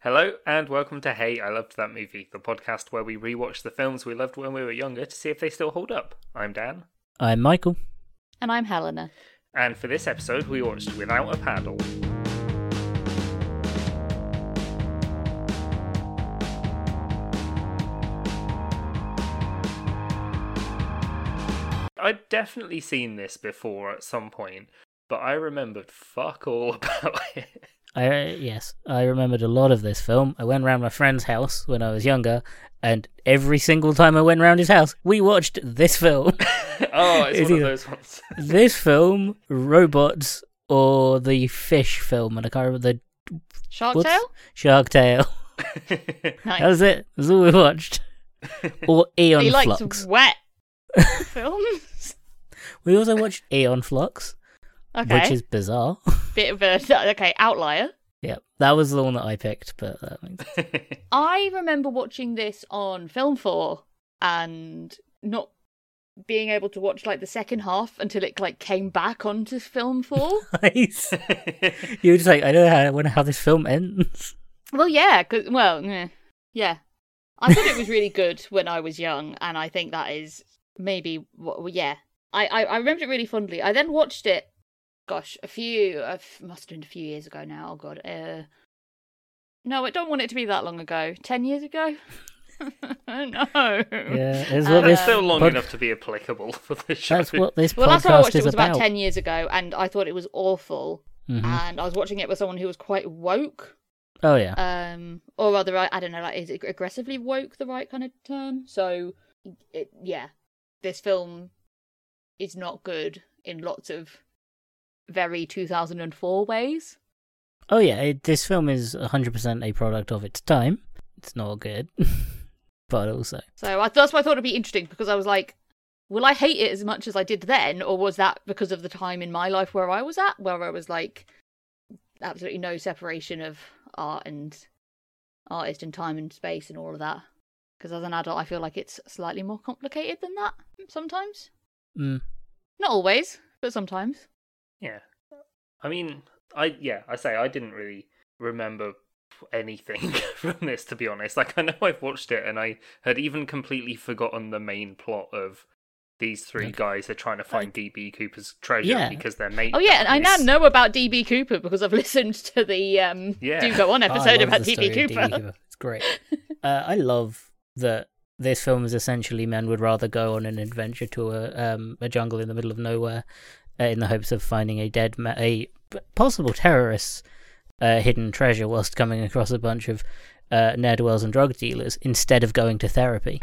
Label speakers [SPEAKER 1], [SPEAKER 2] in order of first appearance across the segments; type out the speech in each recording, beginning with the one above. [SPEAKER 1] Hello, and welcome to Hey, I Loved That Movie, the podcast where we rewatch the films we loved when we were younger to see if they still hold up. I'm Dan,
[SPEAKER 2] I'm Michael.
[SPEAKER 3] And I'm Helena.
[SPEAKER 1] and for this episode, we watched Without a Paddle. I'd definitely seen this before at some point, but I remembered fuck all about it.
[SPEAKER 2] I uh, yes, I remembered a lot of this film. I went round my friend's house when I was younger, and every single time I went round his house, we watched this film,
[SPEAKER 1] oh, it's,
[SPEAKER 2] It's
[SPEAKER 1] one
[SPEAKER 2] either-
[SPEAKER 1] of those ones.
[SPEAKER 2] this film, robots, or the fish film, and I can't remember the
[SPEAKER 3] Shark
[SPEAKER 2] what's-
[SPEAKER 3] Tale?
[SPEAKER 2] Shark Tale.
[SPEAKER 3] Nice.
[SPEAKER 2] That was it. That's all we watched. Or Eon
[SPEAKER 3] he likes
[SPEAKER 2] Flux.
[SPEAKER 3] wet films.
[SPEAKER 2] We also watched Eon Flux,
[SPEAKER 3] Okay.
[SPEAKER 2] which is bizarre.
[SPEAKER 3] Bit of a okay, outlier.
[SPEAKER 2] yeah, that was the one that I picked, but that makes
[SPEAKER 3] I remember watching this on Film 4 and not being able to watch like the second half until it like came back onto Film 4.
[SPEAKER 2] nice. you were just like, I don't know how, I wonder how this film ends.
[SPEAKER 3] well, yeah, 'cause- well, eh, yeah. I thought it was really good when I was young and I think that is maybe what well, yeah. I, I I remembered it really fondly. I then watched it gosh, a few uh, f- must have been a few years ago now. Oh god. Uh No, I don't want it to be that long ago. 10 years ago. no.
[SPEAKER 2] Yeah, it's
[SPEAKER 3] Uh,
[SPEAKER 2] what
[SPEAKER 3] But
[SPEAKER 1] It's
[SPEAKER 2] this
[SPEAKER 1] still long
[SPEAKER 2] pod-
[SPEAKER 1] enough to be applicable for the show.
[SPEAKER 2] That's what this
[SPEAKER 3] Well,
[SPEAKER 2] podcast
[SPEAKER 3] last time I
[SPEAKER 2] is
[SPEAKER 3] watched it was
[SPEAKER 2] about.
[SPEAKER 3] about 10 years ago, and I thought it was awful.
[SPEAKER 2] Mhm.
[SPEAKER 3] And I was watching it with someone who was quite woke,
[SPEAKER 2] Oh yeah,
[SPEAKER 3] um, or rather, I, I don't know, like, is ag- aggressively woke the right kind of term? So, it, yeah, this film is not good in lots of very 2004 ways.
[SPEAKER 2] oh yeah. It, this film is 100% a product of its time. It's not good, but also
[SPEAKER 3] So I, that's why I thought it'd be interesting because I was like, will I hate it as much as I did then, or was that because of the time in my life where I was at, where I was like, absolutely no separation of art and artist and time and space and all of that? Because as an adult, I feel like it's slightly more complicated than that sometimes.
[SPEAKER 2] mm,
[SPEAKER 3] Not always, but sometimes.
[SPEAKER 1] Yeah. I mean, I yeah, I say I didn't really remember anything from this to be honest. Like I know I've watched it and I had even completely forgotten the main plot of these three
[SPEAKER 2] Okay.
[SPEAKER 1] guys are trying to find DB Cooper's treasure
[SPEAKER 2] Yeah.
[SPEAKER 1] because they're mates.
[SPEAKER 3] Oh yeah, and I now know about DB Cooper because I've listened to the um,
[SPEAKER 1] Yeah.
[SPEAKER 3] Do Go On
[SPEAKER 2] Oh, I
[SPEAKER 3] episode
[SPEAKER 2] love
[SPEAKER 3] about
[SPEAKER 2] the
[SPEAKER 3] DB
[SPEAKER 2] story of
[SPEAKER 3] Cooper.
[SPEAKER 2] DB It's great. uh, I love that this film is essentially men would rather go on an adventure to a um, a jungle in the middle of nowhere uh, in the hopes of finding a dead ma- a p- possible terrorist's uh, hidden treasure whilst coming across a bunch of uh, ne'er do wells and drug dealers instead of going to therapy.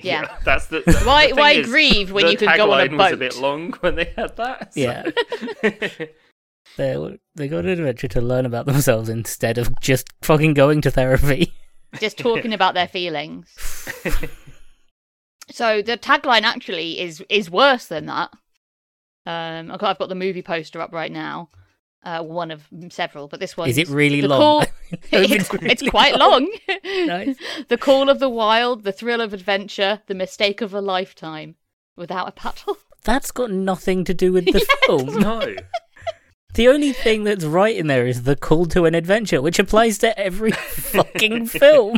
[SPEAKER 3] Yeah.
[SPEAKER 1] That's the, the
[SPEAKER 3] Why-
[SPEAKER 1] the thing
[SPEAKER 3] why
[SPEAKER 1] is,
[SPEAKER 3] grieve when
[SPEAKER 1] the
[SPEAKER 3] you can go on a
[SPEAKER 1] tagline was a
[SPEAKER 3] boat?
[SPEAKER 1] bit long when they had that. so-
[SPEAKER 2] Yeah. They they go on an adventure to learn about themselves instead of just fucking going to therapy.
[SPEAKER 3] Just talking about their feelings. So the tagline actually is is worse than that. Um, I've got, I've got the movie poster up right now. Uh, one of several, but this one
[SPEAKER 2] Is it really
[SPEAKER 3] the
[SPEAKER 2] long?
[SPEAKER 3] Call...
[SPEAKER 2] I hope
[SPEAKER 3] it's,
[SPEAKER 2] really
[SPEAKER 3] it's quite long.
[SPEAKER 2] Nice.
[SPEAKER 3] the call of the wild, the thrill of adventure, the mistake of a lifetime. Without a paddle,
[SPEAKER 2] That's got nothing to do with the film.
[SPEAKER 1] no.
[SPEAKER 2] The only thing that's right in there is the call to an adventure, which applies to every fucking film.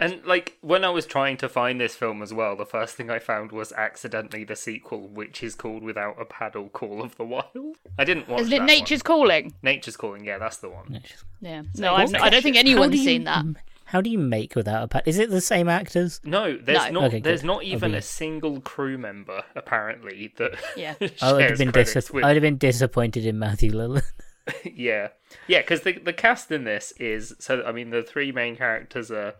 [SPEAKER 1] And like when I was trying to find this film as well, the first thing I found was accidentally the sequel, which is called Without a Paddle, Call of the Wild. I didn't watch.
[SPEAKER 3] isn't it?
[SPEAKER 1] that
[SPEAKER 3] Nature's
[SPEAKER 1] one.
[SPEAKER 3] calling.
[SPEAKER 1] Nature's calling. Yeah, that's the one.
[SPEAKER 3] Yeah. No, I've,
[SPEAKER 1] what?
[SPEAKER 3] I don't think
[SPEAKER 2] How do
[SPEAKER 3] anyone's
[SPEAKER 2] you-
[SPEAKER 3] seen that.
[SPEAKER 2] How do you make without a pat? Is it the same actors?
[SPEAKER 1] No, there's
[SPEAKER 3] No.
[SPEAKER 1] not.
[SPEAKER 2] Okay,
[SPEAKER 1] there's
[SPEAKER 2] good.
[SPEAKER 1] not even a
[SPEAKER 2] Obvious.
[SPEAKER 1] single crew member apparently that.
[SPEAKER 3] Yeah.
[SPEAKER 2] I would have
[SPEAKER 1] shares
[SPEAKER 2] been
[SPEAKER 1] credits
[SPEAKER 2] dis-
[SPEAKER 1] with-
[SPEAKER 2] Oh, I'd have been disappointed in Matthew Lillard.
[SPEAKER 1] yeah, yeah, because the the cast in this is so. I mean, the three main characters are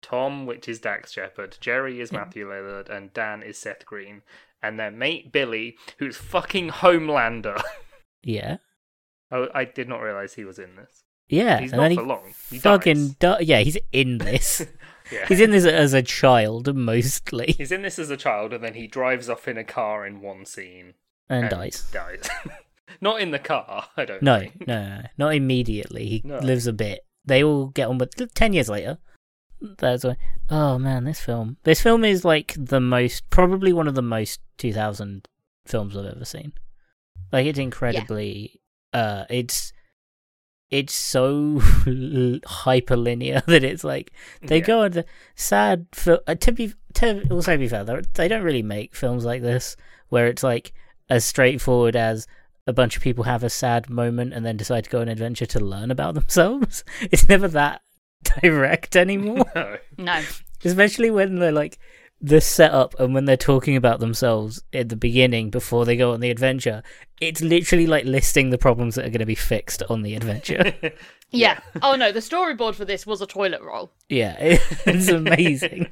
[SPEAKER 1] Tom, which is Dax Shepard, Jerry is Matthew Lillard, and Dan is Seth Green, and their mate Billy, who's fucking Homelander.
[SPEAKER 2] yeah,
[SPEAKER 1] I, I did not realize he was in this.
[SPEAKER 2] yeah.
[SPEAKER 1] He's
[SPEAKER 2] and
[SPEAKER 1] not
[SPEAKER 2] then he
[SPEAKER 1] for long. He
[SPEAKER 2] fucking di- yeah, he's in this.
[SPEAKER 1] Yeah.
[SPEAKER 2] He's in this as a child mostly,
[SPEAKER 1] He's in this as a child, and then he drives off in a car in one scene
[SPEAKER 2] and dies.
[SPEAKER 1] Dies. not in the car. I don't.
[SPEAKER 2] No,
[SPEAKER 1] think.
[SPEAKER 2] no, no, no, not immediately. He
[SPEAKER 1] No.
[SPEAKER 2] lives a bit. They all get on, but ten years later, that's why. Oh man, this film. This film is like the most, probably one of the most 2000 films I've ever seen. Like it's incredibly. Uh, it's it's so hyperlinear that it's like they
[SPEAKER 1] Yeah.
[SPEAKER 2] go on the sad fil- uh, to be to also be fair they're- they don't really make films like this where it's like as straightforward as a bunch of people have a sad moment and then decide to go on an adventure to learn about themselves it's never that direct anymore
[SPEAKER 1] No.
[SPEAKER 3] No.
[SPEAKER 2] especially when they're like the setup and when they're talking about themselves at the beginning before they go on the adventure it's literally like listing the problems that are going to be fixed on the adventure
[SPEAKER 3] Yeah. oh no, the storyboard for this was a toilet roll.
[SPEAKER 2] yeah it's amazing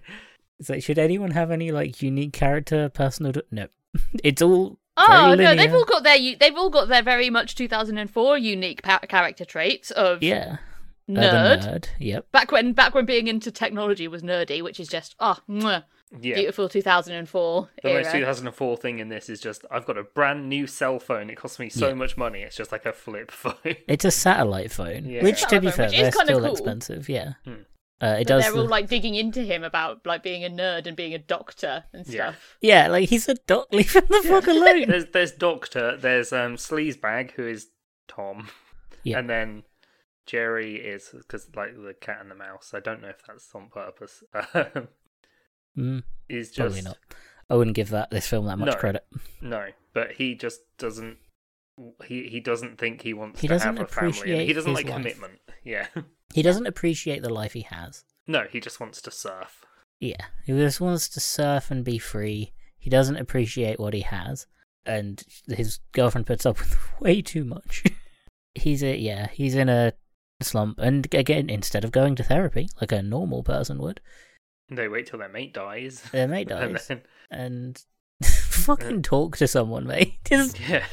[SPEAKER 2] it's like should anyone have any like unique character personal d no it's all
[SPEAKER 3] Oh
[SPEAKER 2] very
[SPEAKER 3] no,
[SPEAKER 2] linear.
[SPEAKER 3] they've all got their u- they've all got their very much 2004 unique pa- character traits of
[SPEAKER 2] yeah Uh, the
[SPEAKER 3] nerd.
[SPEAKER 2] nerd yep
[SPEAKER 3] Back when back when being into technology was nerdy, which is just oh mwah,
[SPEAKER 1] Yeah.
[SPEAKER 3] beautiful 2004
[SPEAKER 1] The most
[SPEAKER 3] era.
[SPEAKER 1] 2004 thing in this is just I've got a brand new cell phone. It costs me so
[SPEAKER 2] Yeah.
[SPEAKER 1] much money. It's just like a flip phone.
[SPEAKER 2] it's a satellite phone
[SPEAKER 1] Yeah.
[SPEAKER 2] which to be
[SPEAKER 3] Satellite phone,
[SPEAKER 2] fair
[SPEAKER 3] which is
[SPEAKER 2] they're
[SPEAKER 3] kinda
[SPEAKER 2] still
[SPEAKER 3] cool.
[SPEAKER 2] expensive yeah
[SPEAKER 1] Hmm.
[SPEAKER 2] uh, it
[SPEAKER 3] But
[SPEAKER 2] does
[SPEAKER 3] they're
[SPEAKER 2] the-
[SPEAKER 3] all like digging into him about like being a nerd and being a doctor and
[SPEAKER 1] Yeah.
[SPEAKER 3] stuff.
[SPEAKER 2] yeah like he's a dot leave him the fuck alone
[SPEAKER 1] there's there's Doctor. There's um Sleazebag who is Tom.
[SPEAKER 2] Yeah.
[SPEAKER 1] And then Jerry is because like the cat and the mouse. I don't know if that's on purpose. Um,
[SPEAKER 2] Mm,
[SPEAKER 1] is just
[SPEAKER 2] probably not i wouldn't give that this film that much
[SPEAKER 1] No.
[SPEAKER 2] credit
[SPEAKER 1] no, but he just doesn't. He he doesn't think he wants
[SPEAKER 2] He
[SPEAKER 1] to
[SPEAKER 2] doesn't
[SPEAKER 1] have a family. and
[SPEAKER 2] appreciate
[SPEAKER 1] He doesn't
[SPEAKER 2] his
[SPEAKER 1] like
[SPEAKER 2] life.
[SPEAKER 1] commitment. Yeah.
[SPEAKER 2] He doesn't appreciate the life he has.
[SPEAKER 1] No, he just wants to surf.
[SPEAKER 2] Yeah. He just wants to surf and be free. He doesn't appreciate what he has. And his girlfriend puts up with way too much. he's a, yeah, he's in a slump. And again, instead of going to therapy like a normal person would,
[SPEAKER 1] They wait till their mate dies.
[SPEAKER 2] their mate
[SPEAKER 1] And
[SPEAKER 2] dies.
[SPEAKER 1] then-
[SPEAKER 2] and fucking talk to someone, mate. Just,
[SPEAKER 1] yeah.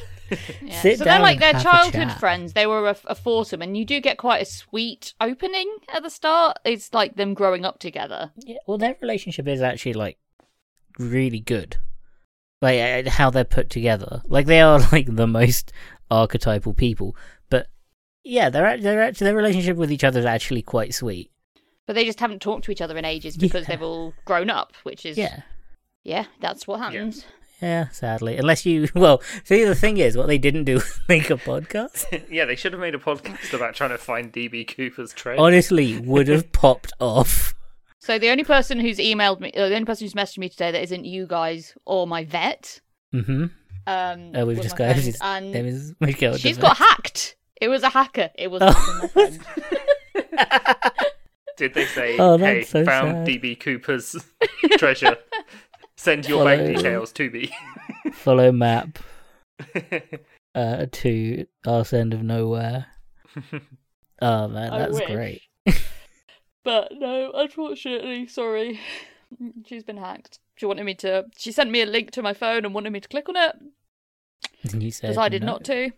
[SPEAKER 3] Yeah.
[SPEAKER 2] Sit
[SPEAKER 3] so
[SPEAKER 2] down
[SPEAKER 3] they're like
[SPEAKER 2] and
[SPEAKER 3] their
[SPEAKER 2] have a
[SPEAKER 3] childhood
[SPEAKER 2] chat.
[SPEAKER 3] friends. They were a, a foursome, and you do get quite a sweet opening at the start. It's like them growing up together.
[SPEAKER 2] yeah, well, their relationship is actually like really good. Like uh, how they're put together. Like they are like the most archetypal people. But yeah, they're act- they're actually their relationship with each other is actually quite sweet.
[SPEAKER 3] But they just haven't talked to each other in ages because
[SPEAKER 2] Yeah.
[SPEAKER 3] they've all grown up, which is
[SPEAKER 2] Yeah.
[SPEAKER 3] yeah, that's what happens.
[SPEAKER 2] Yeah, sadly. Unless you well, see the thing is what they didn't do was make a podcast.
[SPEAKER 1] yeah, they should have made a podcast about trying to find DB Cooper's trail.
[SPEAKER 2] Honestly, would have popped off.
[SPEAKER 3] So the only person who's emailed me, uh, the only person who's messaged me today that isn't you guys or my vet,
[SPEAKER 2] Mhm.
[SPEAKER 3] um,
[SPEAKER 2] Uh, we've
[SPEAKER 3] was my
[SPEAKER 2] discussed his
[SPEAKER 3] friend,
[SPEAKER 2] name
[SPEAKER 3] and
[SPEAKER 2] is Michael.
[SPEAKER 3] she's
[SPEAKER 2] doesn't
[SPEAKER 3] got
[SPEAKER 2] it?
[SPEAKER 3] hacked. It was a hacker. It was
[SPEAKER 2] Oh.
[SPEAKER 3] my friend.
[SPEAKER 1] Did they say,
[SPEAKER 2] Oh,
[SPEAKER 1] hey,
[SPEAKER 2] that's so
[SPEAKER 1] found
[SPEAKER 2] sad.
[SPEAKER 1] DB Cooper's treasure? Send your
[SPEAKER 2] Follow.
[SPEAKER 1] bank details to me.
[SPEAKER 2] follow map uh to arse end of nowhere. Oh man,
[SPEAKER 3] I
[SPEAKER 2] that's
[SPEAKER 3] wish.
[SPEAKER 2] great.
[SPEAKER 3] But no, unfortunately, sorry. She's been hacked. She wanted me to. She sent me a link to my phone and wanted me to click on it.
[SPEAKER 2] And you said
[SPEAKER 3] Decided
[SPEAKER 2] no.
[SPEAKER 3] not to.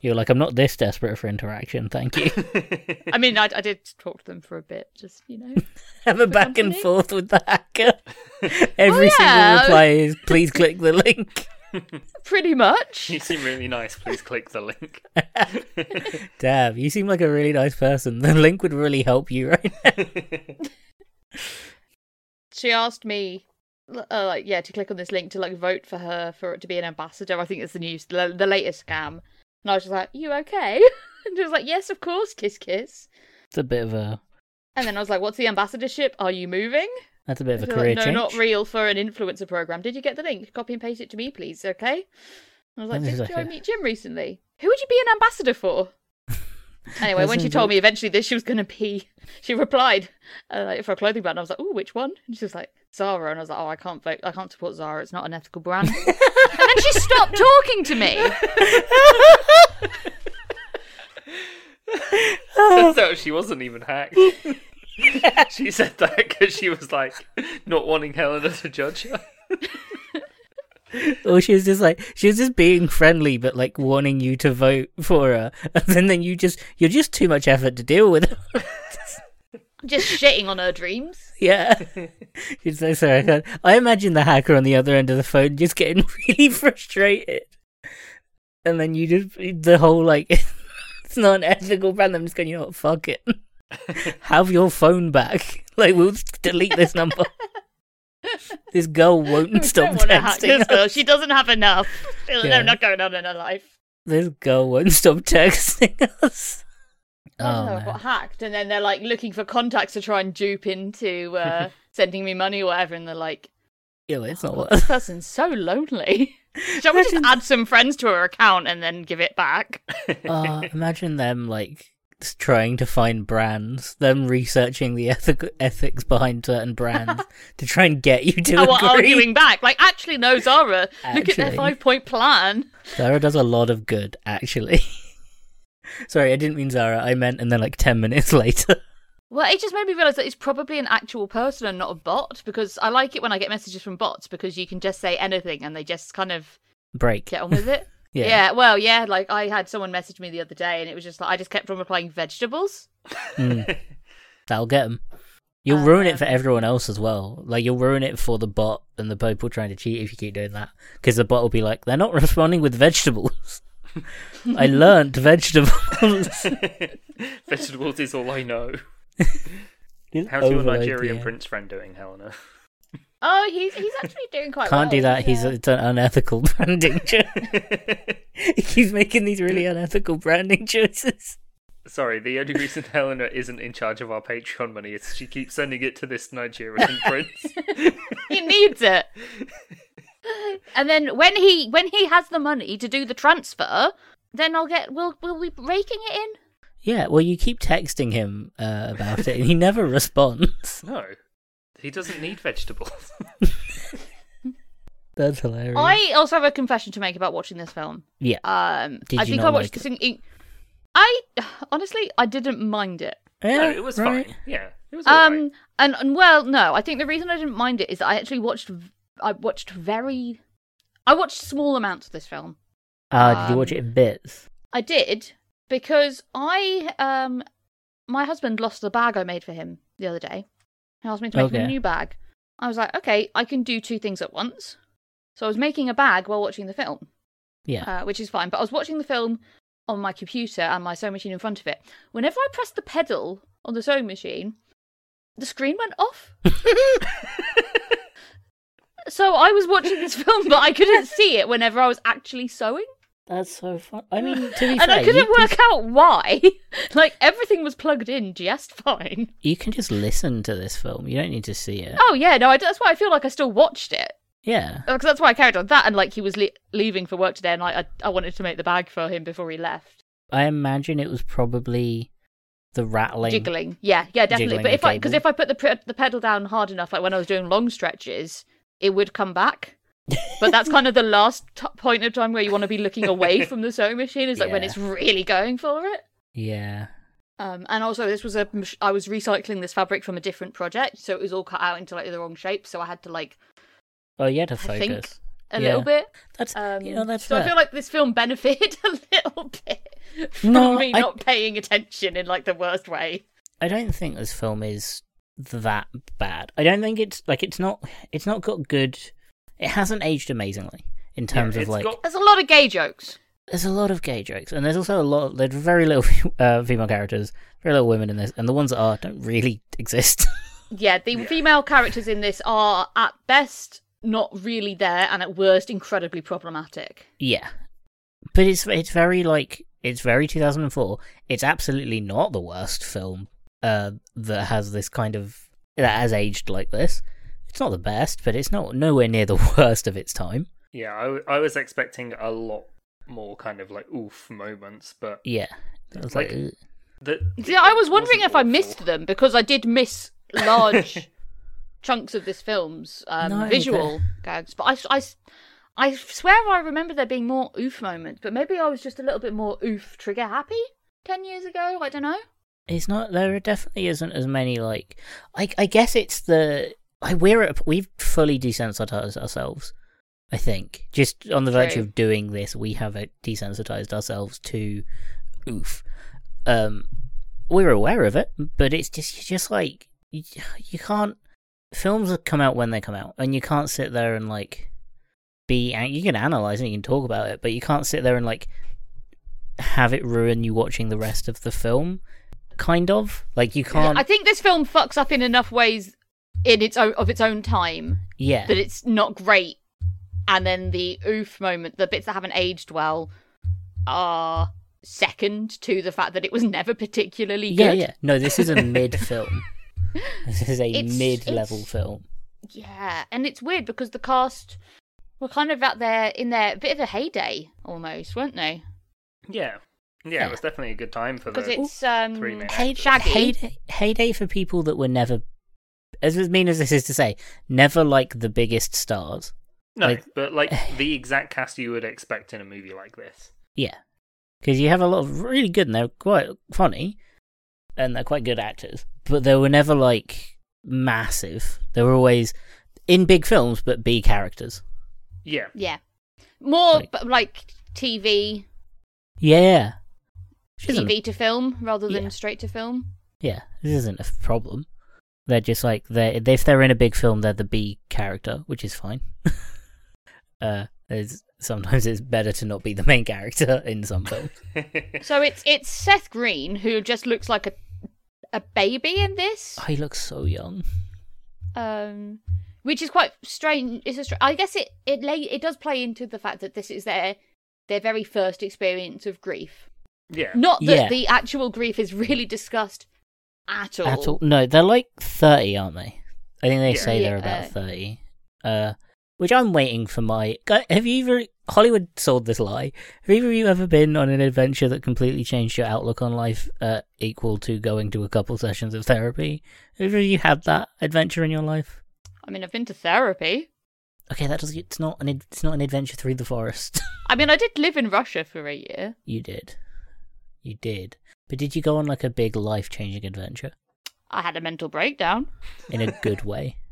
[SPEAKER 2] You're like, I'm not this desperate for interaction, thank you.
[SPEAKER 3] I mean, I, I did talk to them for a bit, just you know.
[SPEAKER 2] Have a back and
[SPEAKER 3] company? Oh,
[SPEAKER 2] forth with the hacker. Every
[SPEAKER 3] yeah.
[SPEAKER 2] single reply is please click the link.
[SPEAKER 3] Pretty much.
[SPEAKER 1] you seem really nice. Please click the link.
[SPEAKER 2] Damn, you seem like a really nice person. The link would really help you right now.
[SPEAKER 3] She asked me, l- uh, like, yeah, to click on this link to like vote for her for it to be an ambassador. I think it's the news, the, the latest scam. And I was just like, "You okay?" And she was like, "Yes, of course." Kiss, kiss.
[SPEAKER 2] It's a bit of a
[SPEAKER 3] And then I was like, "What's the ambassadorship? Are you moving?"
[SPEAKER 2] that's a bit of a
[SPEAKER 3] She's like,
[SPEAKER 2] career
[SPEAKER 3] no,
[SPEAKER 2] change.
[SPEAKER 3] not real for an influencer program. Did you get the link? Copy and paste it to me, please. Okay. I was like,
[SPEAKER 2] That is
[SPEAKER 3] did
[SPEAKER 2] like
[SPEAKER 3] I
[SPEAKER 2] a-
[SPEAKER 3] meet Jim recently? Who would you be an ambassador for? Anyway, when she
[SPEAKER 2] Doesn't
[SPEAKER 3] told
[SPEAKER 2] it-
[SPEAKER 3] me eventually that she was going to be, she replied uh, like, for a clothing brand. I was like, oh, which one? And she was like, Zara. And I was like, oh, I can't vote. I can't support Zara. It's not an ethical brand. and then she stopped talking to me.
[SPEAKER 2] Oh.
[SPEAKER 1] so she wasn't even hacked. she said that because she was like not wanting Helena to judge her.
[SPEAKER 2] Or she was just like she was just being friendly, but like wanting you to vote for her, and then, then you just you're just too much effort to deal with.
[SPEAKER 3] Just shitting on her dreams.
[SPEAKER 2] yeah, she's like sorry. I, can't. I imagine the hacker on the other end of the phone just getting really frustrated, and then you just the whole like it's not an ethical brand. I'm just going, you know what, fuck it. Have your phone back. Like we'll just delete this number. this girl won't stop
[SPEAKER 3] Don't want to hack
[SPEAKER 2] texting.
[SPEAKER 3] this
[SPEAKER 2] us.
[SPEAKER 3] girl. She doesn't have enough.
[SPEAKER 2] Yeah.
[SPEAKER 3] No, not going on in her life.
[SPEAKER 2] This girl won't stop texting us. Oh,
[SPEAKER 3] oh, I
[SPEAKER 2] man.
[SPEAKER 3] got hacked, and then they're like looking for contacts to try and dupe into uh, sending me money or whatever, and they're like,
[SPEAKER 2] Yeah, Oh, well, it's not
[SPEAKER 3] "God,
[SPEAKER 2] what.
[SPEAKER 3] "This person's so lonely." Shall we just add some friends to her account and then give it back?
[SPEAKER 2] uh, imagine them like s- trying to find brands, them researching the ethic- ethics behind certain brands to try and get you to
[SPEAKER 3] Our
[SPEAKER 2] agree.
[SPEAKER 3] Oh, arguing back, like actually, no, Zara. Look at their
[SPEAKER 2] Actually.
[SPEAKER 3] five-point plan.
[SPEAKER 2] Zara does a lot of good, actually. Sorry, I didn't mean Zara. I meant, and then like ten minutes later.
[SPEAKER 3] Well, it just made me realize that it's probably an actual person and not a bot because I like it when I get messages from bots because you can just say anything and they just kind of
[SPEAKER 2] Break.
[SPEAKER 3] get on with it.
[SPEAKER 2] Yeah.
[SPEAKER 3] well, yeah, like I had someone message me the other day and it was just like I just kept on replying vegetables.
[SPEAKER 2] Mm. That'll get them. You'll ruin it for everyone else as well. Like you'll ruin it for the bot and the people trying to cheat if you keep doing that, because the bot will be like, "They're not responding with vegetables." I learnt vegetables.
[SPEAKER 1] Vegetables is all I know. How's
[SPEAKER 2] How's
[SPEAKER 1] your Nigerian prince friend doing, Helena?
[SPEAKER 3] Oh, he's he's actually doing quite well.
[SPEAKER 2] Can't do that. He's
[SPEAKER 3] Oh, yeah.
[SPEAKER 2] it's an unethical branding. He's making these really unethical branding choices.
[SPEAKER 1] Sorry, the only reason Helena isn't in charge of our Patreon money is she keeps sending it to this Nigerian prince.
[SPEAKER 3] he needs it. and then when he when he has the money to do the transfer, then I'll get will will we raking it in?
[SPEAKER 2] Yeah, well, you keep texting him uh, about it, and he never responds.
[SPEAKER 1] No, he doesn't need vegetables.
[SPEAKER 2] That's hilarious.
[SPEAKER 3] I also have a confession to make about watching this film.
[SPEAKER 2] Yeah,
[SPEAKER 3] Um,
[SPEAKER 2] Did
[SPEAKER 3] I
[SPEAKER 2] you
[SPEAKER 3] think
[SPEAKER 2] not
[SPEAKER 3] I watched
[SPEAKER 2] like
[SPEAKER 3] this. In, in- I honestly, I didn't mind it.
[SPEAKER 1] no,
[SPEAKER 2] Yeah,
[SPEAKER 1] it was
[SPEAKER 2] right.
[SPEAKER 1] fine. Yeah, it was alright.
[SPEAKER 3] Um, and, and well, no, I think the reason I didn't mind it is that I actually watched. v- I watched very. I watched small amounts of this film.
[SPEAKER 2] Ah, did you watch
[SPEAKER 3] Um,
[SPEAKER 2] it in bits?
[SPEAKER 3] I did because I um, my husband lost the bag I made for him the other day. He asked me to make him
[SPEAKER 2] Okay.
[SPEAKER 3] a new bag. I was like, okay, I can do two things at once. So I was making a bag while watching the film.
[SPEAKER 2] Yeah.
[SPEAKER 3] uh, which is fine. But I was watching the film on my computer and my sewing machine in front of it. Whenever I pressed the pedal on the sewing machine, the screen went off. so I was watching this film, but I couldn't see it whenever I was actually sewing,
[SPEAKER 2] That's so fun. I mean, to be
[SPEAKER 3] and
[SPEAKER 2] fair,
[SPEAKER 3] I couldn't
[SPEAKER 2] you,
[SPEAKER 3] work
[SPEAKER 2] Can,
[SPEAKER 3] out why. like everything was plugged in just fine.
[SPEAKER 2] you can just listen to this film. You don't need to see it.
[SPEAKER 3] Oh yeah, no, I, that's why I feel like I still watched it.
[SPEAKER 2] Yeah.
[SPEAKER 3] because that's why I carried on that. And like he was le- leaving for work today, and like, I I wanted to make the bag for him before he left.
[SPEAKER 2] I imagine it was probably the rattling.
[SPEAKER 3] jiggling. Yeah, yeah, definitely.
[SPEAKER 2] Jiggling
[SPEAKER 3] but
[SPEAKER 2] the
[SPEAKER 3] if I because
[SPEAKER 2] cable.
[SPEAKER 3] if I put the pre- the pedal down hard enough, like when I was doing long stretches, it would come back. But that's kind of the last t- point of time where you want to be looking away from the sewing machine is like when
[SPEAKER 2] Yeah.
[SPEAKER 3] it's really going for it.
[SPEAKER 2] Yeah.
[SPEAKER 3] Um, and also, this was a mach- I was recycling this fabric from a different project, so it was all cut out into like the wrong shape. So I had to like
[SPEAKER 2] Oh, you had to
[SPEAKER 3] I think
[SPEAKER 2] focus.
[SPEAKER 3] a
[SPEAKER 2] Yeah.
[SPEAKER 3] little bit.
[SPEAKER 2] That's
[SPEAKER 3] Um,
[SPEAKER 2] you know that's
[SPEAKER 3] so I
[SPEAKER 2] fair.
[SPEAKER 3] feel like this film benefited a little bit from
[SPEAKER 2] No,
[SPEAKER 3] me
[SPEAKER 2] I-
[SPEAKER 3] not paying attention in like the worst way.
[SPEAKER 2] I don't think this film is that bad. I don't think it's like it's not it's not got good. It hasn't aged amazingly in terms
[SPEAKER 1] Yeah,
[SPEAKER 2] of
[SPEAKER 1] it's
[SPEAKER 2] like
[SPEAKER 1] got-
[SPEAKER 3] There's a lot of gay jokes.
[SPEAKER 2] there's a lot of gay jokes and there's also a lot there's very little uh, female characters, very little women in this, and the ones that are don't really exist.
[SPEAKER 3] Yeah, the
[SPEAKER 1] Yeah.
[SPEAKER 3] female characters in this are at best not really there and at worst incredibly problematic.
[SPEAKER 2] yeah, but it's it's very like it's very 2004. It's absolutely not the worst film uh, that has this kind of that has aged like this. It's not the best, but it's not nowhere near the worst of its time.
[SPEAKER 1] Yeah, I, w- I was expecting a lot more kind of like oof moments, but
[SPEAKER 2] Yeah. I was like, uh,
[SPEAKER 1] Like-
[SPEAKER 2] "Ugh."
[SPEAKER 1] the,
[SPEAKER 3] Yeah, I was
[SPEAKER 1] it
[SPEAKER 3] wondering
[SPEAKER 1] wasn't
[SPEAKER 3] if I
[SPEAKER 1] awful.
[SPEAKER 3] missed them because I did miss large chunks of this film's um,
[SPEAKER 2] No,
[SPEAKER 3] visual gags, but I, s- I s- I swear I remember there being more oof moments, but maybe I was just a little bit more oof trigger happy 10 years ago, I don't know.
[SPEAKER 2] it's not. There definitely isn't as many like. I I guess it's the. I we're at, we've fully desensitized ourselves. I think just on the virtue
[SPEAKER 3] True.
[SPEAKER 2] of doing this, we have uh, desensitized ourselves to oof. Um, we're aware of it, but it's just you're just like you, you can't. Films come out when they come out, and you can't sit there and like be. an- You can analyze and you can talk about it, but you can't sit there and like have it ruin you watching the rest of the film. Kind of like you can't.
[SPEAKER 3] I think this film fucks up in enough ways in its own, of its own time
[SPEAKER 2] Yeah,
[SPEAKER 3] that it's not great. And then the oof moment, the bits that haven't aged well, are second to the fact that it was never particularly
[SPEAKER 2] Yeah,
[SPEAKER 3] good.
[SPEAKER 2] yeah. No, this is a mid film. This is a
[SPEAKER 3] It's-
[SPEAKER 2] mid level
[SPEAKER 3] it's-
[SPEAKER 2] film.
[SPEAKER 3] Yeah, and it's weird because the cast were kind of out there in their bit of a heyday almost, weren't they?
[SPEAKER 1] Yeah. Yeah, it was definitely a good time for
[SPEAKER 3] Because
[SPEAKER 1] the.
[SPEAKER 3] it's um
[SPEAKER 1] three main
[SPEAKER 2] Hey,
[SPEAKER 3] Shaggy.
[SPEAKER 2] Heyday, heyday for people that were never, as mean as this is to say, never like the biggest stars.
[SPEAKER 1] no,
[SPEAKER 2] like-
[SPEAKER 1] but like the exact cast you would expect in a movie like this.
[SPEAKER 2] Yeah, because you have a lot of really good, and they're quite funny, and they're quite good actors. But they were never like massive. They were always in big films, but B characters.
[SPEAKER 1] Yeah.
[SPEAKER 3] yeah, more
[SPEAKER 2] Like-
[SPEAKER 3] b like TV,
[SPEAKER 2] Yeah, Which isn't a
[SPEAKER 3] TV to film rather than
[SPEAKER 2] Yeah.
[SPEAKER 3] straight to film.
[SPEAKER 2] Yeah, this isn't a problem. They're just like they are if they're in a big film, they're the B character, which is fine. uh, it's, sometimes it's better to not be the main character in some films.
[SPEAKER 3] So it's it's Seth Green who just looks like a a baby in this,
[SPEAKER 2] oh, he looks so young.
[SPEAKER 3] um, which is quite strange. It's a str- I guess it it lay, it does play into the fact that this is their their very first experience of grief.
[SPEAKER 1] yeah.
[SPEAKER 3] Not that
[SPEAKER 2] Yeah.
[SPEAKER 3] the actual grief is really discussed at all.
[SPEAKER 2] At all. No, they're like thirty, aren't they? I think they
[SPEAKER 1] Yeah.
[SPEAKER 2] say they're
[SPEAKER 3] Yeah.
[SPEAKER 2] about thirty. Uh, which I'm waiting for my. Gu- Have you ever Hollywood sold this lie? Have either of you ever been on an adventure that completely changed your outlook on life, uh, equal to going to a couple sessions of therapy? Have either of you had that adventure in your life?
[SPEAKER 3] I mean, I've been to therapy.
[SPEAKER 2] Okay, that doesn't. It's not an. ad- It's not an adventure through the forest.
[SPEAKER 3] I mean, I did live in Russia for a year.
[SPEAKER 2] you did, you did. But did you go on like a big life changing adventure
[SPEAKER 3] I had a mental breakdown.
[SPEAKER 2] in a good way?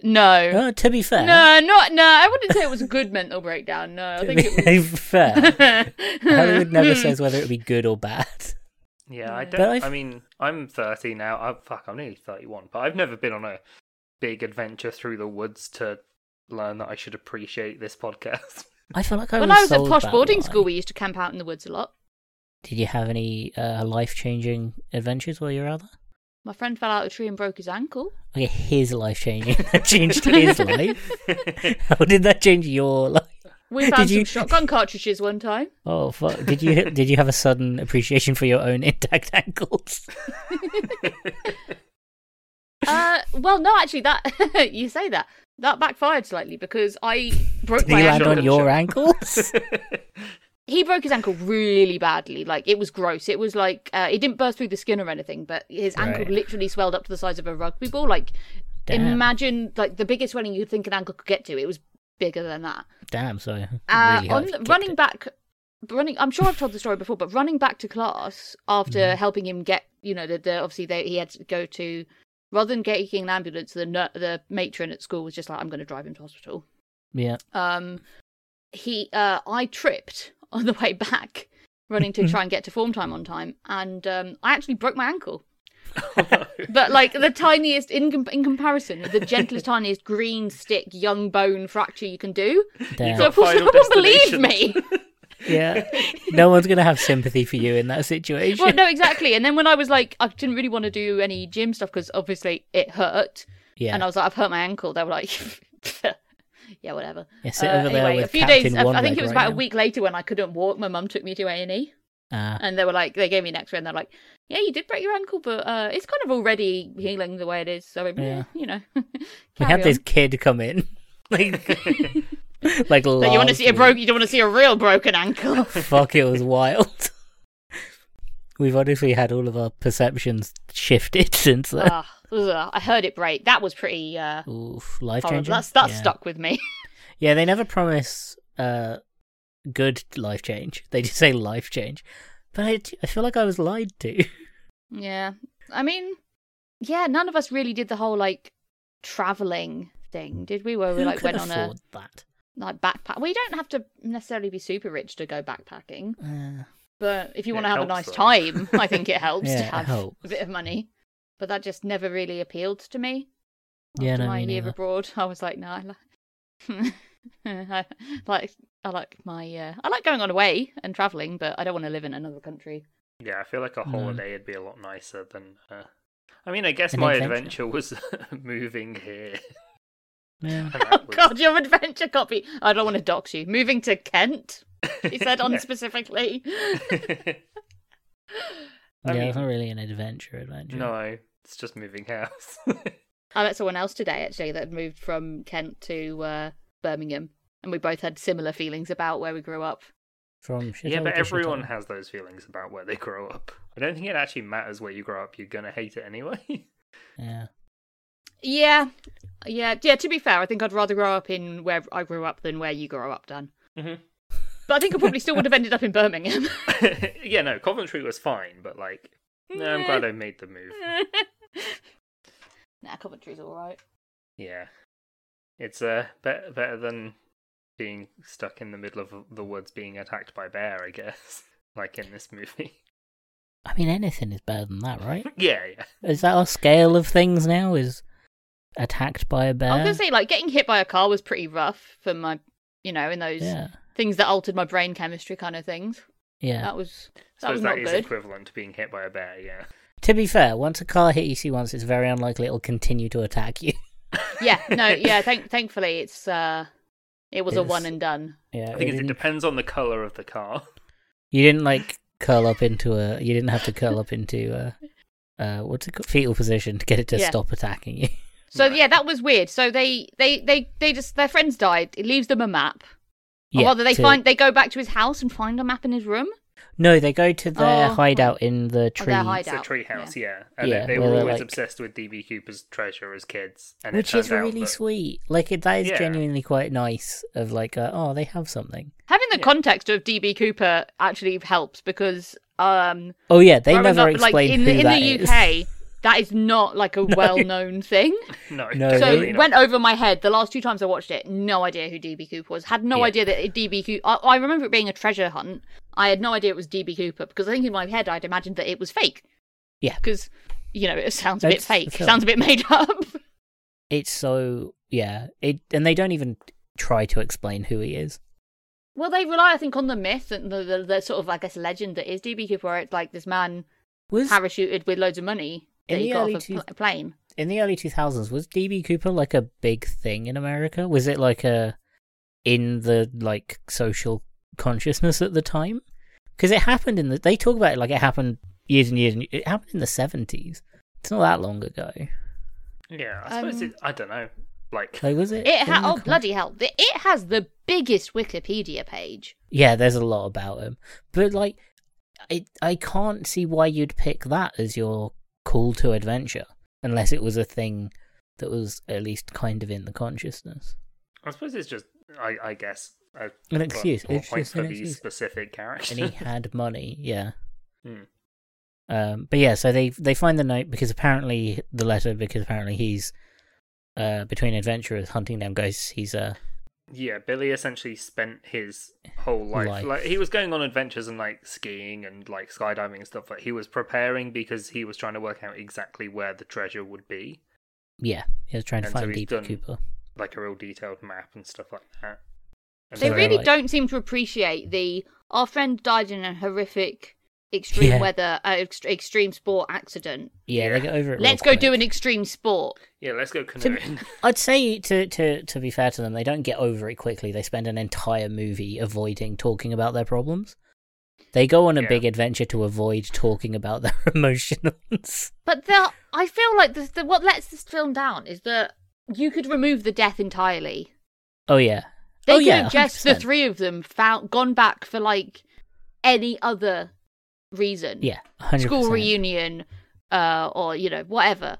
[SPEAKER 3] No.
[SPEAKER 2] Uh, to be fair,
[SPEAKER 3] No, not no. I wouldn't say it was a good mental breakdown. No, I
[SPEAKER 2] to
[SPEAKER 3] think it was.
[SPEAKER 2] be fair. Hollywood never
[SPEAKER 3] Hmm.
[SPEAKER 2] says whether it be good or bad.
[SPEAKER 1] Yeah, I
[SPEAKER 3] Yeah.
[SPEAKER 1] don't.
[SPEAKER 2] But I've-
[SPEAKER 1] I mean, I'm 30 now. I, fuck, I'm nearly 31, but I've never been on a big adventure through the woods to learn that I should appreciate this podcast.
[SPEAKER 2] I feel like I
[SPEAKER 3] When
[SPEAKER 2] was
[SPEAKER 3] I was at
[SPEAKER 2] sold
[SPEAKER 3] posh
[SPEAKER 2] that
[SPEAKER 3] boarding
[SPEAKER 2] lie.
[SPEAKER 3] school, we used to camp out in the woods a lot.
[SPEAKER 2] Did you have any uh, life changing adventures while you were out there?
[SPEAKER 3] My friend fell out of a tree and broke his ankle.
[SPEAKER 2] Okay, his life changing that changed his life. How did that change your life?
[SPEAKER 3] We
[SPEAKER 2] Did
[SPEAKER 3] found some
[SPEAKER 2] you-
[SPEAKER 3] shotgun cartridges one time.
[SPEAKER 2] Oh fuck! Did you did you have a sudden appreciation for your own intact ankles?
[SPEAKER 3] Uh, well, no, actually, that you say that that backfired slightly because I broke
[SPEAKER 2] Did
[SPEAKER 3] my
[SPEAKER 2] he
[SPEAKER 3] ankle.
[SPEAKER 2] land on
[SPEAKER 1] ankle.
[SPEAKER 2] your ankles?
[SPEAKER 3] he broke his ankle really badly. Like it was gross. It was like uh, it didn't burst through the skin or anything, but his ankle
[SPEAKER 2] Right.
[SPEAKER 3] literally swelled up to the size of a rugby ball. Like
[SPEAKER 2] Damn.
[SPEAKER 3] imagine like the biggest swelling you'd think an ankle could get to. It was bigger than that.
[SPEAKER 2] Damn, sorry.
[SPEAKER 3] Uh,
[SPEAKER 2] Really hard
[SPEAKER 3] on
[SPEAKER 2] if you
[SPEAKER 3] the-
[SPEAKER 2] kicked
[SPEAKER 3] running
[SPEAKER 2] it.
[SPEAKER 3] back, running. I'm sure I've told the story before, but running back to class after
[SPEAKER 2] Mm-hmm.
[SPEAKER 3] helping him get, you know, the, the obviously they, he had to go to rather than getting an ambulance, the nur- the matron at school was just like, "I'm going to drive him to hospital."
[SPEAKER 2] Yeah.
[SPEAKER 3] um he uh i tripped on the way back running to try and get to form time on time and um i actually broke my ankle but like the tiniest in, com- in comparison the gentlest tiniest green stick young bone fracture you can do
[SPEAKER 2] Damn.
[SPEAKER 3] so of course no
[SPEAKER 1] Final
[SPEAKER 3] one believed me
[SPEAKER 1] destination.
[SPEAKER 2] yeah. No one's gonna have sympathy for you in that situation.
[SPEAKER 3] well no exactly and then when i was like i didn't really want to do any gym stuff because obviously it hurt
[SPEAKER 2] yeah.
[SPEAKER 3] and i was like i've hurt my ankle they were like yeah whatever
[SPEAKER 2] yeah, sit
[SPEAKER 3] Uh,
[SPEAKER 2] over there
[SPEAKER 3] anyway,
[SPEAKER 2] with
[SPEAKER 3] a few
[SPEAKER 2] Captain
[SPEAKER 3] days I-
[SPEAKER 2] One
[SPEAKER 3] i think
[SPEAKER 2] Leg
[SPEAKER 3] it was
[SPEAKER 2] right
[SPEAKER 3] about a
[SPEAKER 2] now.
[SPEAKER 3] week later when i couldn't walk my mum took me to a&e
[SPEAKER 2] Ah,
[SPEAKER 3] and they were like they gave me an x-ray and they're like yeah you did break your ankle but uh it's kind of already healing the way it is so
[SPEAKER 2] Yeah.
[SPEAKER 3] yeah. you know
[SPEAKER 2] we
[SPEAKER 3] carry
[SPEAKER 2] had this
[SPEAKER 3] on.
[SPEAKER 2] kid come in, like, like.
[SPEAKER 3] that you want to see a
[SPEAKER 2] broken.
[SPEAKER 3] broke you don't want to see a real broken ankle
[SPEAKER 2] Fuck, it was wild. We've honestly had all of our perceptions shifted since then.
[SPEAKER 3] Ah, ugh, i heard it break that was pretty uh
[SPEAKER 2] Oof, life
[SPEAKER 3] horrible.
[SPEAKER 2] changing.
[SPEAKER 3] that's that
[SPEAKER 2] yeah.
[SPEAKER 3] stuck with me
[SPEAKER 2] Yeah, they never promise uh, good life change. They just say life change. But I, I feel like I was lied to.
[SPEAKER 3] yeah i mean yeah none of us really did the whole like traveling thing did we where we
[SPEAKER 2] Who
[SPEAKER 3] like
[SPEAKER 2] could
[SPEAKER 3] went on
[SPEAKER 2] afford
[SPEAKER 3] a
[SPEAKER 2] that?
[SPEAKER 3] like backpack we don't have to necessarily be super rich to go backpacking
[SPEAKER 2] Uh,
[SPEAKER 3] But if you
[SPEAKER 1] It
[SPEAKER 3] want to have a nice
[SPEAKER 1] helps, though.
[SPEAKER 3] time, I think it helps
[SPEAKER 2] Yeah,
[SPEAKER 3] to
[SPEAKER 2] it
[SPEAKER 3] have
[SPEAKER 2] helps.
[SPEAKER 3] a bit of money. But that just never really appealed to me.
[SPEAKER 2] yeah,
[SPEAKER 3] After
[SPEAKER 2] no,
[SPEAKER 3] my
[SPEAKER 2] me
[SPEAKER 3] year
[SPEAKER 2] neither.
[SPEAKER 3] abroad, I was like, no, I like, I like, I like my, uh, I like going on away and traveling, but I don't want to live in another country.
[SPEAKER 1] yeah, I feel like a
[SPEAKER 2] No.
[SPEAKER 1] holiday would be a lot nicer than. Uh... I mean, I guess
[SPEAKER 2] An
[SPEAKER 1] my
[SPEAKER 2] adventure.
[SPEAKER 1] adventure was moving here.
[SPEAKER 2] Yeah.
[SPEAKER 1] And that
[SPEAKER 3] Oh
[SPEAKER 1] was-
[SPEAKER 3] God, your adventure copy. I don't want to dox you. Moving to Kent. He said
[SPEAKER 1] Yeah.
[SPEAKER 3] unspecifically.
[SPEAKER 1] I
[SPEAKER 2] yeah,
[SPEAKER 1] mean-
[SPEAKER 2] it's not really an adventure adventure.
[SPEAKER 1] no, it's just moving house.
[SPEAKER 3] I met someone else today actually that had moved from Kent to uh, Birmingham, and we both had similar feelings about where we grew up.
[SPEAKER 2] From shithole
[SPEAKER 1] yeah, but
[SPEAKER 2] to
[SPEAKER 1] everyone
[SPEAKER 2] shithole.
[SPEAKER 1] has those feelings about where they grow up. I don't think it actually matters where you grow up. You're gonna hate it anyway.
[SPEAKER 2] Yeah.
[SPEAKER 3] Yeah, yeah, yeah. To be fair, I think I'd rather grow up in where I grew up than where you grew up, Dan.
[SPEAKER 1] Mhm.
[SPEAKER 3] But I think I probably still would have ended up in Birmingham.
[SPEAKER 1] yeah, no, Coventry was fine, but like, no, I'm glad I made the move.
[SPEAKER 3] nah, Coventry's all right.
[SPEAKER 1] Yeah, it's uh be- better than being stuck in the middle of the woods being attacked by bear, I guess. Like in this movie.
[SPEAKER 2] I mean, anything is better than that, right?
[SPEAKER 1] yeah, yeah.
[SPEAKER 2] is that our scale of things now? Is attacked by a bear?
[SPEAKER 3] I was gonna say, like, getting hit by a car was pretty rough for my, you know, in those
[SPEAKER 2] yeah.
[SPEAKER 3] things that altered my brain chemistry kind of things.
[SPEAKER 2] Yeah.
[SPEAKER 3] That was that
[SPEAKER 1] Suppose
[SPEAKER 3] was
[SPEAKER 1] that
[SPEAKER 3] not
[SPEAKER 1] is
[SPEAKER 3] good.
[SPEAKER 1] equivalent to being hit by a bear. Yeah.
[SPEAKER 2] To be fair, once a car hits you once, it's very unlikely it'll continue to attack you.
[SPEAKER 3] yeah, no, yeah. Thank- thankfully, it's uh, it was a
[SPEAKER 2] It's-
[SPEAKER 3] one and done.
[SPEAKER 2] Yeah,
[SPEAKER 1] I think
[SPEAKER 2] it
[SPEAKER 1] it
[SPEAKER 2] didn't-
[SPEAKER 1] depends on the color of the car.
[SPEAKER 2] you didn't like curl up into a. You didn't have to curl up into a. Uh, what's it called? Fetal position to get it to
[SPEAKER 3] Yeah.
[SPEAKER 2] stop attacking you.
[SPEAKER 3] So
[SPEAKER 1] Right.
[SPEAKER 3] yeah, that was weird. So they they they they just their friends died. It leaves them a map.
[SPEAKER 2] Yeah,
[SPEAKER 3] or rather, they
[SPEAKER 2] to-
[SPEAKER 3] find they go back to his house and find a map in his room.
[SPEAKER 2] No, they go to their
[SPEAKER 3] Oh.
[SPEAKER 2] hideout in the
[SPEAKER 3] Oh,
[SPEAKER 2] tree.
[SPEAKER 3] their
[SPEAKER 1] It's a
[SPEAKER 3] hideout,
[SPEAKER 1] treehouse, yeah. And
[SPEAKER 2] Yeah,
[SPEAKER 1] they, they
[SPEAKER 2] where
[SPEAKER 1] were
[SPEAKER 2] they're
[SPEAKER 1] always
[SPEAKER 2] like-
[SPEAKER 1] obsessed with DB Cooper's treasure as kids, and
[SPEAKER 2] which
[SPEAKER 1] it
[SPEAKER 2] is
[SPEAKER 1] turns out
[SPEAKER 2] really
[SPEAKER 1] that-
[SPEAKER 2] sweet. Like it, that is
[SPEAKER 1] Yeah.
[SPEAKER 2] genuinely quite nice. Of like, uh, oh, they have something.
[SPEAKER 3] Having the
[SPEAKER 1] Yeah.
[SPEAKER 3] context of DB Cooper actually helps because um,
[SPEAKER 2] Oh yeah, they
[SPEAKER 3] growing
[SPEAKER 2] never
[SPEAKER 3] up,
[SPEAKER 2] explain
[SPEAKER 3] like in
[SPEAKER 2] who
[SPEAKER 3] the, in
[SPEAKER 2] that
[SPEAKER 3] the
[SPEAKER 2] is.
[SPEAKER 3] UK. That is not like a well-known thing.
[SPEAKER 1] No,
[SPEAKER 2] No, really
[SPEAKER 3] So it
[SPEAKER 1] definitely
[SPEAKER 3] went
[SPEAKER 1] not.
[SPEAKER 3] over my head the last two times I watched it. No idea who DB Cooper was. Had no
[SPEAKER 2] Yeah.
[SPEAKER 3] idea that it- DB Cooper. I, I remember it being a treasure hunt. I had no idea it was DB Cooper because I think in my head I'd imagined that it was fake.
[SPEAKER 2] Yeah.
[SPEAKER 3] Because you know it sounds a bit
[SPEAKER 2] That's the
[SPEAKER 3] fake.
[SPEAKER 2] film.
[SPEAKER 3] Sounds a bit made up.
[SPEAKER 2] It's so yeah. It and they don't even try to explain who he is.
[SPEAKER 3] well, they rely, I think, on the myth and the, the, the sort of, I guess, legend that is DB Cooper. Where it's like this man
[SPEAKER 2] Was
[SPEAKER 3] parachuted with loads of money that
[SPEAKER 2] In
[SPEAKER 3] he
[SPEAKER 2] the
[SPEAKER 3] got
[SPEAKER 2] early
[SPEAKER 3] off a,
[SPEAKER 2] two-
[SPEAKER 3] pl- a plane.
[SPEAKER 2] in the early 2000s was DB Cooper like a big thing in America? Was it like a in the like social consciousness at the time? Because it happened in the they talk about it like it happened years and years and it happened in the 70s. It's not that long ago.
[SPEAKER 1] Yeah, I suppose
[SPEAKER 3] Um,
[SPEAKER 1] it. I don't know. Like,
[SPEAKER 2] Like was it?
[SPEAKER 3] It
[SPEAKER 2] in
[SPEAKER 3] ha-
[SPEAKER 2] the
[SPEAKER 3] oh
[SPEAKER 2] con-
[SPEAKER 3] bloody hell! It- It has the biggest Wikipedia page.
[SPEAKER 2] Yeah, there's a lot about him, but like, I I can't see why you'd pick that as your call to adventure unless it was a thing that was at least kind of in the consciousness.
[SPEAKER 1] I suppose it's just. I, I guess. A,
[SPEAKER 2] An excuse,
[SPEAKER 1] More
[SPEAKER 2] it's
[SPEAKER 1] points
[SPEAKER 2] just
[SPEAKER 1] for
[SPEAKER 2] an
[SPEAKER 1] the
[SPEAKER 2] excuse.
[SPEAKER 1] specific character.
[SPEAKER 2] and he had money. Yeah.
[SPEAKER 1] Hmm.
[SPEAKER 2] Um, but yeah, so they they find the note because apparently the letter because apparently he's uh, between adventurers hunting down ghosts. He's uh
[SPEAKER 1] yeah, Billy essentially spent his whole life,
[SPEAKER 2] Life.
[SPEAKER 1] like he was going on adventures and like skiing and like skydiving and stuff. But he was preparing because he was trying to work out exactly where the treasure would be,
[SPEAKER 2] yeah he was trying to
[SPEAKER 1] And so
[SPEAKER 2] find
[SPEAKER 1] he's
[SPEAKER 2] Deep
[SPEAKER 1] done-
[SPEAKER 2] Cooper.
[SPEAKER 1] like a real detailed map and stuff like that. And
[SPEAKER 3] They
[SPEAKER 2] So,
[SPEAKER 3] really
[SPEAKER 2] like-
[SPEAKER 3] don't seem to appreciate the our friend died in a horrific extreme
[SPEAKER 2] Yeah.
[SPEAKER 3] weather, uh, ext- extreme sport accident.
[SPEAKER 2] Yeah,
[SPEAKER 1] Yeah.
[SPEAKER 2] they get over it.
[SPEAKER 3] Let's go
[SPEAKER 2] real
[SPEAKER 3] do
[SPEAKER 2] quick.
[SPEAKER 3] an extreme sport.
[SPEAKER 1] Yeah, let's go
[SPEAKER 2] To-
[SPEAKER 1] canoeing.
[SPEAKER 2] I'd say to, to to be fair to them, they don't get over it quickly. They spend an entire movie avoiding talking about their problems. They go on a
[SPEAKER 1] Yeah.
[SPEAKER 2] big adventure to avoid talking about their emotions.
[SPEAKER 3] But the, I feel like the, the, what lets this film down is that you could remove the death entirely.
[SPEAKER 2] Oh yeah.
[SPEAKER 3] They
[SPEAKER 2] oh
[SPEAKER 3] could
[SPEAKER 2] yeah.
[SPEAKER 3] have just the
[SPEAKER 2] 100%.
[SPEAKER 3] three of them found gone back for like any other reason.
[SPEAKER 2] Yeah, 100%.
[SPEAKER 3] School reunion, uh, or you know whatever,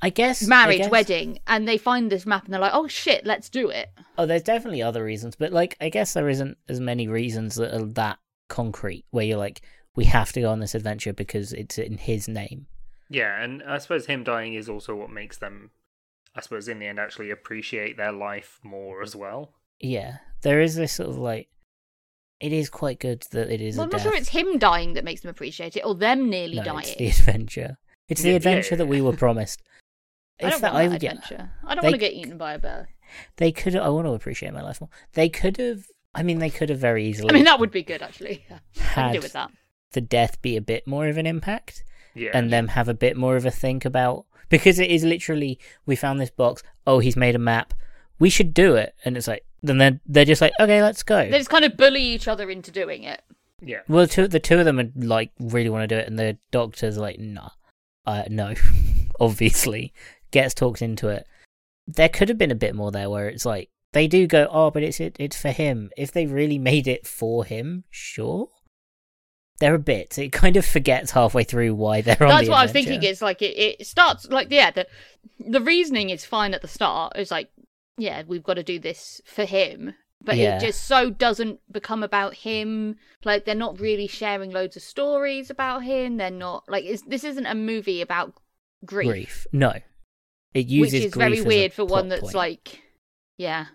[SPEAKER 2] I guess I
[SPEAKER 3] marriage,
[SPEAKER 2] guess-
[SPEAKER 3] wedding, and they find this map and they're like, oh shit, let's do it.
[SPEAKER 2] Oh, there's definitely other reasons, but like I guess there isn't as many reasons that are that concrete where you're like, we have to go on this adventure because it's in his name.
[SPEAKER 1] Yeah, and I suppose him dying is also what makes them, I suppose, in the end, actually appreciate their life more as well.
[SPEAKER 2] Yeah, there is this sort of like, it is quite good that it is.
[SPEAKER 3] Well,
[SPEAKER 2] a
[SPEAKER 3] I'm not sure
[SPEAKER 2] death.
[SPEAKER 3] it's him dying that makes them appreciate it, or them nearly
[SPEAKER 2] No, it's
[SPEAKER 3] dying.
[SPEAKER 2] the adventure. It's
[SPEAKER 1] Yeah,
[SPEAKER 2] the
[SPEAKER 1] yeah,
[SPEAKER 2] adventure that we
[SPEAKER 1] yeah.
[SPEAKER 2] were promised.
[SPEAKER 3] I
[SPEAKER 2] If
[SPEAKER 3] don't
[SPEAKER 2] that,
[SPEAKER 3] want
[SPEAKER 2] I
[SPEAKER 3] that
[SPEAKER 2] would get,
[SPEAKER 3] adventure. I don't
[SPEAKER 2] They-
[SPEAKER 3] want to get eaten by a bear.
[SPEAKER 2] they could. I want to appreciate my life more. They could have. I mean, they could have very easily
[SPEAKER 3] I mean, that would be good actually. Yeah. I can
[SPEAKER 2] had
[SPEAKER 3] do with that.
[SPEAKER 2] the death be a bit more of an impact.
[SPEAKER 1] Yeah,
[SPEAKER 2] and them have a bit more of a think about because it is literally we found this box oh he's made a map we should do it and it's like then they're they're just like, okay, let's go.
[SPEAKER 3] They just kind of bully each other into doing it.
[SPEAKER 1] Yeah.
[SPEAKER 2] Well, two, the two of them are like really want to do it, and the doctor's like, nah, uh, no, obviously, gets talked into it. There could have been a bit more there where it's like they do go, oh, but it's it, it's for him. If they really made it for him, sure. There are bits. It kind of forgets halfway through why they're on
[SPEAKER 3] That's
[SPEAKER 2] the
[SPEAKER 3] what I was
[SPEAKER 2] adventure.
[SPEAKER 3] thinking. Is like it, it starts like yeah, the the reasoning is fine at the start. It's like yeah, we've got to do this for him, but
[SPEAKER 2] Yeah.
[SPEAKER 3] it just so doesn't become about him. Like they're not really sharing loads of stories about him. They're not like it's, this isn't a movie about grief,
[SPEAKER 2] grief. No, it
[SPEAKER 3] which
[SPEAKER 2] uses
[SPEAKER 3] is
[SPEAKER 2] grief
[SPEAKER 3] very
[SPEAKER 2] as a
[SPEAKER 3] weird for one
[SPEAKER 2] plot
[SPEAKER 3] that's
[SPEAKER 2] point.
[SPEAKER 3] like yeah,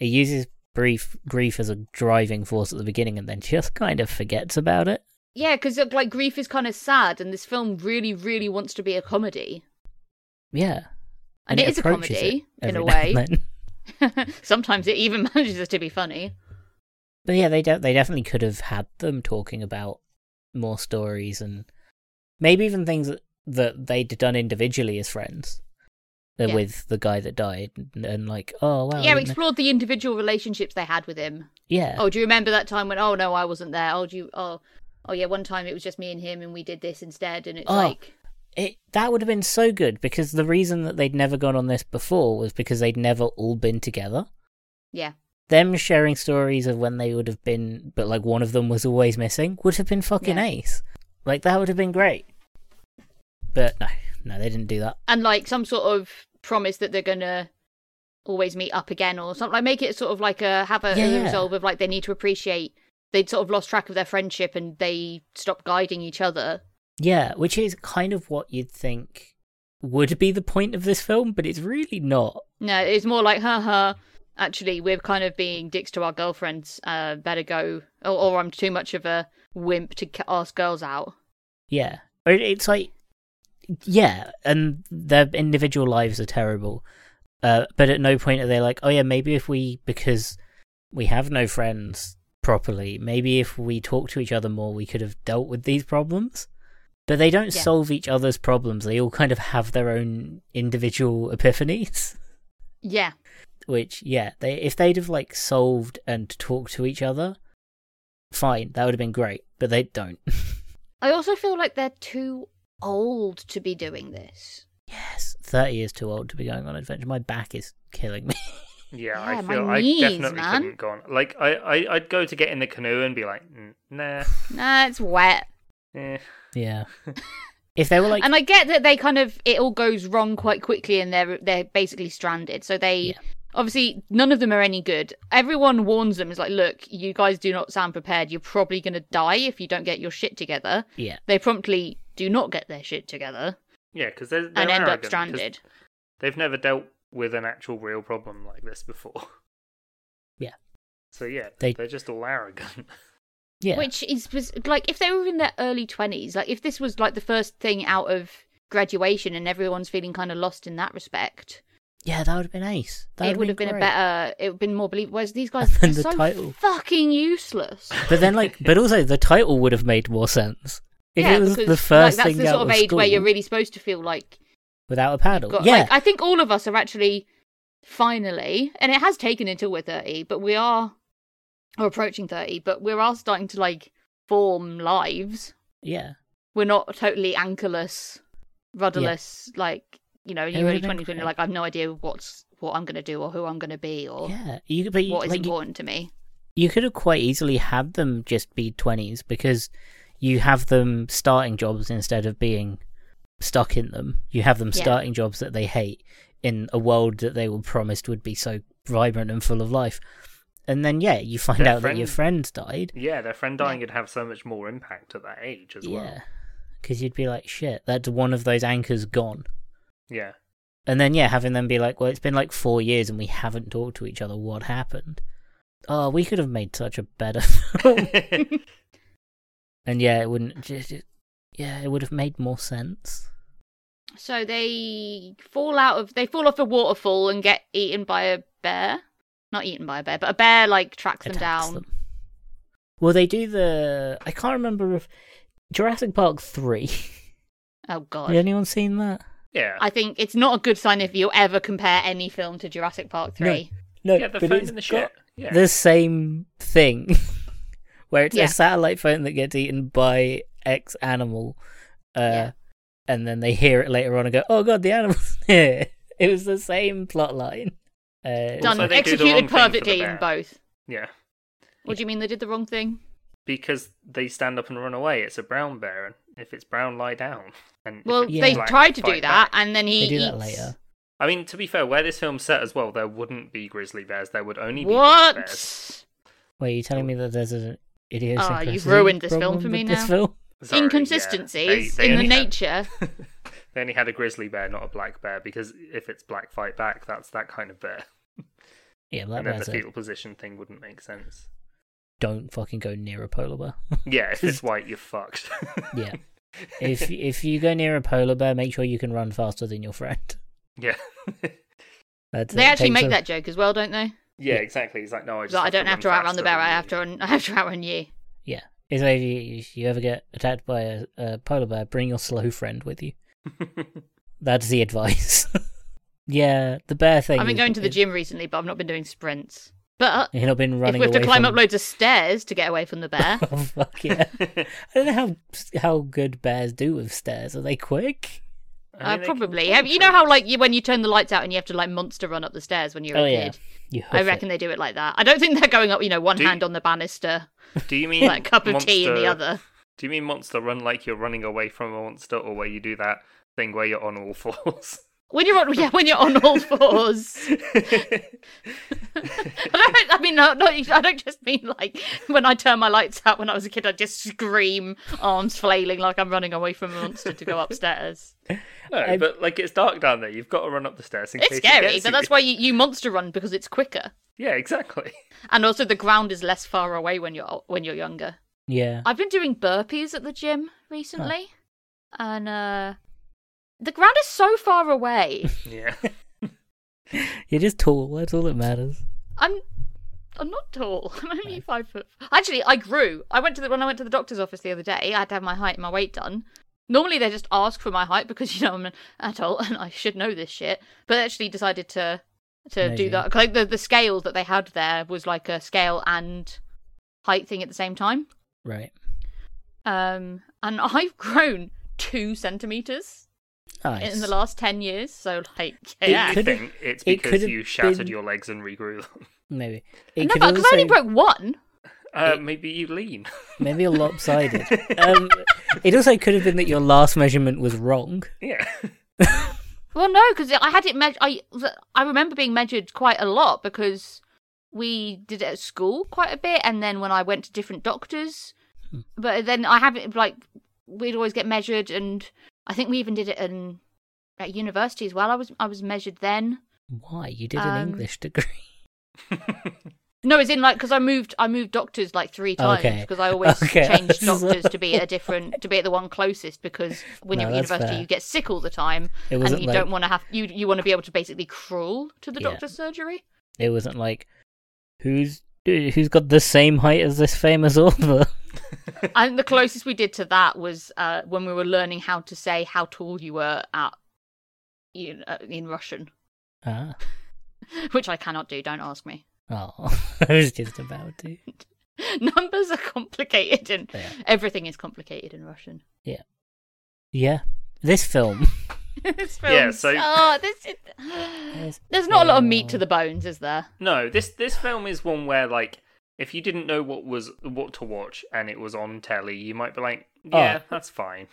[SPEAKER 2] it uses brief grief as a driving force at the beginning, and then just kind of forgets about it.
[SPEAKER 3] yeah, because like grief is kind of sad, and this film really, really wants to be a comedy.
[SPEAKER 2] Yeah,
[SPEAKER 3] And it is a
[SPEAKER 2] approaches
[SPEAKER 3] comedy,
[SPEAKER 2] it
[SPEAKER 3] in
[SPEAKER 2] every
[SPEAKER 3] a
[SPEAKER 2] now and
[SPEAKER 3] way.
[SPEAKER 2] then.
[SPEAKER 3] Sometimes it even manages to be funny.
[SPEAKER 2] But yeah, they de- they definitely could have had them talking about more stories and maybe even things that, that they'd done individually as friends uh,
[SPEAKER 3] Yeah.
[SPEAKER 2] with the guy that died, and, and like, oh wow, I
[SPEAKER 3] yeah, we
[SPEAKER 2] didn't know-
[SPEAKER 3] explored the individual relationships they had with him.
[SPEAKER 2] yeah,
[SPEAKER 3] Oh, do you remember that time when? Oh no, I wasn't there. Oh, do you? Oh, oh yeah, one time it was just me and him, and we did this instead, and it's
[SPEAKER 2] Oh.
[SPEAKER 3] like,
[SPEAKER 2] it that would have been so good because the reason that they'd never gone on this before was because they'd never all been together.
[SPEAKER 3] yeah,
[SPEAKER 2] Them sharing stories of when they would have been, but like one of them was always missing, would have been fucking
[SPEAKER 3] Yeah.
[SPEAKER 2] ace. Like that would have been great. But no, no, they didn't do that.
[SPEAKER 3] and like some sort of promise that they're gonna always meet up again or something. Like make it sort of like a have a,
[SPEAKER 2] Yeah,
[SPEAKER 3] a
[SPEAKER 2] yeah.
[SPEAKER 3] resolve of like they need to appreciate they'd sort of lost track of their friendship and they stopped guiding each other.
[SPEAKER 2] Yeah, which is kind of what you'd think would be the point of this film, but it's really not.
[SPEAKER 3] No, it's more like, haha. Actually, we're kind of being dicks to our girlfriends. Uh, better go, or, or I'm too much of a wimp to ca- ask girls out.
[SPEAKER 2] Yeah. Or it- It's like, yeah, and their individual lives are terrible. Uh, but at no point are they like, oh, yeah, maybe if we, because we have no friends properly, maybe if we talk to each other more, we could have dealt with these problems. But they don't
[SPEAKER 3] Yeah.
[SPEAKER 2] solve each other's problems. They all kind of have their own individual epiphanies.
[SPEAKER 3] Yeah,
[SPEAKER 2] which yeah they if they'd have like solved and talked to each other fine that would have been great but they don't
[SPEAKER 3] I also feel like they're too old to be doing this.
[SPEAKER 2] yes 30 is too old to be going on adventure my back is killing me
[SPEAKER 1] Yeah,
[SPEAKER 3] Yeah,
[SPEAKER 1] I
[SPEAKER 3] my
[SPEAKER 1] feel
[SPEAKER 3] knees,
[SPEAKER 1] I definitely
[SPEAKER 3] man.
[SPEAKER 1] couldn't go on. Like I, I, I'd go to get in the canoe and be like, "Mm, nah,
[SPEAKER 3] Nah, it's wet.
[SPEAKER 1] eh.
[SPEAKER 2] yeah if they were like
[SPEAKER 3] and I get that they kind of it all goes wrong quite quickly, and they're they're basically stranded. So they
[SPEAKER 2] Yeah.
[SPEAKER 3] obviously none of them are any good. Everyone warns them. Is like, look, you guys do not sound prepared. You're probably gonna die if you don't get your shit together.
[SPEAKER 2] yeah
[SPEAKER 3] They promptly do not get their shit together
[SPEAKER 1] yeah, because they're, they're
[SPEAKER 3] and end
[SPEAKER 1] arrogant,
[SPEAKER 3] up
[SPEAKER 1] 'cause
[SPEAKER 3] stranded.
[SPEAKER 1] They've never dealt with an actual real problem like this before.
[SPEAKER 2] Yeah.
[SPEAKER 1] So yeah,
[SPEAKER 2] They-
[SPEAKER 1] they... they're just all arrogant.
[SPEAKER 2] yeah
[SPEAKER 3] Which is was- like if they were in their early twenties, like if this was like the first thing out of graduation, and everyone's feeling kind of lost in that respect.
[SPEAKER 2] yeah that would have been ace that
[SPEAKER 3] it would have been, a
[SPEAKER 2] great.
[SPEAKER 3] better. It would have been more believable. Whereas these guys are
[SPEAKER 2] And the
[SPEAKER 3] so
[SPEAKER 2] title.
[SPEAKER 3] fucking useless.
[SPEAKER 2] but then like but also the title would have made more sense if
[SPEAKER 3] yeah,
[SPEAKER 2] it was
[SPEAKER 3] because,
[SPEAKER 2] the first
[SPEAKER 3] like,
[SPEAKER 2] thing
[SPEAKER 3] that's the
[SPEAKER 2] out
[SPEAKER 3] sort of, age
[SPEAKER 2] school
[SPEAKER 3] where you're really supposed to feel like
[SPEAKER 2] without a paddle
[SPEAKER 3] got.
[SPEAKER 2] yeah
[SPEAKER 3] Like, I think all of us are actually finally, and it has taken until we're thirty, but we are, or approaching thirty, but we're all starting to like form lives.
[SPEAKER 2] yeah
[SPEAKER 3] We're not totally anchorless, rudderless. Like you know, in
[SPEAKER 2] It
[SPEAKER 3] your
[SPEAKER 2] would
[SPEAKER 3] early
[SPEAKER 2] have been
[SPEAKER 3] twenties, when you're
[SPEAKER 2] great.
[SPEAKER 3] like, I've no idea what's what I'm gonna do or who I'm gonna be or
[SPEAKER 2] yeah you but you,
[SPEAKER 3] what is
[SPEAKER 2] like, you-
[SPEAKER 3] important to me.
[SPEAKER 2] you could have quite easily had them just be 20s because you have them starting jobs instead of being stuck in them. You have them
[SPEAKER 3] Yeah.
[SPEAKER 2] starting jobs that they hate in a world that they were promised would be so vibrant and full of life. And then, yeah, you find
[SPEAKER 1] Their
[SPEAKER 2] out that your friend died.
[SPEAKER 1] yeah, their friend dying would have so much more impact at that age as
[SPEAKER 2] Yeah.
[SPEAKER 1] well.
[SPEAKER 2] Because you'd be like, shit, that's one of those anchors gone.
[SPEAKER 1] Yeah.
[SPEAKER 2] And then, yeah, having them be like, well, it's been like four years and we haven't talked to each other. What happened? Oh, we could have made such a better film. And yeah, it wouldn't. Just, it, yeah, it would have made more sense.
[SPEAKER 3] So they fall out of they fall off a waterfall and get eaten by a bear. Not eaten by a bear, but a bear like tracks them
[SPEAKER 2] Attacks
[SPEAKER 3] down.
[SPEAKER 2] them. Well, they do the. I can't remember if Jurassic Park three.
[SPEAKER 3] Oh god.
[SPEAKER 2] Has anyone seen that?
[SPEAKER 1] yeah.
[SPEAKER 3] I think it's not a good sign if you ever compare any film to Jurassic Park 3.
[SPEAKER 2] No,
[SPEAKER 1] yeah, they're
[SPEAKER 2] but
[SPEAKER 1] phoning
[SPEAKER 2] it's
[SPEAKER 1] the
[SPEAKER 2] got-
[SPEAKER 1] shit. Yeah.
[SPEAKER 2] the same thing where it's
[SPEAKER 3] Yeah.
[SPEAKER 2] a satellite phone that gets eaten by X animal, uh,
[SPEAKER 3] Yeah.
[SPEAKER 2] and then they hear it later on and go, "Oh god, the animal's here." It was the same plot line. Uh,
[SPEAKER 3] Done.
[SPEAKER 1] Also, they do the wrong
[SPEAKER 3] Executed
[SPEAKER 1] thing for the
[SPEAKER 3] perfectly in
[SPEAKER 1] bear.
[SPEAKER 3] both.
[SPEAKER 1] yeah.
[SPEAKER 3] What do you mean they did the wrong thing?
[SPEAKER 1] Because they stand up and run away. It's a brown bear, and if it's brown, lie down. And if
[SPEAKER 3] Well,
[SPEAKER 1] it's
[SPEAKER 2] Yeah.
[SPEAKER 3] they
[SPEAKER 1] black,
[SPEAKER 3] tried to do
[SPEAKER 1] fight
[SPEAKER 3] that,
[SPEAKER 1] back.
[SPEAKER 3] and then he
[SPEAKER 2] they do
[SPEAKER 3] eats.
[SPEAKER 2] that later.
[SPEAKER 1] I mean, to be fair, where this film's set as well, there wouldn't be grizzly bears. There would only be grizzly bears.
[SPEAKER 3] What?
[SPEAKER 2] Wait, are you telling me that there's an idiosyncrasy?
[SPEAKER 3] Ah, you've ruined this film
[SPEAKER 2] problem
[SPEAKER 3] for me
[SPEAKER 2] with This
[SPEAKER 3] now.
[SPEAKER 2] film?
[SPEAKER 1] Sorry, yeah.
[SPEAKER 3] Inconsistencies
[SPEAKER 1] They- they
[SPEAKER 3] in the
[SPEAKER 1] only had-
[SPEAKER 3] nature.
[SPEAKER 1] they only had a grizzly bear, not a black bear, because if it's black fight back, that's that kind of bear.
[SPEAKER 2] Yeah, black
[SPEAKER 1] and then the
[SPEAKER 2] bears are-
[SPEAKER 1] fetal position thing wouldn't make sense.
[SPEAKER 2] don't fucking go near a polar bear.
[SPEAKER 1] Yeah, if it's white, you're fucked.
[SPEAKER 2] yeah, if if you go near a polar bear, make sure you can run faster than your friend.
[SPEAKER 1] yeah.
[SPEAKER 2] That's
[SPEAKER 3] they
[SPEAKER 2] it.
[SPEAKER 3] actually
[SPEAKER 2] Takes
[SPEAKER 3] make
[SPEAKER 2] a-
[SPEAKER 3] that joke as well, don't they?
[SPEAKER 1] Yeah, exactly. He's like, no, I just.
[SPEAKER 3] That I don't have to outrun the bear. I have to.
[SPEAKER 1] run.
[SPEAKER 3] Run, I have to outrun you.
[SPEAKER 2] Yeah. It's like if you, if you ever get attacked by a, a polar bear, bring your slow friend with you. That's the advice. yeah, the bear thing.
[SPEAKER 3] I've been
[SPEAKER 2] is-
[SPEAKER 3] going to the
[SPEAKER 2] is-
[SPEAKER 3] gym recently, but I've not been doing sprints. But uh,
[SPEAKER 2] You've not been
[SPEAKER 3] if
[SPEAKER 2] running
[SPEAKER 3] we have to
[SPEAKER 2] away
[SPEAKER 3] climb
[SPEAKER 2] from...
[SPEAKER 3] up loads of stairs to get away from the bear, uh,
[SPEAKER 2] Oh, fuck yeah. I don't know how how good bears do with stairs. Are they quick?
[SPEAKER 3] uh, probably. Have, you know how like you, when you turn the lights out and you have to like monster run up the stairs when you're
[SPEAKER 2] oh
[SPEAKER 3] a
[SPEAKER 2] yeah.
[SPEAKER 3] kid.
[SPEAKER 2] You hoof
[SPEAKER 3] I
[SPEAKER 2] it.
[SPEAKER 3] reckon they do it like that. I don't think they're going up, you know, one
[SPEAKER 1] Do you-
[SPEAKER 3] hand on the banister,
[SPEAKER 1] Do you mean
[SPEAKER 3] like a cup of tea in the
[SPEAKER 1] monster-
[SPEAKER 3] other.
[SPEAKER 1] Do you mean monster run like you're running away from a monster, or where you do that thing where you're on all fours?
[SPEAKER 3] When you're on, yeah, when you're on all fours. I don't. I mean, no, no, I don't just mean like when I turn my lights out. When I was a kid, I just scream, arms flailing, like I'm running away from a monster to go upstairs.
[SPEAKER 1] no,
[SPEAKER 2] I-
[SPEAKER 1] but like it's dark down there. You've got to run up the stairs. In
[SPEAKER 3] It's
[SPEAKER 1] case it
[SPEAKER 3] scary,
[SPEAKER 1] gets
[SPEAKER 3] but
[SPEAKER 1] you.
[SPEAKER 3] that's why you, you monster run because it's quicker,
[SPEAKER 1] Yeah, exactly.
[SPEAKER 3] and also the ground is less far away when you're when you're younger.
[SPEAKER 2] Yeah.
[SPEAKER 3] I've been doing burpees at the gym recently, and uh, the ground is so far away.
[SPEAKER 1] Yeah.
[SPEAKER 2] You're just tall. That's all that matters.
[SPEAKER 3] I'm I'm not tall. I'm only five foot. Actually, I grew. I went to the when I went to the doctor's office the other day. I had to have my height and my weight done. Normally, they just ask for my height because you know I'm an adult and I should know this shit. But I actually decided to to
[SPEAKER 2] Measure.
[SPEAKER 3] do that. Like the the scale that they had there was like a scale and height thing at the same time.
[SPEAKER 2] Right.
[SPEAKER 3] Um, and I've grown two centimeters
[SPEAKER 2] Nice.
[SPEAKER 3] in the last ten years. So like,
[SPEAKER 1] Do
[SPEAKER 3] yeah.
[SPEAKER 1] you
[SPEAKER 2] could have-
[SPEAKER 1] think it's
[SPEAKER 2] it
[SPEAKER 1] because
[SPEAKER 2] could have
[SPEAKER 1] you shattered
[SPEAKER 2] been-
[SPEAKER 1] your legs and regrew them?
[SPEAKER 2] Maybe.
[SPEAKER 3] No,
[SPEAKER 2] could
[SPEAKER 3] but because I only
[SPEAKER 2] also-
[SPEAKER 3] broke one.
[SPEAKER 1] Uh, Maybe you lean.
[SPEAKER 2] Maybe you're lopsided. um, it also could have been that your last measurement was wrong.
[SPEAKER 1] yeah.
[SPEAKER 3] Well, no, because I had it measured. I I remember being measured quite a lot because we did it at school quite a bit, and then when I went to different doctors, but then I have it like we'd always get measured, and I think we even did it in at university as well. I was I was measured then.
[SPEAKER 2] Why? You did an
[SPEAKER 3] Um,
[SPEAKER 2] English degree.
[SPEAKER 3] No, it's in like because I moved I moved doctors like three times
[SPEAKER 2] Okay.
[SPEAKER 3] because I always
[SPEAKER 2] Okay.
[SPEAKER 3] changed doctors to be at a different to be at the one closest because when
[SPEAKER 2] No,
[SPEAKER 3] you're at
[SPEAKER 2] that's
[SPEAKER 3] university
[SPEAKER 2] fair.
[SPEAKER 3] you get sick all the time
[SPEAKER 2] It
[SPEAKER 3] and
[SPEAKER 2] wasn't
[SPEAKER 3] you
[SPEAKER 2] like-
[SPEAKER 3] don't want to have you you want to be able to basically crawl to the
[SPEAKER 2] Yeah.
[SPEAKER 3] doctor's surgery.
[SPEAKER 2] It wasn't like who's who's got the same height as this famous author.
[SPEAKER 3] I think the closest we did to that was uh, when we were learning how to say how tall you were at in, uh, in Russian,
[SPEAKER 2] ah,
[SPEAKER 3] which I cannot do. Don't ask me.
[SPEAKER 2] oh, I was just about to.
[SPEAKER 3] Numbers are complicated, and
[SPEAKER 2] They are.
[SPEAKER 3] everything is complicated in Russian.
[SPEAKER 2] Yeah, this film.
[SPEAKER 3] this film,
[SPEAKER 1] Yeah, so-
[SPEAKER 3] oh, this is-
[SPEAKER 2] Yes.
[SPEAKER 3] there's not a lot of meat
[SPEAKER 2] Oh.
[SPEAKER 3] to the bones, is there?
[SPEAKER 1] No, this this film is one where like if you didn't know what was what to watch and it was on telly, you might be like,
[SPEAKER 2] Oh.
[SPEAKER 1] yeah, that's fine.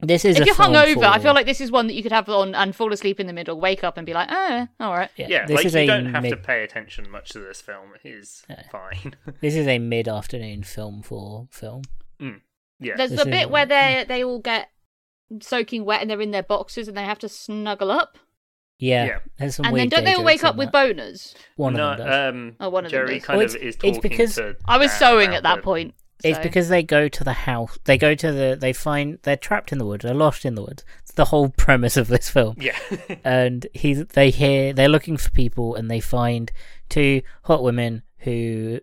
[SPEAKER 2] This is
[SPEAKER 3] if
[SPEAKER 2] a
[SPEAKER 3] you're
[SPEAKER 2] film
[SPEAKER 3] hungover, I
[SPEAKER 2] for-
[SPEAKER 3] feel like this is one that you could have on and fall asleep in the middle, wake up and be like, oh, all right.
[SPEAKER 1] Yeah,
[SPEAKER 2] this
[SPEAKER 1] like
[SPEAKER 2] is
[SPEAKER 1] you
[SPEAKER 2] a
[SPEAKER 1] don't have
[SPEAKER 2] mid,
[SPEAKER 1] to pay attention much to this film. It is
[SPEAKER 2] Yeah.
[SPEAKER 1] fine.
[SPEAKER 2] this is a mid-afternoon film for film.
[SPEAKER 1] Mm. yeah.
[SPEAKER 3] There's
[SPEAKER 2] This
[SPEAKER 3] the
[SPEAKER 2] is
[SPEAKER 3] bit
[SPEAKER 2] a-
[SPEAKER 3] where they they all get soaking wet and they're in their boxes and they have to snuggle up.
[SPEAKER 2] Yeah,
[SPEAKER 1] Yeah.
[SPEAKER 2] there's some
[SPEAKER 3] And then
[SPEAKER 2] weird
[SPEAKER 3] don't
[SPEAKER 2] gay
[SPEAKER 3] they all
[SPEAKER 2] jokes
[SPEAKER 3] wake
[SPEAKER 2] in
[SPEAKER 3] up with
[SPEAKER 2] that.
[SPEAKER 3] boners?
[SPEAKER 2] one
[SPEAKER 1] no,
[SPEAKER 2] of them? Does.
[SPEAKER 1] Um,
[SPEAKER 3] Oh, one of them
[SPEAKER 1] Jerry
[SPEAKER 3] does.
[SPEAKER 1] kind
[SPEAKER 2] Well,
[SPEAKER 1] of
[SPEAKER 2] it's-
[SPEAKER 1] is
[SPEAKER 2] it's
[SPEAKER 1] talking
[SPEAKER 2] because-
[SPEAKER 1] to.
[SPEAKER 3] I was
[SPEAKER 1] Dan
[SPEAKER 3] sewing
[SPEAKER 1] about
[SPEAKER 3] at that
[SPEAKER 1] the-
[SPEAKER 3] point.
[SPEAKER 2] It's
[SPEAKER 3] so-
[SPEAKER 2] because they go to the house. They go to the. They find they're trapped in the woods. They're lost in the woods. It's the whole premise of this film.
[SPEAKER 1] Yeah.
[SPEAKER 2] and he they hear they're looking for people and they find two hot women who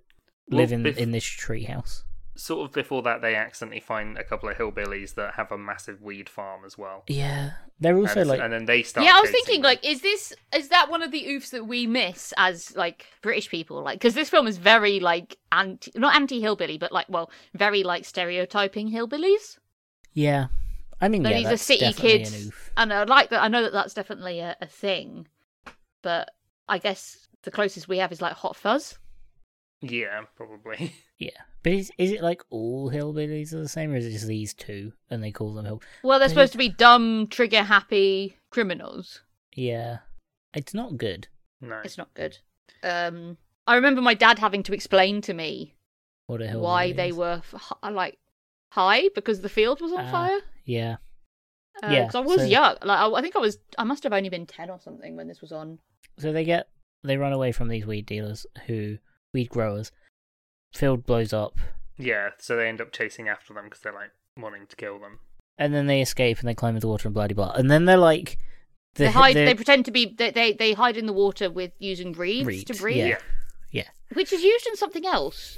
[SPEAKER 1] Well,
[SPEAKER 2] live in
[SPEAKER 1] bef-
[SPEAKER 2] in this tree house.
[SPEAKER 1] sort of before that, they accidentally find a couple of hillbillies that have a massive weed farm as well.
[SPEAKER 2] Yeah, they're also
[SPEAKER 1] and,
[SPEAKER 2] like
[SPEAKER 1] and then they start.
[SPEAKER 3] yeah, I was
[SPEAKER 1] chasing
[SPEAKER 3] thinking,
[SPEAKER 1] them.
[SPEAKER 3] like, is this is that one of the oofs that we miss as like British people, like, because this film is very like anti, not anti hillbilly, but like, well, very like stereotyping hillbillies.
[SPEAKER 2] yeah. I mean,
[SPEAKER 3] But
[SPEAKER 2] yeah,
[SPEAKER 3] these are
[SPEAKER 2] that's
[SPEAKER 3] city
[SPEAKER 2] definitely an
[SPEAKER 3] kids,
[SPEAKER 2] oof.
[SPEAKER 3] and I like that. I know that that's definitely a, a thing, but I guess the closest we have is like Hot Fuzz.
[SPEAKER 1] yeah, probably.
[SPEAKER 2] Yeah, but is, is it like all hillbillies are the same, or is it just these two and they call them hill?
[SPEAKER 3] Well, they're
[SPEAKER 2] They-
[SPEAKER 3] supposed to be dumb, trigger happy criminals.
[SPEAKER 2] Yeah, it's not good.
[SPEAKER 1] No,
[SPEAKER 3] It's not good. Um, I remember my dad having to explain to me
[SPEAKER 2] What a hillbilly
[SPEAKER 3] why they
[SPEAKER 2] is.
[SPEAKER 3] were f- h- like high because the field was on
[SPEAKER 2] Ah,
[SPEAKER 3] fire.
[SPEAKER 2] Yeah,
[SPEAKER 3] Uh,
[SPEAKER 2] yeah,
[SPEAKER 3] 'cause I was
[SPEAKER 2] so-
[SPEAKER 3] young. Like I, I think I was. I must have only been ten or something when this was on.
[SPEAKER 2] so they get they run away from these weed dealers who weed growers. Field blows up,
[SPEAKER 1] yeah. So they end up chasing after them because they're like wanting to kill them.
[SPEAKER 2] and then they escape and they climb into water and blah de blah. And then they're like, the-
[SPEAKER 3] they hide.
[SPEAKER 2] the-
[SPEAKER 3] They pretend to be. They, they they hide in the water with using reeds
[SPEAKER 2] Reeds,
[SPEAKER 3] to breathe,
[SPEAKER 2] Yeah.
[SPEAKER 1] yeah.
[SPEAKER 3] which is used in something else.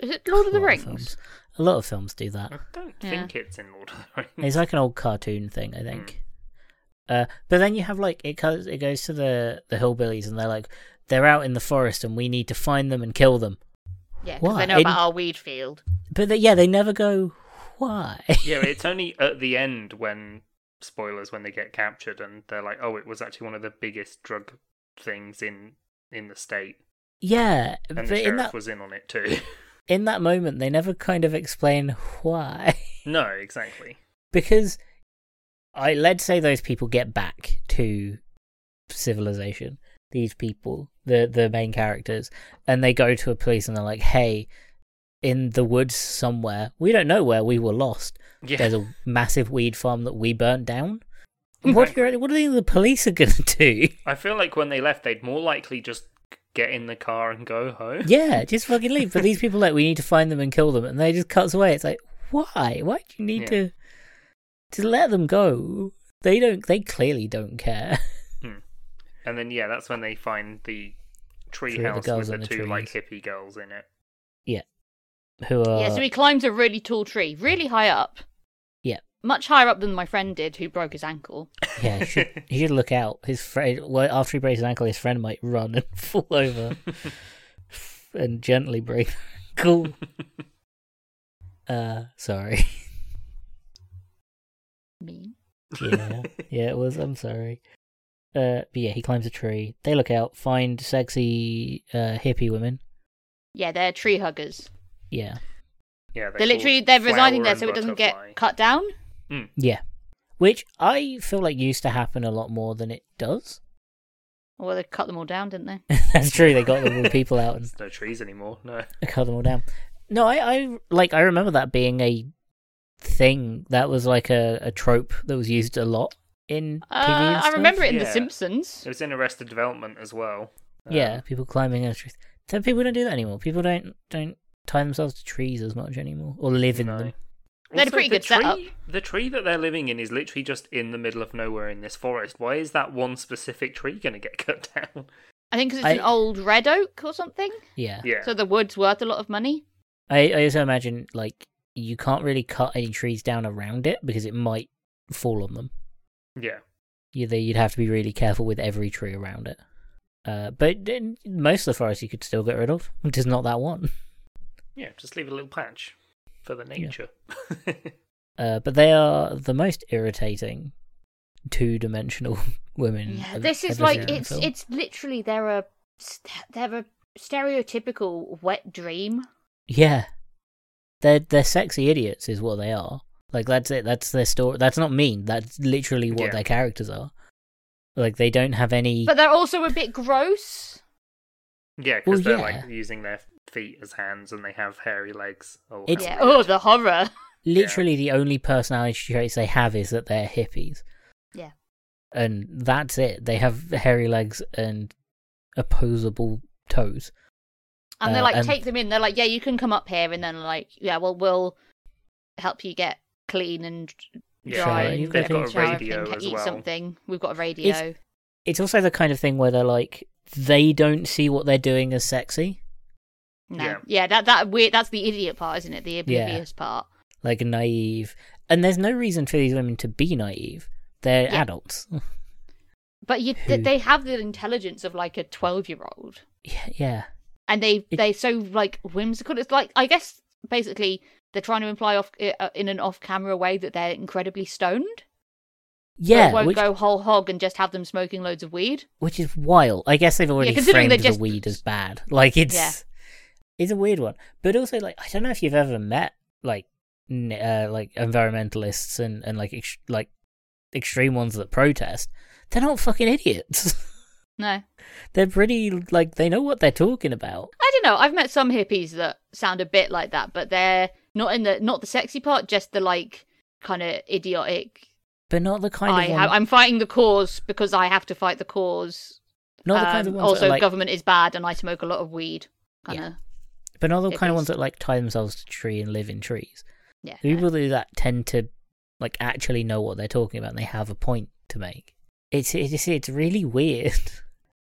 [SPEAKER 3] Is it Lord of the
[SPEAKER 2] a lot
[SPEAKER 3] Rings?
[SPEAKER 2] films. A lot of films do that.
[SPEAKER 1] I don't
[SPEAKER 3] Yeah.
[SPEAKER 1] think it's in Lord of the Rings.
[SPEAKER 2] It's like an old cartoon thing, I think. Uh, but then you have like it goes it goes to the the hillbillies and they're like they're out in the forest and we need to find them and kill them.
[SPEAKER 3] Yeah, because
[SPEAKER 2] Why?
[SPEAKER 3] they know about our weed field.
[SPEAKER 2] But they, yeah, they never go why.
[SPEAKER 1] yeah, it's only at the end when spoilers when they get captured and they're like, oh, it was actually one of the biggest drug things in in the state,
[SPEAKER 2] yeah,
[SPEAKER 1] and
[SPEAKER 2] but
[SPEAKER 1] the
[SPEAKER 2] in
[SPEAKER 1] sheriff
[SPEAKER 2] that
[SPEAKER 1] was in on it too.
[SPEAKER 2] in that moment they never kind of explain why
[SPEAKER 1] no, exactly.
[SPEAKER 2] because I let's say those people get back to civilization. These people, the the main characters, and they go to a police and they're like, "Hey, in the woods somewhere, we don't know where we were lost.
[SPEAKER 1] Yeah,
[SPEAKER 2] There's a massive weed farm that we burnt down. What do you, reckon- what do you think the police are gonna do?
[SPEAKER 1] I feel like when they left, they'd more likely just get in the car and go home.
[SPEAKER 2] yeah, just fucking leave. But these people are like, we need to find them and kill them, and they just cuts away. It's like, why? Why do you need
[SPEAKER 1] Yeah.
[SPEAKER 2] to to let them go? They don't. They clearly don't care.
[SPEAKER 1] And then yeah, that's when they find the tree
[SPEAKER 2] Three of the
[SPEAKER 1] house with
[SPEAKER 2] girls
[SPEAKER 1] the,
[SPEAKER 2] on the
[SPEAKER 1] two like
[SPEAKER 2] trees.
[SPEAKER 1] hippie girls in it.
[SPEAKER 2] Who uh, are?
[SPEAKER 3] yeah, so he climbs a really tall tree, really high up.
[SPEAKER 2] Yeah.
[SPEAKER 3] Much higher up than my friend did, who broke his ankle.
[SPEAKER 2] Yeah, he should, he should look out. His friend, well, after he breaks his ankle, his friend might run and fall over and gently break the ankle. Uh, sorry.
[SPEAKER 3] Mean.
[SPEAKER 2] Yeah, yeah, it was. I'm sorry. Uh, but yeah, he climbs a tree. They look out, find sexy uh, hippie women.
[SPEAKER 3] Yeah, they're tree huggers.
[SPEAKER 2] Yeah,
[SPEAKER 1] Yeah,
[SPEAKER 3] They're literally they're residing there so it doesn't get cut down.
[SPEAKER 1] Hmm.
[SPEAKER 2] yeah. Which I feel like used to happen a lot more than it does.
[SPEAKER 3] Or well, they cut them all down, didn't they?
[SPEAKER 2] That's true. They got the wrong people out and
[SPEAKER 1] There's no trees anymore. No.
[SPEAKER 2] cut them all down. No, I, I like I remember that being a thing that was like a, a trope that was used a lot in TV.
[SPEAKER 3] Uh,
[SPEAKER 2] and
[SPEAKER 3] I
[SPEAKER 2] stuff.
[SPEAKER 3] remember it in The
[SPEAKER 1] Yeah.
[SPEAKER 3] Simpsons.
[SPEAKER 1] It was in Arrested Development as well. Um,
[SPEAKER 2] Yeah, people climbing a tree. So people don't do that anymore. People don't don't tie themselves to trees as much anymore or live in
[SPEAKER 1] No.
[SPEAKER 2] them.
[SPEAKER 3] They had a
[SPEAKER 1] Also,
[SPEAKER 3] pretty
[SPEAKER 1] the
[SPEAKER 3] good setup.
[SPEAKER 1] tree- The tree that they're living in is literally just in the middle of nowhere in this forest. Why is that one specific tree going to get cut down?
[SPEAKER 3] I think 'cause
[SPEAKER 2] I-
[SPEAKER 3] it's an old red oak or something.
[SPEAKER 2] Yeah.
[SPEAKER 1] Yeah.
[SPEAKER 3] So the wood's worth a lot of money.
[SPEAKER 2] I, I also imagine like you can't really cut any trees down around it because it might fall on them.
[SPEAKER 1] yeah.
[SPEAKER 2] you they- you'd have to be really careful with every tree around it. Uh, but then most of the forest you could still get rid of, which is not that one.
[SPEAKER 1] Yeah. Just leave a little patch for the nature.
[SPEAKER 2] Uh, but they are the most irritating two-dimensional women.
[SPEAKER 3] Yeah,
[SPEAKER 2] I've
[SPEAKER 3] this is
[SPEAKER 2] ever
[SPEAKER 3] like
[SPEAKER 2] seen in a
[SPEAKER 3] it's
[SPEAKER 2] film.
[SPEAKER 3] it's literally they're a st- they're a stereotypical wet dream.
[SPEAKER 2] yeah, they're they're sexy idiots is what they are. Like that's it. That's their story. That's not mean. That's literally what
[SPEAKER 1] Yeah.
[SPEAKER 2] their characters are. Like they don't have any.
[SPEAKER 3] But they're also a bit gross.
[SPEAKER 1] yeah,
[SPEAKER 2] Well,
[SPEAKER 1] because they're
[SPEAKER 2] yeah.
[SPEAKER 1] like using their feet as hands and they have hairy legs. Oh,
[SPEAKER 2] It's-
[SPEAKER 1] how
[SPEAKER 3] yeah.
[SPEAKER 1] weird.
[SPEAKER 3] Oh, the horror.
[SPEAKER 2] literally, the only personality traits they have is that they're hippies.
[SPEAKER 3] Yeah.
[SPEAKER 2] and that's it. They have hairy legs and opposable toes.
[SPEAKER 3] And they
[SPEAKER 2] Uh,
[SPEAKER 3] like
[SPEAKER 2] and-
[SPEAKER 3] take them in. They're like, yeah, you can come up here, and then like, yeah, well, we'll help you get clean and
[SPEAKER 1] Yeah,
[SPEAKER 2] Shower,
[SPEAKER 3] dry.
[SPEAKER 2] you
[SPEAKER 3] and
[SPEAKER 2] can
[SPEAKER 1] they've
[SPEAKER 2] think-
[SPEAKER 1] got a
[SPEAKER 3] shower and
[SPEAKER 1] radio
[SPEAKER 3] can
[SPEAKER 1] as
[SPEAKER 3] eat
[SPEAKER 1] well.
[SPEAKER 3] something. We've got a radio.
[SPEAKER 2] It's also the kind of thing where they're like they don't see what they're doing as sexy.
[SPEAKER 3] No.
[SPEAKER 1] Yeah.
[SPEAKER 3] Yeah. that that weird. That's the idiot part, isn't it? The oblivious part.
[SPEAKER 2] like naive. And there's no reason for these women to be naive. They're
[SPEAKER 3] Yeah.
[SPEAKER 2] adults.
[SPEAKER 3] But you,
[SPEAKER 2] Who-
[SPEAKER 3] th- they have the intelligence of like a twelve-year-old,
[SPEAKER 2] yeah, yeah,
[SPEAKER 3] and they
[SPEAKER 2] It-
[SPEAKER 3] they're so like whimsical. It's like I guess basically they're trying to imply off uh, in an off-camera way that they're incredibly stoned. So
[SPEAKER 2] yeah.
[SPEAKER 3] it won't
[SPEAKER 2] which,
[SPEAKER 3] go whole hog and just have them smoking loads of weed.
[SPEAKER 2] which is wild. I guess they've already
[SPEAKER 3] considering
[SPEAKER 2] framed
[SPEAKER 3] they
[SPEAKER 2] the
[SPEAKER 3] just-
[SPEAKER 2] weed as bad. Like it's
[SPEAKER 3] Yeah.
[SPEAKER 2] it's a weird one. But also, like I don't know if you've ever met like n- uh, like environmentalists and and like ex- like extreme ones that protest. They're not fucking idiots.
[SPEAKER 3] No,
[SPEAKER 2] they're pretty like they know what they're talking about.
[SPEAKER 3] I don't know. I've met some hippies that sound a bit like that, but they're not in the not the sexy part, just the like kind of idiotic.
[SPEAKER 2] But not the kind
[SPEAKER 3] I
[SPEAKER 2] of one,
[SPEAKER 3] ha- I'm fighting the cause because I have to fight the cause.
[SPEAKER 2] not the
[SPEAKER 3] Um,
[SPEAKER 2] kind of ones that,
[SPEAKER 3] also,
[SPEAKER 2] like,
[SPEAKER 3] government is bad, and I smoke a lot of weed. Kind
[SPEAKER 2] Yeah.
[SPEAKER 3] of,
[SPEAKER 2] But not the
[SPEAKER 3] It
[SPEAKER 2] kind of
[SPEAKER 3] is.
[SPEAKER 2] ones that like tie themselves to a tree and live in trees.
[SPEAKER 3] yeah.
[SPEAKER 2] The
[SPEAKER 3] no.
[SPEAKER 2] people that do that tend to like actually know what they're talking about and they have a point to make. It's it's it's really weird.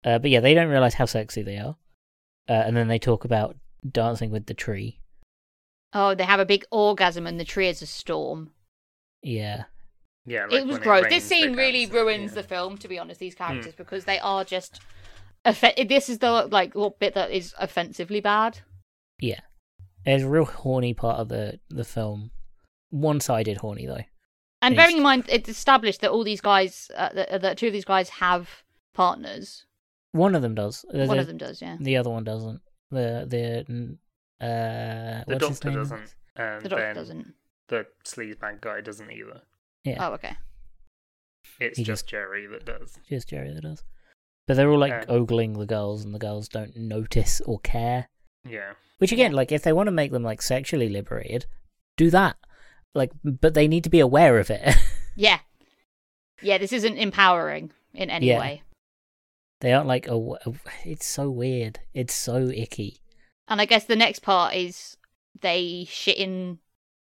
[SPEAKER 2] Uh, but yeah, they don't realize how sexy they are, uh, and then they talk about dancing with the tree.
[SPEAKER 3] Oh, they have a big orgasm, and the tree is a storm.
[SPEAKER 2] Yeah,
[SPEAKER 1] Yeah, like
[SPEAKER 3] it was
[SPEAKER 1] when
[SPEAKER 3] gross.
[SPEAKER 1] rains,
[SPEAKER 3] this
[SPEAKER 1] they
[SPEAKER 3] scene really
[SPEAKER 1] dance,
[SPEAKER 3] ruins
[SPEAKER 1] yeah. Hmm.
[SPEAKER 3] the film, to be honest. These characters because they are just. Offe- this is the like what bit that is offensively bad.
[SPEAKER 2] yeah. There's a real horny part of the the film, one sided horny though.
[SPEAKER 3] And
[SPEAKER 2] Yes.
[SPEAKER 3] bearing in mind, it's established that all these guys, uh, that, that two of these guys have partners.
[SPEAKER 2] One of them does. There's
[SPEAKER 3] One
[SPEAKER 2] a-
[SPEAKER 3] of them does, yeah.
[SPEAKER 2] The other one doesn't. The the uh,
[SPEAKER 1] The
[SPEAKER 2] what's his
[SPEAKER 1] doctor
[SPEAKER 2] name?
[SPEAKER 1] doesn't, and
[SPEAKER 3] The doctor
[SPEAKER 1] then
[SPEAKER 3] doesn't.
[SPEAKER 1] the sleazebag guy doesn't either.
[SPEAKER 2] Yeah.
[SPEAKER 3] Oh, okay.
[SPEAKER 1] It's
[SPEAKER 2] He
[SPEAKER 1] just Jerry that does.
[SPEAKER 2] just Jerry that does. But they're all like
[SPEAKER 1] Yeah.
[SPEAKER 2] ogling the girls, and the girls don't notice or care.
[SPEAKER 1] Yeah,
[SPEAKER 2] Which again, like if they want to make them like sexually liberated, do that. Like, but they need to be aware of it.
[SPEAKER 3] Yeah. Yeah, this isn't empowering in any
[SPEAKER 2] Yeah.
[SPEAKER 3] way.
[SPEAKER 2] they aren't like aw- It's so weird. It's so icky.
[SPEAKER 3] And I guess the next part is they shit in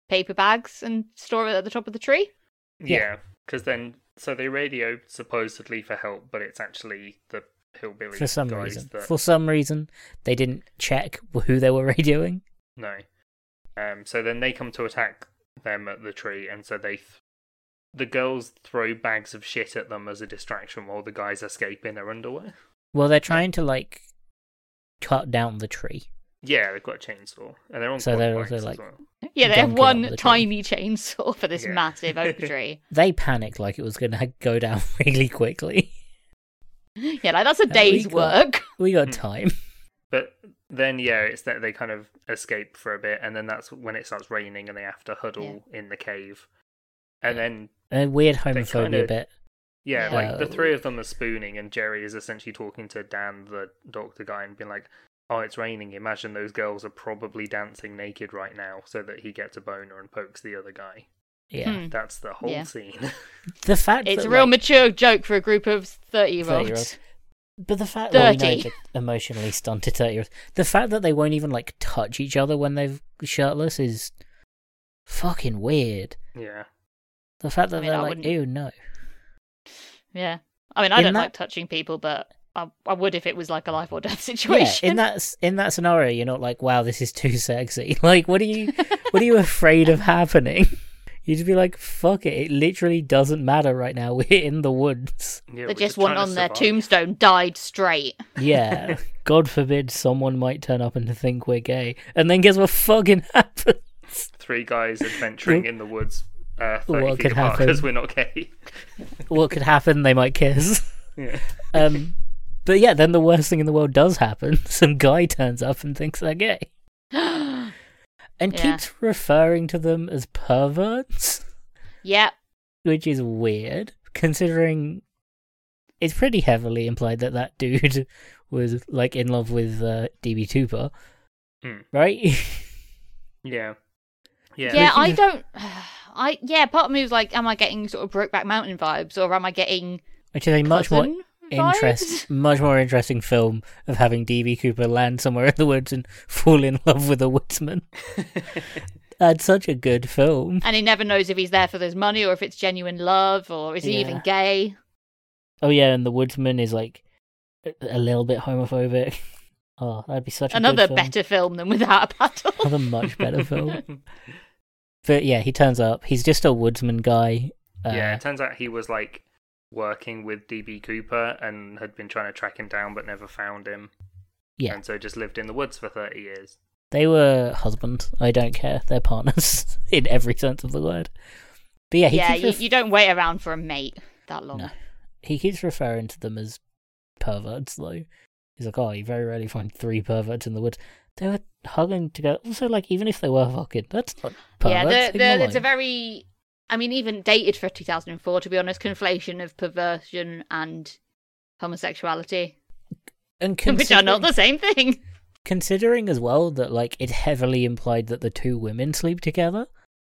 [SPEAKER 3] paper bags and store it at the top of the tree.
[SPEAKER 2] Yeah.
[SPEAKER 1] yeah. Because then, so they radio supposedly for help, but it's actually the hillbilly
[SPEAKER 2] For some
[SPEAKER 1] guys
[SPEAKER 2] reason,
[SPEAKER 1] that
[SPEAKER 2] for some reason, they didn't check who they were radioing.
[SPEAKER 1] No. Um. So then they come to attack them at the tree, and so they, th- the girls throw bags of shit at them as a distraction while the guys escape in their underwear.
[SPEAKER 2] Well, they're trying to like cut down the tree.
[SPEAKER 1] Yeah, they've got a chainsaw, and they're on.
[SPEAKER 2] So they're
[SPEAKER 1] quad bikes
[SPEAKER 2] also,
[SPEAKER 1] as
[SPEAKER 2] like,
[SPEAKER 1] well.
[SPEAKER 3] Yeah, they
[SPEAKER 2] Dunk
[SPEAKER 3] have
[SPEAKER 2] it up
[SPEAKER 3] one
[SPEAKER 2] the tree.
[SPEAKER 3] tiny chainsaw for this
[SPEAKER 1] Yeah.
[SPEAKER 3] massive oak tree.
[SPEAKER 2] They panicked like it was going to go down really quickly.
[SPEAKER 3] Yeah, like that's a
[SPEAKER 2] we
[SPEAKER 3] day's
[SPEAKER 2] got-
[SPEAKER 3] work.
[SPEAKER 2] We got
[SPEAKER 1] Hmm.
[SPEAKER 2] time.
[SPEAKER 1] But then, yeah, it's that they kind of escape for a bit, and then that's when it starts raining, and they have to huddle in the cave. And then,
[SPEAKER 2] A weird
[SPEAKER 1] They
[SPEAKER 2] homophobia
[SPEAKER 1] kinda-
[SPEAKER 2] bit.
[SPEAKER 1] yeah,
[SPEAKER 3] Yeah.
[SPEAKER 1] like the
[SPEAKER 2] Oh.
[SPEAKER 1] three of them are spooning, and Jerry is essentially talking to Dan, the doctor guy, and being like, "Oh, it's raining. Imagine those girls are probably dancing naked right now, so that he gets a boner and pokes the other guy."
[SPEAKER 2] Yeah.
[SPEAKER 3] Hmm.
[SPEAKER 1] That's the whole
[SPEAKER 3] Yeah.
[SPEAKER 1] scene.
[SPEAKER 2] The fact
[SPEAKER 3] It's
[SPEAKER 2] that,
[SPEAKER 3] a real
[SPEAKER 2] like,
[SPEAKER 3] mature joke for a group of 30 year
[SPEAKER 2] 30-year-olds.
[SPEAKER 3] olds.
[SPEAKER 2] but the fact well, we know
[SPEAKER 3] 30.
[SPEAKER 2] that emotionally stunted thirty years. The fact that they won't even like touch each other when they're shirtless is fucking weird.
[SPEAKER 1] yeah,
[SPEAKER 2] The fact that
[SPEAKER 3] I mean,
[SPEAKER 2] they're
[SPEAKER 3] I
[SPEAKER 2] like,
[SPEAKER 3] wouldn't-
[SPEAKER 2] ew, no.
[SPEAKER 3] Yeah. I mean, I
[SPEAKER 2] In
[SPEAKER 3] don't
[SPEAKER 2] that-
[SPEAKER 3] like touching people, but I, I would if it was like a life or death
[SPEAKER 2] Yeah,
[SPEAKER 3] situation.
[SPEAKER 2] in that s- in that scenario, you're not like, wow, this is too sexy. Like, what are you, what are you afraid of happening? You'd just be like, fuck it, it literally doesn't matter right now. We're in the woods.
[SPEAKER 1] yeah.
[SPEAKER 3] they
[SPEAKER 1] we're
[SPEAKER 3] just
[SPEAKER 1] trying
[SPEAKER 3] want
[SPEAKER 1] to
[SPEAKER 3] on their
[SPEAKER 1] survive.
[SPEAKER 3] tombstone died straight.
[SPEAKER 2] Yeah, God forbid someone might turn up and think we're gay, and then guess what fucking happens?
[SPEAKER 1] Three guys adventuring in the woods, uh, thirty
[SPEAKER 2] What
[SPEAKER 1] feet
[SPEAKER 2] could
[SPEAKER 1] apart because
[SPEAKER 2] happen?
[SPEAKER 1] we're not gay.
[SPEAKER 2] What could happen? They might kiss.
[SPEAKER 1] yeah.
[SPEAKER 2] Um, but yeah, then the worst thing in the world does happen. Some guy turns up and thinks they're gay, and
[SPEAKER 3] Yeah.
[SPEAKER 2] keeps referring to them as perverts.
[SPEAKER 3] yeah.
[SPEAKER 2] which is weird considering it's pretty heavily implied that that dude was like in love with uh, DB Tupac,
[SPEAKER 1] Hmm.
[SPEAKER 2] right?
[SPEAKER 1] Yeah.
[SPEAKER 3] Yeah,
[SPEAKER 1] Yeah.
[SPEAKER 3] I don't. I yeah. Part of me was like, am I getting sort of Brokeback Mountain vibes, or am I getting
[SPEAKER 2] which is a much more
[SPEAKER 3] cousin vibes?
[SPEAKER 2] interest, much more interesting film of having DB Cooper land somewhere in the woods and fall in love with a woodsman. That's such a good film.
[SPEAKER 3] And he never knows if he's there for his money or if it's genuine love or is he
[SPEAKER 2] Yeah.
[SPEAKER 3] even gay?
[SPEAKER 2] Oh yeah, and the woodsman is like a- a little bit homophobic. Oh, that'd be such a
[SPEAKER 3] Another
[SPEAKER 2] good film.
[SPEAKER 3] better film than Without a Paddle.
[SPEAKER 2] another much better film. But yeah, he turns up. He's just a woodsman guy. Uh,
[SPEAKER 1] yeah, it turns out he was like working with DB Cooper and had been trying to track him down but never found him.
[SPEAKER 2] Yeah.
[SPEAKER 1] And so just lived in the woods for 30 years.
[SPEAKER 2] They were husband. I don't care. They're partners in every sense of the word. But yeah, he
[SPEAKER 3] yeah,
[SPEAKER 2] keeps
[SPEAKER 3] you,
[SPEAKER 2] ref-
[SPEAKER 3] you don't wait around for a mate that long.
[SPEAKER 2] No. he keeps referring to them as perverts though. He's like, oh, you very rarely find three perverts in the woods. They were hugging together. Also, like, even if they were fucking, that's not perverts.
[SPEAKER 3] yeah, the, the,
[SPEAKER 2] ignore
[SPEAKER 3] it's a
[SPEAKER 2] him.
[SPEAKER 3] very, I mean, even dated for 2004, to be honest, conflation of perversion and homosexuality,
[SPEAKER 2] and
[SPEAKER 3] which are
[SPEAKER 2] considering-
[SPEAKER 3] not the same thing.
[SPEAKER 2] considering as well that like it heavily implied that the two women sleep together.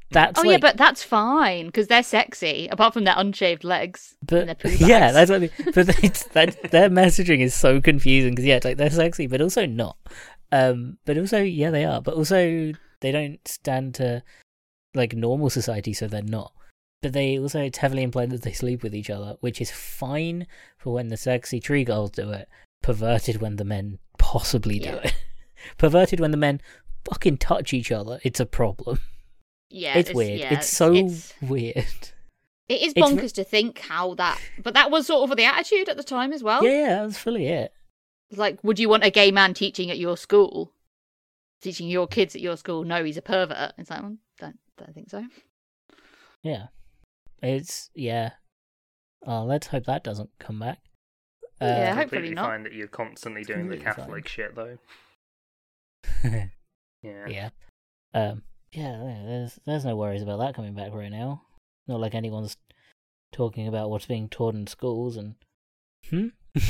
[SPEAKER 2] That's
[SPEAKER 3] oh,
[SPEAKER 2] like,
[SPEAKER 3] yeah, but that's fine because they're sexy, apart from their unshaved legs. and their
[SPEAKER 2] but
[SPEAKER 3] poo
[SPEAKER 2] yeah,
[SPEAKER 3] bags.
[SPEAKER 2] that's what I mean. But it's, that their messaging is so confusing because yeah, it's like they're sexy, but also not. Um, but also yeah, they are, but also they don't stand to like normal society, so they're not. But they also it's heavily implied that they sleep with each other, which is fine for when the sexy tree girls do it. Perverted when the men possibly do
[SPEAKER 3] Yeah.
[SPEAKER 2] it. perverted when the men fucking touch each other. It's a problem.
[SPEAKER 3] Yeah,
[SPEAKER 2] it's weird.
[SPEAKER 3] yeah,
[SPEAKER 2] it's so
[SPEAKER 3] It's,
[SPEAKER 2] weird.
[SPEAKER 3] it is
[SPEAKER 2] it's-
[SPEAKER 3] bonkers to think how that, but that was sort of the attitude at the time as well.
[SPEAKER 2] Yeah, yeah, that's fully it.
[SPEAKER 3] Like, would you want a gay man teaching at your school? Teaching your kids at your school? No, he's a pervert. It's like, well, don't, don't think so.
[SPEAKER 2] Yeah. It's yeah. Oh, let's hope that doesn't come back.
[SPEAKER 3] Yeah,
[SPEAKER 2] Uh,
[SPEAKER 3] hopefully
[SPEAKER 1] completely
[SPEAKER 3] not.
[SPEAKER 1] fine that you're constantly doing the
[SPEAKER 2] Completely
[SPEAKER 1] Catholic
[SPEAKER 2] fine.
[SPEAKER 1] shit, though. Yeah.
[SPEAKER 2] yeah. Um yeah, there- there's there's no worries about that coming back right now. Not like anyone's talking about what's being taught in schools and hmm?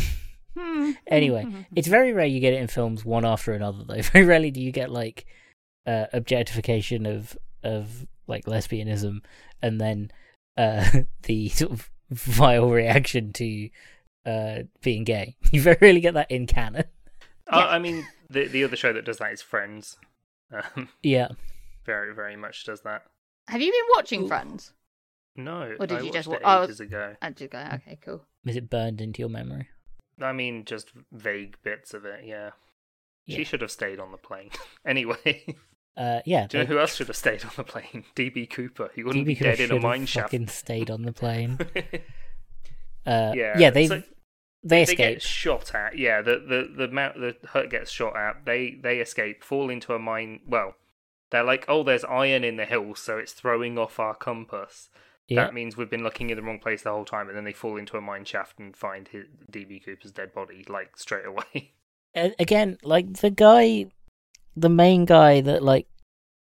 [SPEAKER 3] Hmm.
[SPEAKER 2] Anyway, it's very rare you get it in films one after another though. Very rarely do you get like uh, objectification of of like lesbianism and then uh the sort of vile reaction to uh being gay. You very rarely get that in canon.
[SPEAKER 1] Uh, I mean, the the other show that does that is Friends. Um,
[SPEAKER 2] Yeah.
[SPEAKER 1] very, very much does that.
[SPEAKER 3] Have you been watching
[SPEAKER 2] Ooh.
[SPEAKER 3] Friends?
[SPEAKER 1] No,
[SPEAKER 3] Or did
[SPEAKER 1] I
[SPEAKER 3] you just
[SPEAKER 1] watched it
[SPEAKER 3] wa- oh,
[SPEAKER 1] ages ago.
[SPEAKER 3] I just
[SPEAKER 2] Mm.
[SPEAKER 3] go, okay, cool.
[SPEAKER 2] Is it burned into your memory?
[SPEAKER 1] I mean, just vague bits of it. Yeah,
[SPEAKER 2] Yeah.
[SPEAKER 1] she should have stayed on the plane. anyway,
[SPEAKER 2] Uh yeah.
[SPEAKER 1] do you know
[SPEAKER 2] like,
[SPEAKER 1] who else should have stayed on the plane? DB Cooper. He wouldn't
[SPEAKER 2] DB
[SPEAKER 1] be
[SPEAKER 2] Cooper
[SPEAKER 1] dead in a
[SPEAKER 2] should've
[SPEAKER 1] mine shaft.
[SPEAKER 2] fucking stayed on the plane. Uh yeah, they
[SPEAKER 1] so
[SPEAKER 2] they
[SPEAKER 1] they
[SPEAKER 2] escape.
[SPEAKER 1] get shot at. Yeah, the the the mount the hut gets shot at. They they escape, fall into a mine. Well, they're like, oh, there's iron in the hills, so it's throwing off our compass.
[SPEAKER 2] yeah.
[SPEAKER 1] That means we've been looking in the wrong place the whole time, and then they fall into a mine shaft and find his, DB Cooper's dead body like straight away.
[SPEAKER 2] a- again, like the guy, the main guy that like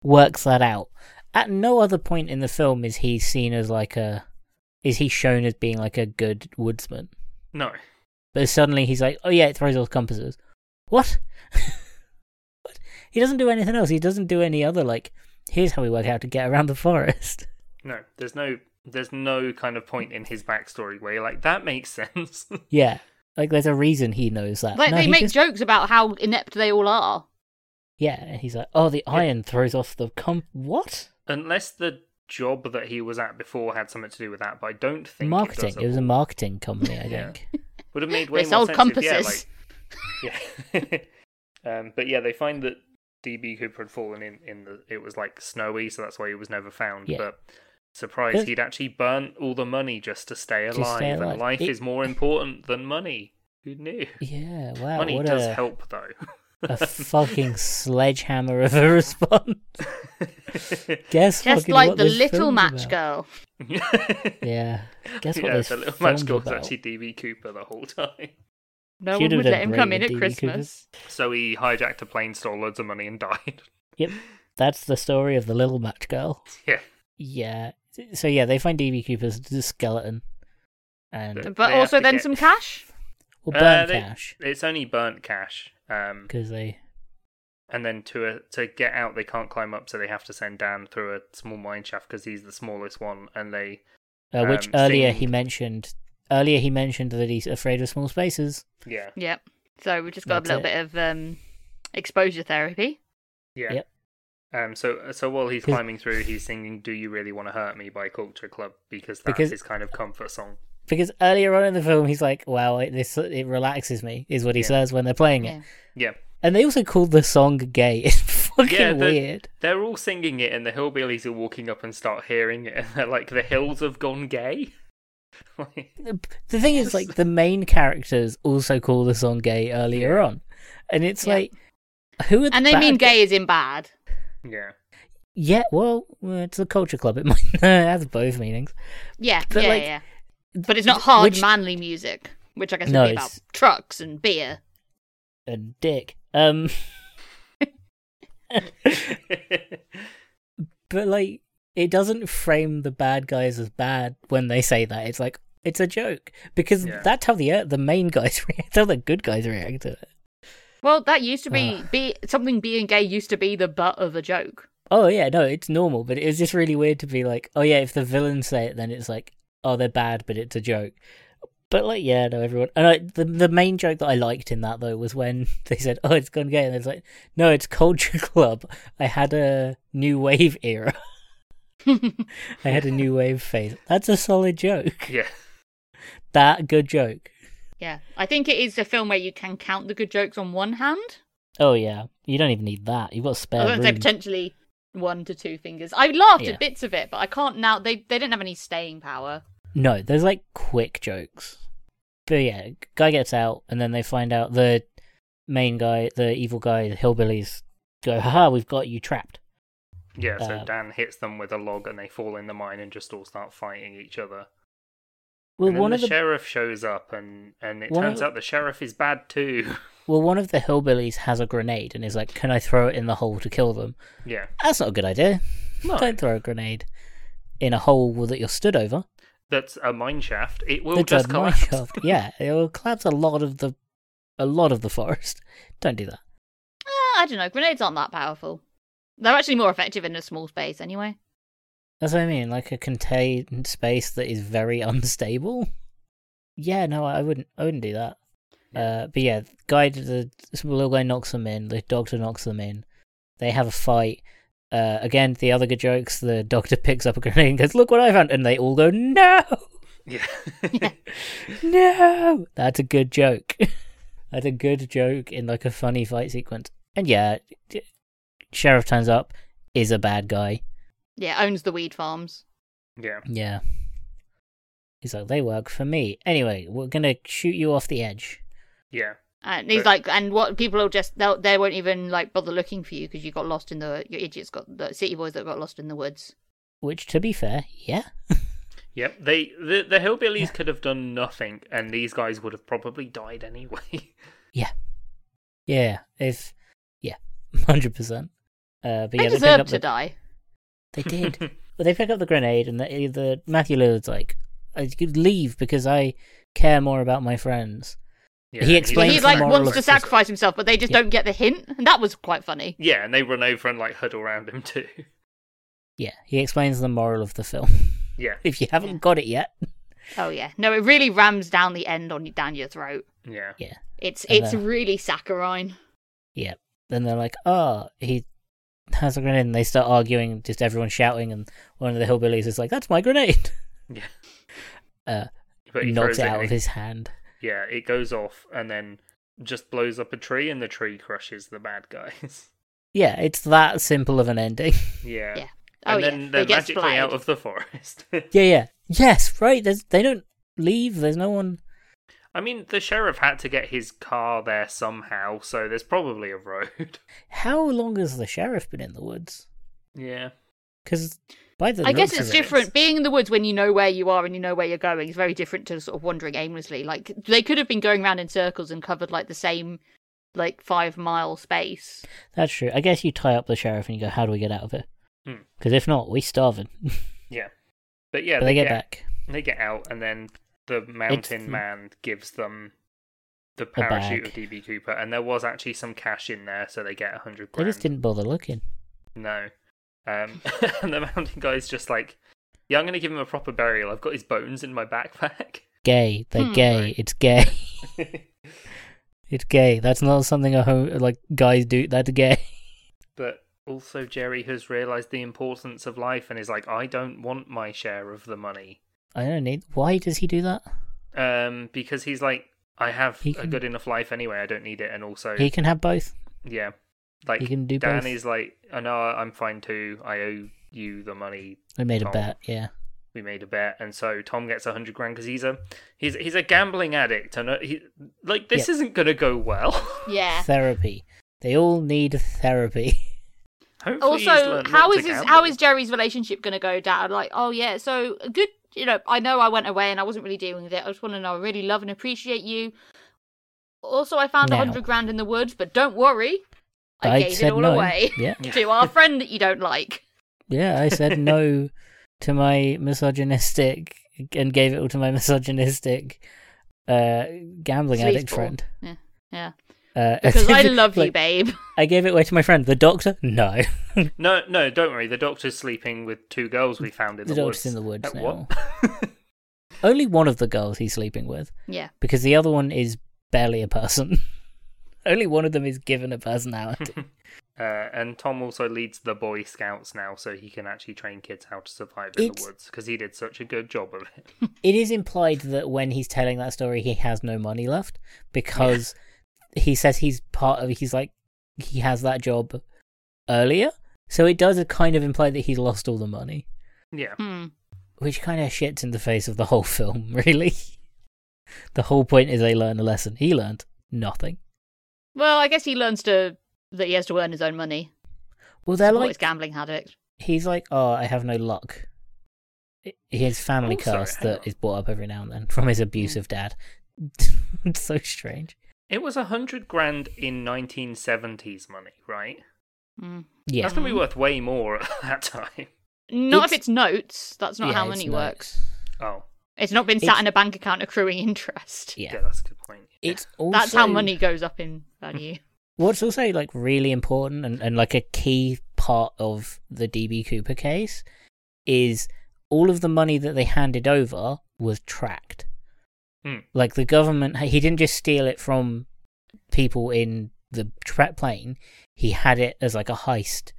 [SPEAKER 2] works that out. At no other point in the film is he seen as like a, is he shown as being like a good woodsman.
[SPEAKER 1] no,
[SPEAKER 2] But suddenly he's like, oh yeah, it throws off compasses. What? what? He doesn't do anything else. He doesn't do any other like. Here's how we work out to get around the forest.
[SPEAKER 1] no, there's no there's no kind of point in his backstory where you're like that makes sense.
[SPEAKER 2] yeah, like there's a reason he knows that.
[SPEAKER 3] Like
[SPEAKER 2] Uh, No,
[SPEAKER 3] they
[SPEAKER 2] he
[SPEAKER 3] make
[SPEAKER 2] just-
[SPEAKER 3] jokes about how inept they all are.
[SPEAKER 2] Yeah, and he's like, oh, the iron throws off the comp. What?
[SPEAKER 1] Unless the job that he was at before had something to do with that, but I don't think it
[SPEAKER 2] Marketing.
[SPEAKER 1] does at
[SPEAKER 2] It, was a
[SPEAKER 1] all.
[SPEAKER 2] marketing company, I
[SPEAKER 1] Yeah.
[SPEAKER 2] think.
[SPEAKER 1] would have made way
[SPEAKER 3] They
[SPEAKER 1] more
[SPEAKER 3] sold
[SPEAKER 1] sense.
[SPEAKER 3] compasses.
[SPEAKER 1] If, yeah, like, yeah. um, but yeah, they find that DB Cooper had fallen in in the it was like snowy, so that's why he was never found.
[SPEAKER 2] Yeah.
[SPEAKER 1] But surprise,
[SPEAKER 2] But-
[SPEAKER 1] he'd actually burnt all the money just to stay alive,
[SPEAKER 2] Just stay alive.
[SPEAKER 1] and life
[SPEAKER 2] It-
[SPEAKER 1] is more important than money. Who knew?
[SPEAKER 2] Yeah, wow.
[SPEAKER 1] money
[SPEAKER 2] what
[SPEAKER 1] does
[SPEAKER 2] a,
[SPEAKER 1] help, though.
[SPEAKER 2] a fucking sledgehammer of a response. Guess
[SPEAKER 3] Just
[SPEAKER 2] fucking
[SPEAKER 3] like
[SPEAKER 2] what
[SPEAKER 3] the
[SPEAKER 2] this
[SPEAKER 3] little
[SPEAKER 2] film's
[SPEAKER 3] match
[SPEAKER 2] about.
[SPEAKER 3] girl.
[SPEAKER 2] Yeah. Guess what
[SPEAKER 1] yeah,
[SPEAKER 2] this
[SPEAKER 1] the little match girl
[SPEAKER 2] film's
[SPEAKER 1] was
[SPEAKER 2] about.
[SPEAKER 1] actually DB Cooper the whole time.
[SPEAKER 3] No
[SPEAKER 2] She'd
[SPEAKER 3] one
[SPEAKER 2] have
[SPEAKER 3] would
[SPEAKER 2] done
[SPEAKER 3] let him
[SPEAKER 2] great
[SPEAKER 3] come
[SPEAKER 2] with
[SPEAKER 3] in at
[SPEAKER 2] DB
[SPEAKER 3] Christmas.
[SPEAKER 1] So he hijacked a plane, stole loads of money, and died.
[SPEAKER 2] Yep. That's the story of the little match girl.
[SPEAKER 1] Yeah,
[SPEAKER 2] Yeah. So yeah, they find DB Cooper's skeleton and
[SPEAKER 1] They-
[SPEAKER 3] But
[SPEAKER 1] they
[SPEAKER 3] also
[SPEAKER 1] have to
[SPEAKER 3] then
[SPEAKER 1] get-
[SPEAKER 3] some cash.
[SPEAKER 2] well,
[SPEAKER 1] Uh,
[SPEAKER 2] burn
[SPEAKER 1] they-
[SPEAKER 2] cash
[SPEAKER 1] It's only burnt cash. Um,
[SPEAKER 2] because they
[SPEAKER 1] and then to a, to get out they can't climb up so they have to send dan through a small mine shaft because he's the smallest one and they
[SPEAKER 2] uh, which
[SPEAKER 1] um,
[SPEAKER 2] earlier he
[SPEAKER 1] seemed-
[SPEAKER 2] mentioned earlier he mentioned that he's afraid of small spaces.
[SPEAKER 1] yeah
[SPEAKER 3] Yep. So we've just got
[SPEAKER 2] That's
[SPEAKER 3] a little
[SPEAKER 2] it.
[SPEAKER 3] bit of um, exposure therapy.
[SPEAKER 1] yeah
[SPEAKER 2] Yep.
[SPEAKER 1] um so so while he's
[SPEAKER 2] 'Cause-
[SPEAKER 1] climbing through he's singing do you really want to hurt me by culture club because that's
[SPEAKER 2] Because-
[SPEAKER 1] his kind of comfort song
[SPEAKER 2] Because earlier on in the film, he's like, "Wow, it, this it relaxes me," is what he
[SPEAKER 1] Yeah.
[SPEAKER 2] says when they're playing it.
[SPEAKER 3] Yeah.
[SPEAKER 1] yeah
[SPEAKER 2] And they also called the song gay. It's fucking
[SPEAKER 1] Yeah, the-
[SPEAKER 2] weird.
[SPEAKER 1] They're all singing it, and the hillbillies are walking up and start hearing it, and they're like, "The hills have gone gay." Like,
[SPEAKER 2] The thing is, like, the main characters also call the song gay earlier on. And it's
[SPEAKER 3] Yeah.
[SPEAKER 2] like, who are the
[SPEAKER 3] And they mean
[SPEAKER 2] bad guy-
[SPEAKER 3] gay is in bad.
[SPEAKER 1] yeah,
[SPEAKER 2] Yeah, well, uh, it's a culture club. It might it has both meanings.
[SPEAKER 3] Yeah,
[SPEAKER 2] But,
[SPEAKER 3] yeah,
[SPEAKER 2] like,
[SPEAKER 3] yeah. But it's not hard,
[SPEAKER 2] Which-
[SPEAKER 3] manly music, which I guess
[SPEAKER 2] No,
[SPEAKER 3] would be about
[SPEAKER 2] it's-
[SPEAKER 3] trucks and beer.
[SPEAKER 2] A dick. Um, but like, it doesn't frame the bad guys as bad when they say that. It's like it's a joke because
[SPEAKER 1] Yeah.
[SPEAKER 2] that's how the uh, the main guys react. That's How the good guys react to it.
[SPEAKER 3] Well, that used to be,
[SPEAKER 2] Ah.
[SPEAKER 3] be something being gay used to be the butt of a joke.
[SPEAKER 2] Oh yeah, no, it's normal. But it was just really weird to be like, oh yeah, if the villains say it, then it's like, oh they're bad, but it's a joke. But like, yeah, no, everyone. And I, the the main joke that I liked in that though was when they said, oh it's gone gay, and it's like, no, it's culture club. I had a new wave era. I had a new wave phase. That's a solid joke.
[SPEAKER 1] yeah.
[SPEAKER 2] That good joke.
[SPEAKER 3] Yeah, I think it is a film where you can count the good jokes on one hand.
[SPEAKER 2] Oh yeah, you don't even need that. You've got
[SPEAKER 3] I
[SPEAKER 2] spare
[SPEAKER 3] was going to say
[SPEAKER 2] room.
[SPEAKER 3] potentially one to two fingers. I laughed
[SPEAKER 2] Yeah.
[SPEAKER 3] at bits of it, but I can't now. They they didn't have any staying power.
[SPEAKER 2] no, there's like quick jokes. But yeah, guy gets out, and then they find out the main guy, the evil guy, the hillbillies go, "Haha, we've got you trapped."
[SPEAKER 1] Yeah, so
[SPEAKER 2] Uh,
[SPEAKER 1] Dan hits them with a log and they fall in the mine and just all start fighting each other.
[SPEAKER 2] Well,
[SPEAKER 1] and then
[SPEAKER 2] one
[SPEAKER 1] the,
[SPEAKER 2] of the
[SPEAKER 1] sheriff shows up and, and it
[SPEAKER 2] one of
[SPEAKER 1] turns
[SPEAKER 2] the-
[SPEAKER 1] out the sheriff is bad too.
[SPEAKER 2] well, one of the hillbillies has a grenade and is like, "Can I throw it in the hole to kill them?"
[SPEAKER 1] yeah.
[SPEAKER 2] That's not a good idea.
[SPEAKER 1] No.
[SPEAKER 2] Don't throw a grenade in a hole that you're stood over.
[SPEAKER 1] That's a mine shaft. It will
[SPEAKER 2] it's
[SPEAKER 1] just
[SPEAKER 2] a
[SPEAKER 1] collapse.
[SPEAKER 2] mineshaft. Yeah, it will collapse a lot of the a lot of the forest. Don't do that.
[SPEAKER 3] Uh, I don't know. Grenades aren't that powerful. They're actually more effective in a small space, anyway.
[SPEAKER 2] That's what I mean, like a contained space that is very unstable. Yeah, no, I wouldn't. I wouldn't do that. Uh, but yeah, guy, the this little guy knocks them in. The doctor knocks them in. They have a fight. Uh, again, the other good jokes. The doctor picks up a grenade and goes, "Look what I found!" And they all go, "No,
[SPEAKER 1] Yeah.
[SPEAKER 2] no!" That's a good joke. That's a good joke in like a funny fight sequence. And yeah, d- sheriff turns up, is a bad guy.
[SPEAKER 3] Yeah, owns the weed farms.
[SPEAKER 1] yeah.
[SPEAKER 2] Yeah. He's like, they work for me. Anyway, we're gonna shoot you off the edge.
[SPEAKER 1] Yeah.
[SPEAKER 3] And he's
[SPEAKER 1] But-
[SPEAKER 3] like, and what people will just they'll, they won't even like bother looking for you because you got lost in the your idiots got the city boys that got lost in the woods.
[SPEAKER 2] Which, to be fair, yeah.
[SPEAKER 1] Yep. They the, the hillbillies could have done nothing and these guys would have probably died anyway.
[SPEAKER 2] Yeah. If yeah, hundred percent. Uh but
[SPEAKER 3] they
[SPEAKER 2] yeah, they pick
[SPEAKER 3] deserve
[SPEAKER 2] up
[SPEAKER 3] to
[SPEAKER 2] the,
[SPEAKER 3] die.
[SPEAKER 2] they did. but they pick up the grenade and the, eh, the Matthew Lillard's like, I could leave because I care more about my friends.
[SPEAKER 1] Yeah,
[SPEAKER 2] He
[SPEAKER 1] and
[SPEAKER 2] explains
[SPEAKER 3] He
[SPEAKER 2] Blames the
[SPEAKER 3] like
[SPEAKER 2] moral
[SPEAKER 3] wants
[SPEAKER 2] of
[SPEAKER 3] to
[SPEAKER 2] the story.
[SPEAKER 3] sacrifice himself, but they just
[SPEAKER 2] Yeah.
[SPEAKER 3] don't get the hint, and that was quite funny.
[SPEAKER 1] Yeah, and they run over and like huddle around him too.
[SPEAKER 2] Yeah, he explains the moral of the film.
[SPEAKER 1] Yeah.
[SPEAKER 2] if you haven't
[SPEAKER 3] Yeah.
[SPEAKER 2] got it yet.
[SPEAKER 3] Oh yeah, no, it really rams down the end on down your throat.
[SPEAKER 1] Yeah.
[SPEAKER 2] Yeah.
[SPEAKER 3] It's
[SPEAKER 2] And,
[SPEAKER 3] it's
[SPEAKER 2] uh,
[SPEAKER 3] really saccharine.
[SPEAKER 2] Yeah. Then they're like, oh, he has a grenade. And they start arguing, just everyone shouting. And one of the hillbillies is like, that's my grenade.
[SPEAKER 1] Yeah.
[SPEAKER 2] Uh,
[SPEAKER 1] But he
[SPEAKER 2] knocks
[SPEAKER 1] throws
[SPEAKER 2] it
[SPEAKER 1] it
[SPEAKER 2] out
[SPEAKER 1] and
[SPEAKER 2] of
[SPEAKER 1] he-
[SPEAKER 2] his hand.
[SPEAKER 1] Yeah, it goes off and then just blows up a tree and the tree crushes the bad guys.
[SPEAKER 2] Yeah, it's that simple of an ending.
[SPEAKER 1] Yeah.
[SPEAKER 3] Yeah. Oh
[SPEAKER 1] And then
[SPEAKER 3] yeah,
[SPEAKER 1] they're
[SPEAKER 3] they get
[SPEAKER 1] magically
[SPEAKER 3] splattered.
[SPEAKER 1] out of the forest.
[SPEAKER 2] yeah, yeah. Yes, right. There's, they don't leave. There's no one.
[SPEAKER 1] I mean, the sheriff had to get his car there somehow, so there's probably a road.
[SPEAKER 2] How long has the sheriff been in the woods?
[SPEAKER 1] yeah.
[SPEAKER 2] Because by the
[SPEAKER 3] I guess
[SPEAKER 2] looks
[SPEAKER 3] it's
[SPEAKER 2] of it-
[SPEAKER 3] different. Being in the woods when you know where you are and you know where you're going is very different to sort of wandering aimlessly. Like they could have been going around in circles and covered like the same like five mile space.
[SPEAKER 2] That's true. I guess you tie up the sheriff and you go, how do we get out of here?
[SPEAKER 1] Hmm.
[SPEAKER 2] Because if not, we starving.
[SPEAKER 1] Yeah. But yeah,
[SPEAKER 2] but they get back.
[SPEAKER 1] They get out, and then the mountain
[SPEAKER 2] It's-
[SPEAKER 1] man gives them the parachute of
[SPEAKER 2] bag.
[SPEAKER 1] DB Cooper, and there was actually some cash in there, so they get a hundred
[SPEAKER 2] They
[SPEAKER 1] grand.
[SPEAKER 2] just didn't bother looking.
[SPEAKER 1] No. Um, and the mountain guy's just like, yeah, I'm going to give him a proper burial. I've got his bones in my backpack.
[SPEAKER 2] Gay. They're
[SPEAKER 3] Hmm.
[SPEAKER 2] gay.
[SPEAKER 1] Right.
[SPEAKER 2] It's gay. It's gay. That's not something a ho- like guys do. That's gay.
[SPEAKER 1] but also, Jerry has realized the importance of life and is like, I don't want my share of the money.
[SPEAKER 2] I don't need. Why does he do that?
[SPEAKER 1] Um, because he's like, I have
[SPEAKER 2] He
[SPEAKER 1] a
[SPEAKER 2] can-
[SPEAKER 1] good enough life anyway. I don't need it. And also,
[SPEAKER 2] He can have both.
[SPEAKER 1] yeah, like
[SPEAKER 2] you can do
[SPEAKER 1] Dan
[SPEAKER 2] both.
[SPEAKER 1] is like, "I know I'm fine too. I owe you the money.
[SPEAKER 2] I made a
[SPEAKER 1] Tom.
[SPEAKER 2] bet. Yeah.
[SPEAKER 1] We made a bet, and so Tom gets a hundred grand because he's a he's he's a gambling addict, and uh, he like this isn't gonna go well.
[SPEAKER 3] Yeah.
[SPEAKER 2] Therapy. They all need therapy.
[SPEAKER 1] Hopefully he's
[SPEAKER 3] also
[SPEAKER 1] learned
[SPEAKER 3] how
[SPEAKER 1] not to
[SPEAKER 3] is his,
[SPEAKER 1] gamble.
[SPEAKER 3] how is jerry's relationship going to go down like oh yeah so good you know i know i went away and i wasn't really dealing with it i just want to know i really love and appreciate you also i found a
[SPEAKER 2] Now.
[SPEAKER 3] 100 grand in the woods but don't worry i
[SPEAKER 2] I
[SPEAKER 3] gave
[SPEAKER 2] said
[SPEAKER 3] it all
[SPEAKER 2] no.
[SPEAKER 3] away
[SPEAKER 2] Yeah.
[SPEAKER 1] Yeah.
[SPEAKER 3] to our friend that you don't like
[SPEAKER 2] Yeah, I said no to my misogynistic and gave it all to my misogynistic uh, gambling addict
[SPEAKER 3] Sleazeball.
[SPEAKER 2] friend.
[SPEAKER 3] Yeah, yeah.
[SPEAKER 2] Uh,
[SPEAKER 3] because i love you
[SPEAKER 2] like,
[SPEAKER 3] babe
[SPEAKER 2] I gave it away to my friend. The doctor? No.
[SPEAKER 1] No, no, don't worry. The doctor's sleeping with two girls we found in
[SPEAKER 2] The
[SPEAKER 1] the,
[SPEAKER 2] doctor's
[SPEAKER 1] woods.
[SPEAKER 2] in the woods
[SPEAKER 1] Uh,
[SPEAKER 2] now.
[SPEAKER 1] what?
[SPEAKER 2] Only one of the girls he's sleeping with
[SPEAKER 3] yeah
[SPEAKER 2] because the other one is barely a person. Only one of them is given a personality.
[SPEAKER 1] Uh, and Tom also leads the Boy Scouts now, so he can actually train kids how to survive in
[SPEAKER 2] It's-
[SPEAKER 1] the woods because he did such a good job of it.
[SPEAKER 2] it is implied that when he's telling that story, he has no money left because he says he's part of. He's like he has that job earlier, so it does kind of imply that he's lost all the money,
[SPEAKER 1] Yeah,
[SPEAKER 3] Hmm.
[SPEAKER 2] which kind of shits in the face of the whole film. Really, the whole point is they learn a lesson. He learned nothing.
[SPEAKER 3] well i guess he learns to that he has to earn his own money
[SPEAKER 2] Well, they're
[SPEAKER 3] Support
[SPEAKER 2] like
[SPEAKER 3] his gambling addict
[SPEAKER 2] he's like, oh, I have no luck. His family
[SPEAKER 3] Oh,
[SPEAKER 1] Also,
[SPEAKER 2] curse
[SPEAKER 1] hang
[SPEAKER 2] that
[SPEAKER 1] on.
[SPEAKER 2] is brought up every now and then from his abusive dad.
[SPEAKER 3] Hmm.
[SPEAKER 2] it's so strange.
[SPEAKER 1] it was a hundred grand in 1970s money, right?
[SPEAKER 3] Hmm.
[SPEAKER 2] Yeah,
[SPEAKER 1] That's gonna be worth way more at that time.
[SPEAKER 3] not if
[SPEAKER 2] It's-
[SPEAKER 3] it's notes that's not
[SPEAKER 2] Yeah,
[SPEAKER 3] how
[SPEAKER 2] it's
[SPEAKER 3] money
[SPEAKER 2] nuts.
[SPEAKER 3] works
[SPEAKER 1] Oh,
[SPEAKER 3] it's not been sat
[SPEAKER 2] It's-
[SPEAKER 3] in a bank account accruing interest
[SPEAKER 1] yeah,
[SPEAKER 2] Yeah,
[SPEAKER 1] that's a good point. Yeah.
[SPEAKER 2] it's also
[SPEAKER 3] That's how money goes up in value.
[SPEAKER 2] What's also like really important and, and like a key part of the DB Cooper case is all of the money that they handed over was tracked.
[SPEAKER 1] Hmm.
[SPEAKER 2] Like the government, he didn't just steal it from people in the tra- plane. He had it as like a heist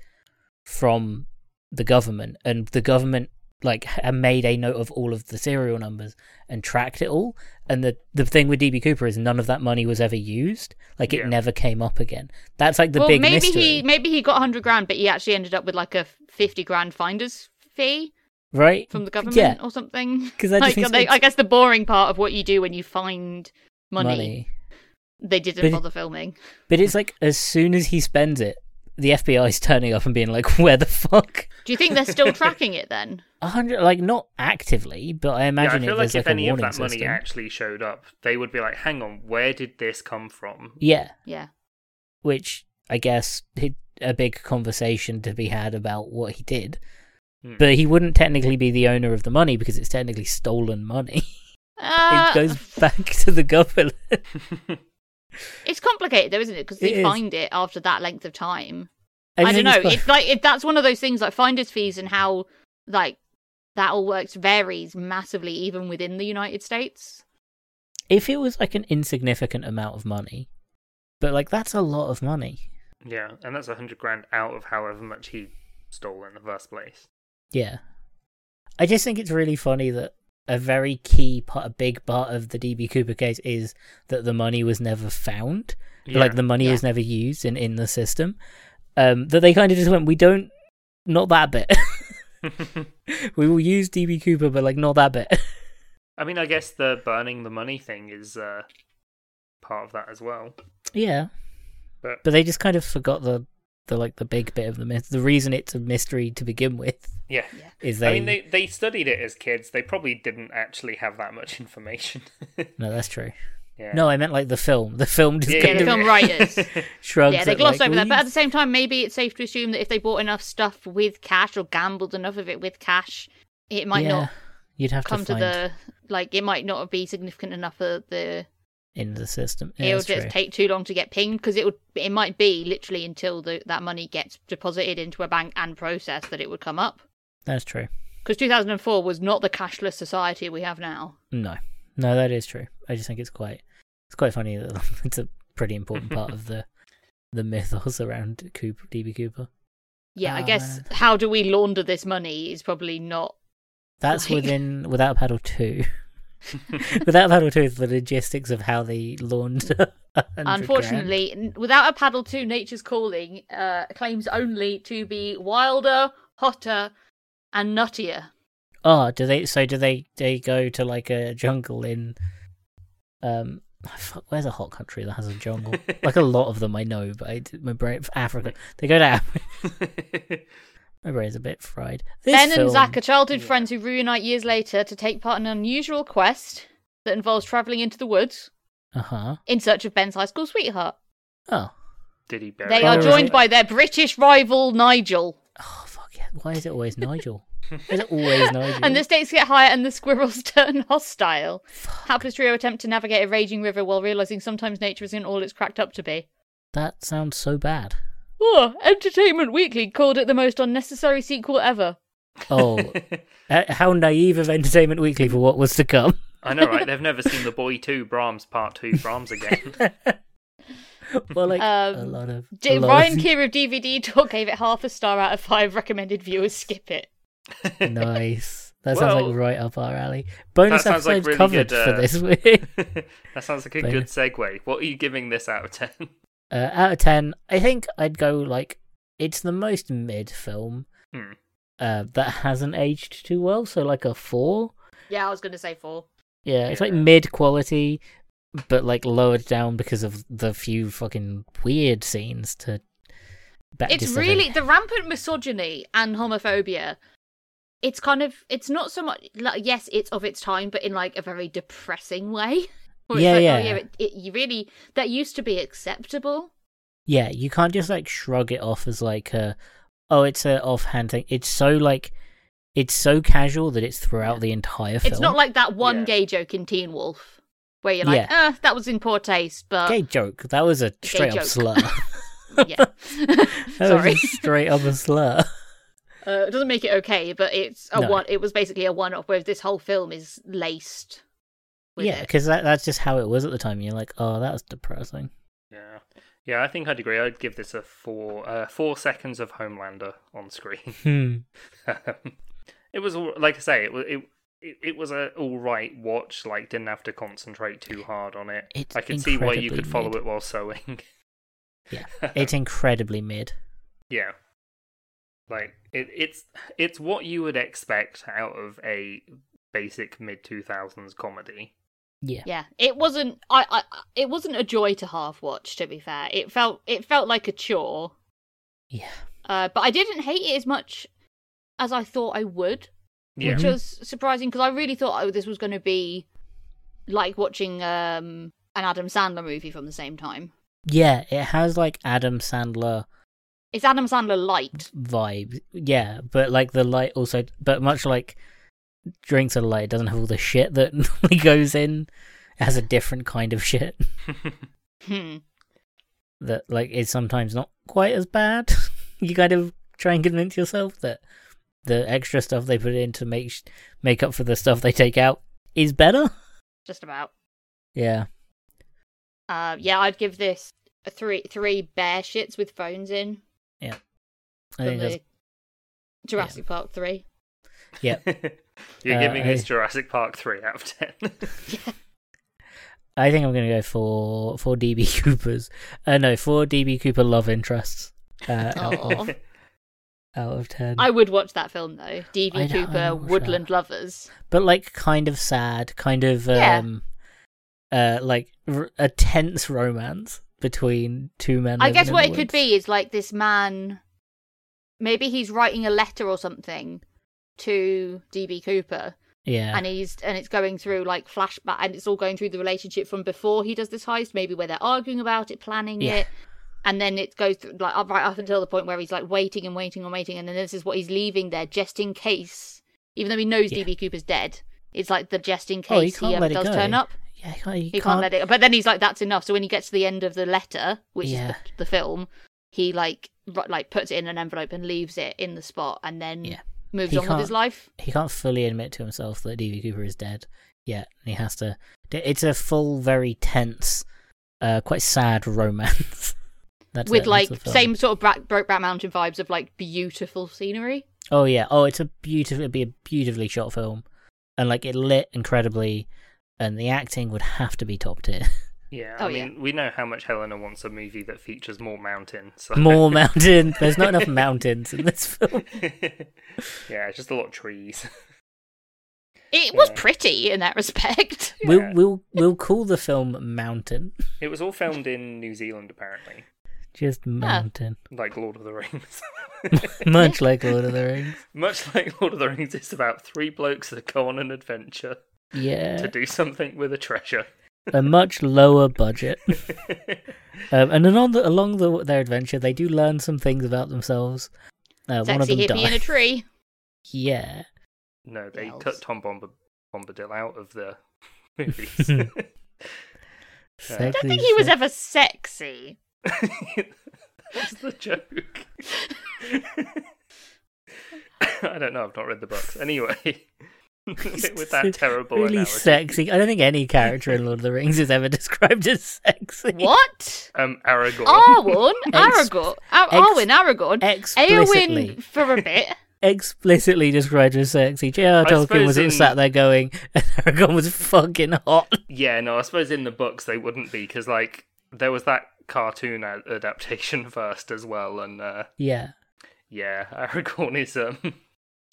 [SPEAKER 2] from the government, and the government like ha- made a note of all of the serial numbers and tracked it all. And the the thing with DB Cooper is none of that money was ever used. Like it
[SPEAKER 1] Yeah.
[SPEAKER 2] never came up again. That's like the
[SPEAKER 3] well,
[SPEAKER 2] big
[SPEAKER 3] maybe
[SPEAKER 2] mystery,
[SPEAKER 3] he maybe he got hundred grand, but he actually ended up with like a fifty grand finder's fee
[SPEAKER 2] right?
[SPEAKER 3] from the government
[SPEAKER 2] Yeah,
[SPEAKER 3] or something.
[SPEAKER 2] 'Cause I just
[SPEAKER 3] Like,
[SPEAKER 2] think
[SPEAKER 3] they-
[SPEAKER 2] it's-
[SPEAKER 3] I guess the boring part of what you do when you find money, they didn't
[SPEAKER 2] But it-
[SPEAKER 3] bother filming.
[SPEAKER 2] But it's like as soon as he spends it, the FBI is turning up and being like, "Where the fuck?"
[SPEAKER 3] Do you think they're still tracking it then?
[SPEAKER 2] A hundred, like not actively, but I
[SPEAKER 1] Yeah,
[SPEAKER 2] imagine
[SPEAKER 1] I feel
[SPEAKER 2] if there's
[SPEAKER 1] like
[SPEAKER 2] like,
[SPEAKER 1] if
[SPEAKER 2] a
[SPEAKER 1] any of
[SPEAKER 2] warning
[SPEAKER 1] that money
[SPEAKER 2] system.
[SPEAKER 1] actually showed up, they would be like, "Hang on, where did this come from?"
[SPEAKER 2] yeah,
[SPEAKER 3] Yeah.
[SPEAKER 2] which I guess it, a big conversation to be had about what he did.
[SPEAKER 1] Hmm.
[SPEAKER 2] But he wouldn't technically be the owner of the money because it's technically stolen money.
[SPEAKER 3] Uh,
[SPEAKER 2] it goes back to the government.
[SPEAKER 3] It's complicated though, isn't it? Because
[SPEAKER 2] It
[SPEAKER 3] they
[SPEAKER 2] is.
[SPEAKER 3] find it after that length of time.
[SPEAKER 2] I
[SPEAKER 3] I,
[SPEAKER 2] think
[SPEAKER 3] don't know.
[SPEAKER 2] quite-
[SPEAKER 3] It's like it, that's one of those things like finder's fees and how like that all works varies massively even within the United States.
[SPEAKER 2] if it was like an insignificant amount of money, but like that's a lot of money.
[SPEAKER 1] yeah, and that's a hundred grand out of however much he stole in the first place.
[SPEAKER 2] Yeah. I just think it's really funny that a very key part, a big part of the DB Cooper case is that the money was never found. Like the money
[SPEAKER 3] Yeah.
[SPEAKER 2] was never used in, in the system. Um, that they kind of just went, we don't, not that bit.
[SPEAKER 1] the.
[SPEAKER 2] we will use DB Cooper, but like not that bit.
[SPEAKER 1] I mean, I guess the burning the money thing is uh, part of that as well.
[SPEAKER 2] yeah.
[SPEAKER 1] But
[SPEAKER 2] But they just kind of forgot the, the like the big bit of the myth. The reason it's a mystery to begin with
[SPEAKER 1] yeah,
[SPEAKER 3] Yeah.
[SPEAKER 2] is
[SPEAKER 1] I mean, they they studied it as kids. They probably didn't actually have that much information.
[SPEAKER 2] No, that's true.
[SPEAKER 1] yeah.
[SPEAKER 2] No, I meant like the film. The film just
[SPEAKER 1] Yeah,
[SPEAKER 2] kind
[SPEAKER 3] the
[SPEAKER 2] of
[SPEAKER 3] film writers.
[SPEAKER 2] shrugs.
[SPEAKER 3] yeah, they
[SPEAKER 2] at,
[SPEAKER 3] glossed
[SPEAKER 2] like,
[SPEAKER 3] over that.
[SPEAKER 2] "We
[SPEAKER 3] But at the same time, maybe it's safe to assume that if they bought enough stuff with cash or gambled enough of it with cash, it might
[SPEAKER 2] Yeah,
[SPEAKER 3] not
[SPEAKER 2] You'd have
[SPEAKER 3] come
[SPEAKER 2] to
[SPEAKER 3] to,
[SPEAKER 2] find
[SPEAKER 3] the like. It might not be significant enough for the.
[SPEAKER 2] in the system. Yeah,
[SPEAKER 3] it would
[SPEAKER 2] that's
[SPEAKER 3] just
[SPEAKER 2] true.
[SPEAKER 3] take too long to get pinged because it would. It might be literally until the, that money gets deposited into a bank and processed that it would come up.
[SPEAKER 2] That's true.
[SPEAKER 3] Because 2004 was not the cashless society we have now.
[SPEAKER 2] No, no, that is true. I just think it's quite, it's quite funny that it's a pretty important part of the, the mythos around Cooper, DB Cooper.
[SPEAKER 3] Yeah, I
[SPEAKER 2] Oh,
[SPEAKER 3] guess
[SPEAKER 2] man.
[SPEAKER 3] how do we launder this money is probably not
[SPEAKER 2] That's
[SPEAKER 3] Like-
[SPEAKER 2] within Without a Paddle two. Without Paddle 2, the logistics of how they launder.
[SPEAKER 3] Unfortunately, n- without a paddle two, Nature's Calling uh, claims only to be wilder, hotter, and nuttier.
[SPEAKER 2] Oh, do they? So do they? They go to like a jungle in, um, fuck, where's a hot country that has a jungle? like a lot of them, I know, but I, my brain Africa. They go to Africa. My brain's a bit fried. This
[SPEAKER 3] ben
[SPEAKER 2] film-
[SPEAKER 3] and Zach are childhood
[SPEAKER 1] yeah.
[SPEAKER 3] friends who reunite years later to take part in an unusual quest that involves traveling into the woods
[SPEAKER 2] Uh huh.
[SPEAKER 3] in search of Ben's high school sweetheart.
[SPEAKER 2] Oh.
[SPEAKER 1] Did he bury
[SPEAKER 3] They
[SPEAKER 1] her?
[SPEAKER 3] are
[SPEAKER 2] Right.
[SPEAKER 3] joined by their British rival Nigel,
[SPEAKER 2] Oh fuck yeah! Why is it always Nigel? Is it always Nigel?
[SPEAKER 3] and the stakes get higher and the squirrels turn hostile. Hapless trio attempt to navigate a raging river while realizing sometimes nature isn't all it's cracked up to be.
[SPEAKER 2] that sounds so bad.
[SPEAKER 3] Oh, Entertainment Weekly called it the most unnecessary sequel ever.
[SPEAKER 2] Oh, uh, how naive of Entertainment Weekly for what was to come.
[SPEAKER 1] I know, right? They've never seen The Boy 2 Brahms Part 2 Brahms again.
[SPEAKER 2] well, like a
[SPEAKER 3] Um,
[SPEAKER 2] lot of
[SPEAKER 3] D-
[SPEAKER 2] a lot
[SPEAKER 3] Ryan
[SPEAKER 2] of-
[SPEAKER 3] Keir of DVD Talk gave it half a star out of five. Recommended viewers skip it.
[SPEAKER 2] Nice. That sounds
[SPEAKER 1] Well,
[SPEAKER 2] like right up our alley. Bonus
[SPEAKER 1] sounds
[SPEAKER 2] episode
[SPEAKER 1] like really
[SPEAKER 2] covered
[SPEAKER 1] good,
[SPEAKER 2] for
[SPEAKER 1] uh,
[SPEAKER 2] this week.
[SPEAKER 1] that sounds like a
[SPEAKER 2] Fair.
[SPEAKER 1] good segue. What are you giving this out of 10?
[SPEAKER 2] Uh, out of ten, I think I'd go like it's the most mid film
[SPEAKER 1] Hmm.
[SPEAKER 2] uh, that hasn't aged too well. So like a four.
[SPEAKER 3] Yeah, I was going to say four.
[SPEAKER 2] Yeah, it's like
[SPEAKER 1] Yeah.
[SPEAKER 2] mid quality, but like lowered down because of the few fucking weird scenes to. Back
[SPEAKER 3] It's really the rampant misogyny and homophobia. It's kind of it's not so much like yes, it's of its time, but in like a very depressing way. Where it's
[SPEAKER 2] Yeah,
[SPEAKER 3] like,
[SPEAKER 2] yeah.
[SPEAKER 3] Oh, yeah it, it, you really that used to be acceptable.
[SPEAKER 2] Yeah, you can't just like shrug it off as like a, oh, it's a offhand thing. It's so like, it's so casual that it's throughout the entire film.
[SPEAKER 3] It's not like that one
[SPEAKER 1] Yeah.
[SPEAKER 3] gay joke in Teen Wolf where you're like, ah, that was in poor taste, but
[SPEAKER 2] gay joke. That was a straight up
[SPEAKER 3] joke.
[SPEAKER 2] slur.
[SPEAKER 3] yeah.
[SPEAKER 2] That
[SPEAKER 3] Sorry.
[SPEAKER 2] was just straight up a slur.
[SPEAKER 3] Uh, it doesn't make it okay, but it's a
[SPEAKER 2] No.
[SPEAKER 3] one. It was basically a one-off, whereas this whole film is laced. With
[SPEAKER 2] yeah,
[SPEAKER 3] it.
[SPEAKER 2] because that, that's just how it was at the time. You're like, oh, that's depressing.
[SPEAKER 1] Yeah. Yeah, I think I'd agree. I'd give this a four, uh, four seconds of Homelander on screen.
[SPEAKER 2] Hmm.
[SPEAKER 1] Um, it was all- like I say, it was it, it, it was a all right watch. Like didn't have to concentrate too hard on it.
[SPEAKER 2] It's
[SPEAKER 1] I could see why you
[SPEAKER 2] incredibly
[SPEAKER 1] could follow
[SPEAKER 2] mid.
[SPEAKER 1] it while sewing.
[SPEAKER 2] Yeah, it's incredibly mid.
[SPEAKER 1] yeah, like it, it's it's what you would expect out of a basic mid two thousands comedy.
[SPEAKER 2] Yeah.
[SPEAKER 3] yeah, it wasn't. I, I, I- it wasn't a joy to half watch. To be fair, it felt it felt like a chore,
[SPEAKER 2] Yeah.
[SPEAKER 3] uh, but I didn't hate it as much as I thought I would,
[SPEAKER 1] Yeah,
[SPEAKER 3] which was surprising because I really thought oh, this was going to be like watching um, an Adam Sandler movie from the same time.
[SPEAKER 2] Yeah, it has like Adam Sandler
[SPEAKER 3] It's Adam Sandler light.
[SPEAKER 2] vibes. Yeah, but like the light also, but much like Drinks of Light, it doesn't have all the shit that normally goes in. It has a different kind of shit
[SPEAKER 3] Hmm.
[SPEAKER 2] that like is sometimes not quite as bad. you kind of try and convince yourself that the extra stuff they put in to make sh- make up for the stuff they take out is better.
[SPEAKER 3] Just about.
[SPEAKER 2] Yeah.
[SPEAKER 3] Uh, yeah, I'd give this a three three bear shits with phones in
[SPEAKER 2] I
[SPEAKER 3] from
[SPEAKER 2] think that's,
[SPEAKER 3] the Jurassic Park three.
[SPEAKER 2] yeah.
[SPEAKER 1] you're
[SPEAKER 2] Uh,
[SPEAKER 1] giving
[SPEAKER 2] I-
[SPEAKER 1] this Jurassic Park three out of ten.
[SPEAKER 2] I think I'm gonna go for for DB Coopers. Uh, no, for DB Cooper love interests. Uh, out,
[SPEAKER 3] Aw.
[SPEAKER 2] of, out of ten.
[SPEAKER 3] I would watch that film though.
[SPEAKER 2] I
[SPEAKER 3] D.V.
[SPEAKER 2] don't- I
[SPEAKER 3] Cooper,
[SPEAKER 2] watch
[SPEAKER 3] Woodland Lovers.
[SPEAKER 2] but like kind of sad, kind of
[SPEAKER 3] Yeah.
[SPEAKER 2] um, uh, like r- a tense romance between two men.
[SPEAKER 3] I
[SPEAKER 2] living
[SPEAKER 3] guess
[SPEAKER 2] in
[SPEAKER 3] what
[SPEAKER 2] the
[SPEAKER 3] it
[SPEAKER 2] woods.
[SPEAKER 3] could be is like this man. Maybe he's writing a letter or something to D.B. Cooper,
[SPEAKER 2] Yeah,
[SPEAKER 3] and he's and it's going through like flashback, and it's all going through the relationship from before he does this heist. Maybe where they're arguing about it, planning
[SPEAKER 2] Yeah.
[SPEAKER 3] it. And then it goes through, like up- right up until the point where he's like waiting and waiting and waiting, and then this is what he's leaving there just in case, even though he knows
[SPEAKER 2] Yeah.
[SPEAKER 3] D.B. Cooper's dead. It's like the just in
[SPEAKER 2] Oh, you
[SPEAKER 3] case
[SPEAKER 2] can't
[SPEAKER 3] he ever
[SPEAKER 2] let it
[SPEAKER 3] does
[SPEAKER 2] go.
[SPEAKER 3] turn up.
[SPEAKER 2] yeah, you can't, you
[SPEAKER 3] he
[SPEAKER 2] can't,
[SPEAKER 3] can't, let it but then he's like that's enough so when he gets to the end of the letter which
[SPEAKER 2] Yeah.
[SPEAKER 3] is the, the film he like ru- like puts it in an envelope and leaves it in the spot and then
[SPEAKER 2] Yeah.
[SPEAKER 3] moves
[SPEAKER 2] He
[SPEAKER 3] on with his
[SPEAKER 2] can't-
[SPEAKER 3] life
[SPEAKER 2] He can't fully admit to himself that DB Cooper is dead yet, and he has to. It's a full, very tense, uh, quite sad romance. That's
[SPEAKER 3] with
[SPEAKER 2] it, that's
[SPEAKER 3] like
[SPEAKER 2] the film.
[SPEAKER 3] same sort of Bra- brokeback mountain vibes of like beautiful scenery
[SPEAKER 2] Oh yeah. Oh, it's a beautiful. It'd be a beautifully shot film, and like it lit incredibly. and the acting would have to be top tier.
[SPEAKER 1] Yeah,
[SPEAKER 3] Oh,
[SPEAKER 1] I mean, we know how much Helena wants a movie that features more mountain. So.
[SPEAKER 2] More mountain. There's not enough mountains in this film.
[SPEAKER 1] yeah, just a lot of trees.
[SPEAKER 3] It was
[SPEAKER 1] Yeah.
[SPEAKER 3] pretty in that respect.
[SPEAKER 2] We'll
[SPEAKER 1] Yeah.
[SPEAKER 2] we'll we'll call the film Mountain.
[SPEAKER 1] It was all filmed in New Zealand, apparently,
[SPEAKER 3] Ah.
[SPEAKER 2] Just mountain,
[SPEAKER 1] like Lord of the Rings.
[SPEAKER 2] much like Lord of the Rings.
[SPEAKER 1] Much like Lord of the Rings, it's about three blokes that go on an adventure
[SPEAKER 2] Yeah,
[SPEAKER 1] to do something with a treasure.
[SPEAKER 2] a much lower budget. Um, and along the, along the, their adventure, they do learn some things about themselves. Uh, one of
[SPEAKER 3] Sexy
[SPEAKER 2] them
[SPEAKER 3] hippie
[SPEAKER 2] dies.
[SPEAKER 3] in a tree.
[SPEAKER 2] Yeah,
[SPEAKER 1] no, they
[SPEAKER 3] Yells.
[SPEAKER 1] cut Tom Bomb- Bombadil out of the movies.
[SPEAKER 3] I
[SPEAKER 2] Sexy
[SPEAKER 3] don't think he was
[SPEAKER 2] se-
[SPEAKER 3] ever sexy.
[SPEAKER 1] That's the joke. I don't know. I've not read the books. Anyway, with that terrible
[SPEAKER 2] really
[SPEAKER 1] analogy.
[SPEAKER 2] sexy. I don't think any character in Lord of the Rings is ever described as sexy.
[SPEAKER 3] What?
[SPEAKER 1] Um, Aragorn.
[SPEAKER 2] Oh!
[SPEAKER 3] Arwen?
[SPEAKER 2] Ex-
[SPEAKER 3] Aragorn? Ar-
[SPEAKER 2] ex-
[SPEAKER 3] Arwen? Aragorn?
[SPEAKER 2] Explicitly,
[SPEAKER 3] Eowyn for a bit.
[SPEAKER 2] explicitly described as sexy. J.R.
[SPEAKER 1] I
[SPEAKER 2] Tolkien
[SPEAKER 1] suppose
[SPEAKER 2] was
[SPEAKER 1] in-
[SPEAKER 2] sat there going, and Aragorn was fucking hot.
[SPEAKER 1] Yeah, no, I suppose in the books they wouldn't be because like there was that cartoon a- adaptation first as well, and uh,
[SPEAKER 2] Yeah,
[SPEAKER 1] yeah, Aragorn is um,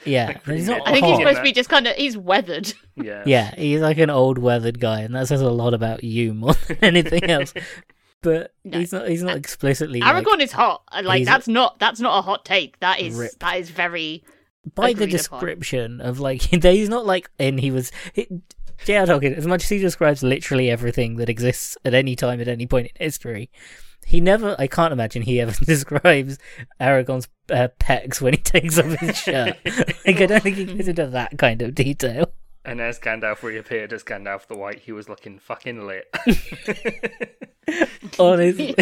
[SPEAKER 2] yeah.
[SPEAKER 1] Like,
[SPEAKER 2] But he's
[SPEAKER 1] pretty
[SPEAKER 2] not
[SPEAKER 1] much.
[SPEAKER 3] I think he's
[SPEAKER 2] hot.
[SPEAKER 1] Yeah.
[SPEAKER 3] supposed to be just kind of he's weathered.
[SPEAKER 1] yeah,
[SPEAKER 2] Yeah, he's like an old weathered guy, and that says a lot about you more than anything else. But
[SPEAKER 3] No.
[SPEAKER 2] he's not. He's not explicitly. like-
[SPEAKER 3] Aragorn is hot. and, Like
[SPEAKER 2] he's-
[SPEAKER 3] that's not that's not a hot take. That is
[SPEAKER 2] Ripped.
[SPEAKER 3] that is very
[SPEAKER 2] by the
[SPEAKER 3] agreed upon.
[SPEAKER 2] description of like he's not like in he was he, J.R. Tolkien as much as he describes literally everything that exists at any time at any point in history he never I can't imagine he ever describes Aragorn's uh, pecs when he takes off his shirt like I don't think he goes into that kind of detail
[SPEAKER 1] And as Gandalf reappeared as Gandalf the White, he was looking fucking lit.
[SPEAKER 2] honestly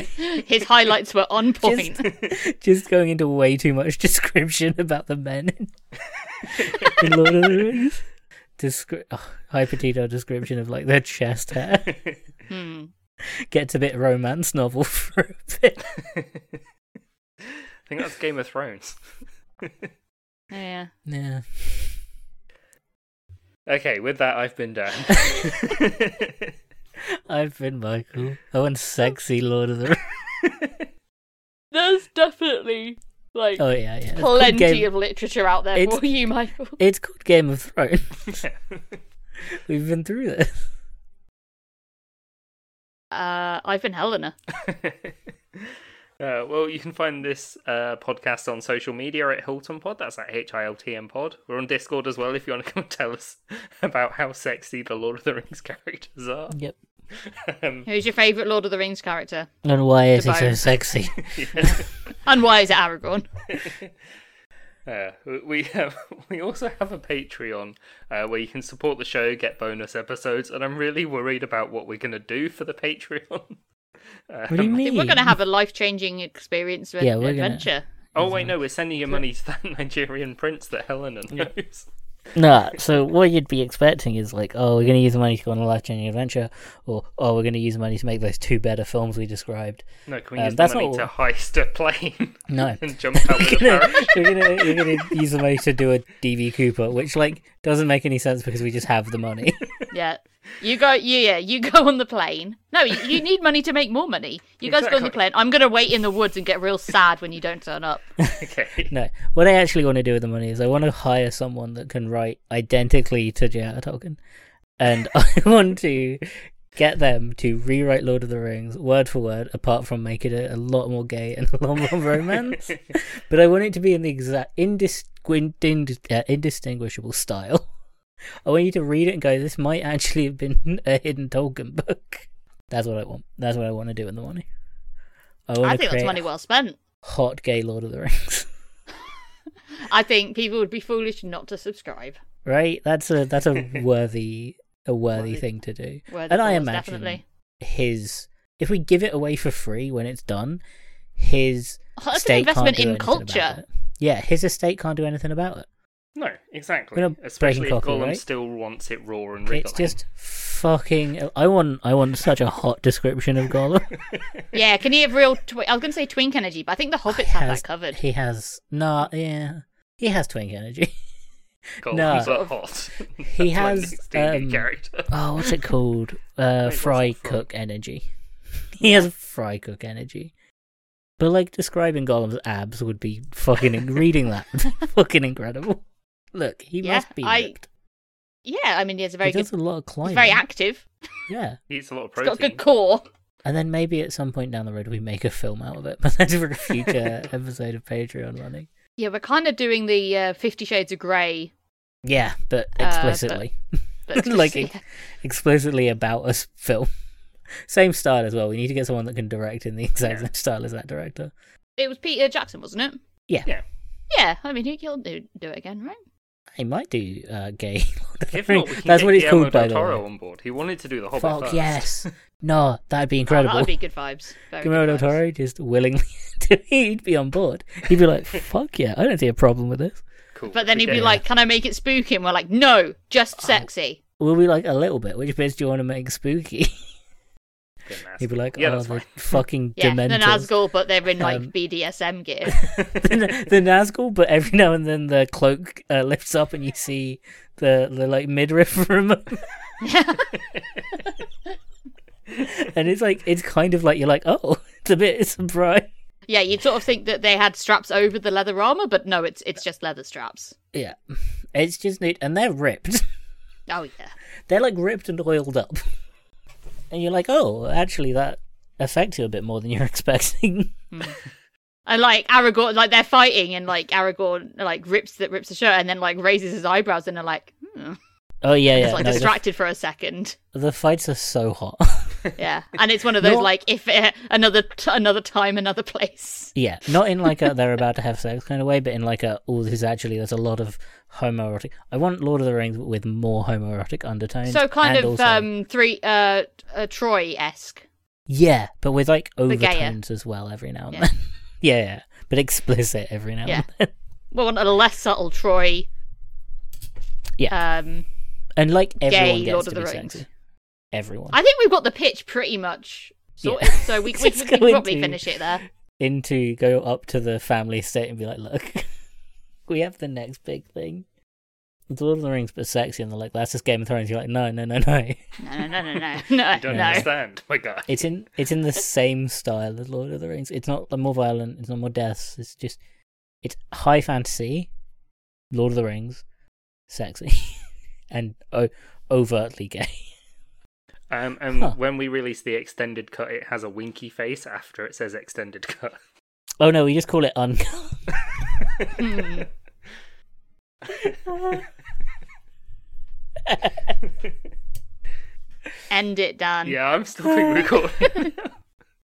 [SPEAKER 3] his highlights were on point.
[SPEAKER 2] just going into way too much description about the men in, in Lord of the Rings Descri- oh, hyper detailed description of like their chest hair
[SPEAKER 3] Hmm.
[SPEAKER 2] gets a bit romance novel for a bit.
[SPEAKER 1] I think that's Game of Thrones.
[SPEAKER 3] Yeah.
[SPEAKER 2] Yeah.
[SPEAKER 1] Okay, with that, I've been done.
[SPEAKER 2] I've been Michael. Oh, and sexy Lord of the Rings.
[SPEAKER 3] There's definitely like
[SPEAKER 2] Oh, yeah, yeah. It's called
[SPEAKER 3] plenty
[SPEAKER 2] Game-
[SPEAKER 3] of literature out there
[SPEAKER 2] It's-
[SPEAKER 3] for you, Michael.
[SPEAKER 2] It's called Game of Thrones. We've been through this.
[SPEAKER 3] Uh, I've been Helena.
[SPEAKER 1] Uh, well, you can find this uh, podcast on social media at Hilton Pod. That's at H I L T M Pod. We're on Discord as well if you want to come and tell us about how sexy the Lord of the Rings characters are.
[SPEAKER 2] Yep.
[SPEAKER 1] Um,
[SPEAKER 3] Who's your favourite Lord of the Rings character,
[SPEAKER 2] And why is he so
[SPEAKER 3] Goodbye.
[SPEAKER 2] sexy?
[SPEAKER 1] yeah.
[SPEAKER 3] and why is it Aragorn?
[SPEAKER 1] Uh, we have we also have a Patreon uh, where you can support the show, get bonus episodes, and I'm really worried about what we're gonna do for the Patreon.
[SPEAKER 2] What do you
[SPEAKER 1] Um,
[SPEAKER 2] mean?
[SPEAKER 3] We're going to have a life changing experience with
[SPEAKER 2] Yeah, we're gonna-
[SPEAKER 3] adventure.
[SPEAKER 1] Oh wait, no, we're sending your money to that Nigerian prince that Helena knows.
[SPEAKER 2] Nah, so what you'd be expecting is like, oh, we're going to use the money to go on a life changing adventure, or oh, we're going to use the money to make those two better films we described.
[SPEAKER 1] No, can we
[SPEAKER 2] Um,
[SPEAKER 1] use the
[SPEAKER 2] that's
[SPEAKER 1] money
[SPEAKER 2] not
[SPEAKER 1] to
[SPEAKER 2] all.
[SPEAKER 1] heist a plane?
[SPEAKER 2] No.
[SPEAKER 1] and jump out with a parachute.
[SPEAKER 2] we're gonna we're gonna use the money to do a DV Cooper, which like doesn't make any sense because we just have the money.
[SPEAKER 3] Yeah. You go, yeah, yeah, you go on the plane. No, you, you need money to make more money. You guys go on the
[SPEAKER 1] Exactly.
[SPEAKER 3] plane. I'm going to wait in the woods and get real sad when you don't turn up.
[SPEAKER 1] Okay.
[SPEAKER 2] No, what I actually want to do with the money is I want to hire someone that can write identically to J.R.R. Tolkien, and I want to get them to rewrite Lord of the Rings word for word, apart from make it a, a lot more gay and a lot more romance. but I want it to be in the exact indistingu- ind- uh, indistinguishable style. I want you to read it and go, "This might actually have been a hidden Tolkien book." That's what I want. That's what I want to do with the money. I want
[SPEAKER 3] I
[SPEAKER 2] to
[SPEAKER 3] think
[SPEAKER 2] create
[SPEAKER 3] that's money well spent.
[SPEAKER 2] hot gay Lord of the Rings.
[SPEAKER 3] I think people would be foolish not to subscribe.
[SPEAKER 2] right that's a that's a worthy a worthy
[SPEAKER 1] Worthy-
[SPEAKER 2] thing to do
[SPEAKER 3] Worthy
[SPEAKER 2] and i
[SPEAKER 3] cause,
[SPEAKER 2] imagine
[SPEAKER 3] definitely.
[SPEAKER 2] his if we give it away for free when it's done his
[SPEAKER 3] Oh, that's
[SPEAKER 2] estate
[SPEAKER 3] an
[SPEAKER 2] can't
[SPEAKER 3] investment
[SPEAKER 2] do
[SPEAKER 3] in
[SPEAKER 2] anything about
[SPEAKER 3] culture.
[SPEAKER 2] it. yeah his estate can't do anything about it
[SPEAKER 1] No,
[SPEAKER 2] We're
[SPEAKER 1] exactly.
[SPEAKER 2] not breaking
[SPEAKER 1] Especially if
[SPEAKER 2] coffee,
[SPEAKER 1] Gollum
[SPEAKER 2] right?
[SPEAKER 1] still wants it raw and
[SPEAKER 2] it's
[SPEAKER 1] wriggling.
[SPEAKER 2] just fucking i want i want such a hot description of gollum
[SPEAKER 3] Yeah, can he have real? Twi- I was going to say twink energy, but I think the hobbits
[SPEAKER 2] He
[SPEAKER 3] have
[SPEAKER 2] has-
[SPEAKER 3] that covered.
[SPEAKER 2] he has nah yeah he has twink energy
[SPEAKER 1] Cold,
[SPEAKER 2] No.
[SPEAKER 1] but hot.
[SPEAKER 2] He
[SPEAKER 1] That's my
[SPEAKER 2] has,
[SPEAKER 1] next DD
[SPEAKER 2] um,
[SPEAKER 1] character.
[SPEAKER 2] Oh, what's it called? Uh,
[SPEAKER 1] what's it
[SPEAKER 2] fry
[SPEAKER 1] from?
[SPEAKER 2] cook energy. he has fry cook energy. But like describing Gollum's abs would be fucking reading that would be fucking incredible. Look, he
[SPEAKER 3] Yeah,
[SPEAKER 2] must be
[SPEAKER 3] I-
[SPEAKER 2] ripped.
[SPEAKER 3] Yeah, I mean, he has a very
[SPEAKER 2] he
[SPEAKER 3] good,
[SPEAKER 2] does a lot of
[SPEAKER 3] he's
[SPEAKER 2] climbing.
[SPEAKER 3] very active.
[SPEAKER 2] yeah,
[SPEAKER 1] He eats a lot of
[SPEAKER 3] He's
[SPEAKER 1] protein.
[SPEAKER 3] got a good core.
[SPEAKER 2] and then maybe at some point down the road we make a film out of it, but that's for a future episode of Patreon running.
[SPEAKER 3] Yeah, we're kind of doing the uh, Fifty Shades of Grey.
[SPEAKER 2] Yeah, but
[SPEAKER 3] Uh, but-
[SPEAKER 2] explicitly,
[SPEAKER 3] that's
[SPEAKER 2] Like
[SPEAKER 3] just-
[SPEAKER 2] it- explicitly about us film. Same style as well. We need to get someone that can direct in the exact
[SPEAKER 1] Yeah.
[SPEAKER 2] same style as that director.
[SPEAKER 3] it was Peter Jackson, wasn't it?
[SPEAKER 2] Yeah.
[SPEAKER 1] Yeah.
[SPEAKER 3] Yeah, I mean, he- he'll do, do it again, right?
[SPEAKER 2] He might do uh, gay. Lord of the
[SPEAKER 1] If
[SPEAKER 2] Rings.
[SPEAKER 1] not, we can
[SPEAKER 2] That's
[SPEAKER 1] get
[SPEAKER 2] what it's
[SPEAKER 1] Guillermo
[SPEAKER 2] called, by
[SPEAKER 1] del
[SPEAKER 2] the
[SPEAKER 1] Toro
[SPEAKER 2] way.
[SPEAKER 1] on board. He wanted to do the Hobbit
[SPEAKER 2] Fuck
[SPEAKER 1] first.
[SPEAKER 2] yes. No, that'd be
[SPEAKER 3] Oh,
[SPEAKER 2] incredible.
[SPEAKER 3] that would be good vibes. Very
[SPEAKER 2] Guillermo del
[SPEAKER 3] good vibes.
[SPEAKER 2] Toro just willingly, he'd be on board. He'd be like, "Fuck yeah, I don't see a problem with this."
[SPEAKER 1] Cool.
[SPEAKER 3] But then he'd be
[SPEAKER 1] Okay.
[SPEAKER 3] like, "Can I make it spooky?" And we're like,
[SPEAKER 2] Oh,
[SPEAKER 3] "No, just sexy."
[SPEAKER 2] We'll be like a little bit. Which bits do you want to make spooky?
[SPEAKER 1] Fucking ass.
[SPEAKER 2] He'd be like,
[SPEAKER 1] yeah,
[SPEAKER 2] "Oh,
[SPEAKER 1] that's
[SPEAKER 2] the
[SPEAKER 1] fine.
[SPEAKER 2] fucking
[SPEAKER 3] Yeah, the
[SPEAKER 2] dementors."
[SPEAKER 3] Nazgul, but they're in like
[SPEAKER 2] Um,
[SPEAKER 3] BDSM gear.
[SPEAKER 2] the, Na- the Nazgul, but every now and then the cloak uh, lifts up and you see the the like midriff for a moment. and it's like it's kind of like you're like, oh, it's a bit surprised.
[SPEAKER 3] yeah, you'd sort of think that they had straps over the leather armor, but no, it's it's just leather straps.
[SPEAKER 2] Yeah, it's just neat, and they're ripped.
[SPEAKER 3] Oh yeah,
[SPEAKER 2] They're like ripped and oiled up, and you're like, oh, actually, that affects you a bit more than you're expecting.
[SPEAKER 3] and like Aragorn, like they're fighting, and like Aragorn like rips that rips the shirt, and then like raises his eyebrows, and are like, hmm.
[SPEAKER 2] oh yeah, yeah.
[SPEAKER 3] it's like
[SPEAKER 2] no, the,
[SPEAKER 3] distracted for a second.
[SPEAKER 2] the fights are so hot.
[SPEAKER 3] Yeah, and it's one of those
[SPEAKER 2] Not-
[SPEAKER 3] like if uh, another t- another time, another place.
[SPEAKER 2] yeah, not in like a they're about to have sex kind of way, but in like a oh, this is actually there's a lot of homoerotic. I want Lord of the Rings with more homoerotic undertones.
[SPEAKER 3] So
[SPEAKER 2] and
[SPEAKER 3] kind of
[SPEAKER 2] also-
[SPEAKER 3] um three uh, uh Troy esque.
[SPEAKER 2] yeah, but with like
[SPEAKER 3] gayer.
[SPEAKER 2] overtones as well every now and
[SPEAKER 3] Yeah.
[SPEAKER 2] then. yeah, yeah, but explicit every now
[SPEAKER 3] Yeah.
[SPEAKER 2] and then.
[SPEAKER 3] Well, a less subtle Troy.
[SPEAKER 2] Yeah.
[SPEAKER 3] Um,
[SPEAKER 2] And like everyone
[SPEAKER 3] Gay
[SPEAKER 2] gets
[SPEAKER 3] Lord
[SPEAKER 2] to
[SPEAKER 3] of the
[SPEAKER 2] be
[SPEAKER 3] Rings.
[SPEAKER 2] sexy. Everyone
[SPEAKER 3] I think we've got the pitch pretty much sorted,
[SPEAKER 2] Yeah.
[SPEAKER 3] so we, we, we
[SPEAKER 2] Just
[SPEAKER 3] can
[SPEAKER 2] going
[SPEAKER 3] probably
[SPEAKER 2] to-
[SPEAKER 3] finish it there.
[SPEAKER 2] into go up to the family estate and be like, look, we have the next big thing. It's Lord of the Rings, but sexy, and they're like, "That's just Game of Thrones." You're like, "No, no, no, no."
[SPEAKER 3] No, no, no, no, no,
[SPEAKER 1] You
[SPEAKER 3] no,
[SPEAKER 1] don't
[SPEAKER 2] know.
[SPEAKER 3] no.
[SPEAKER 1] understand, my guy.
[SPEAKER 2] It's in it's in the same style as Lord of the Rings. It's not more violent. It's not more deaths. It's just it's high fantasy, Lord of the Rings, sexy, and o- overtly gay.
[SPEAKER 1] Um, and
[SPEAKER 2] Huh.
[SPEAKER 1] when we release the extended cut, it has a winky face after it says extended cut.
[SPEAKER 2] Oh no, we just call it uncut.
[SPEAKER 3] Hmm. End it, Dan.
[SPEAKER 1] yeah, I'm still being recording.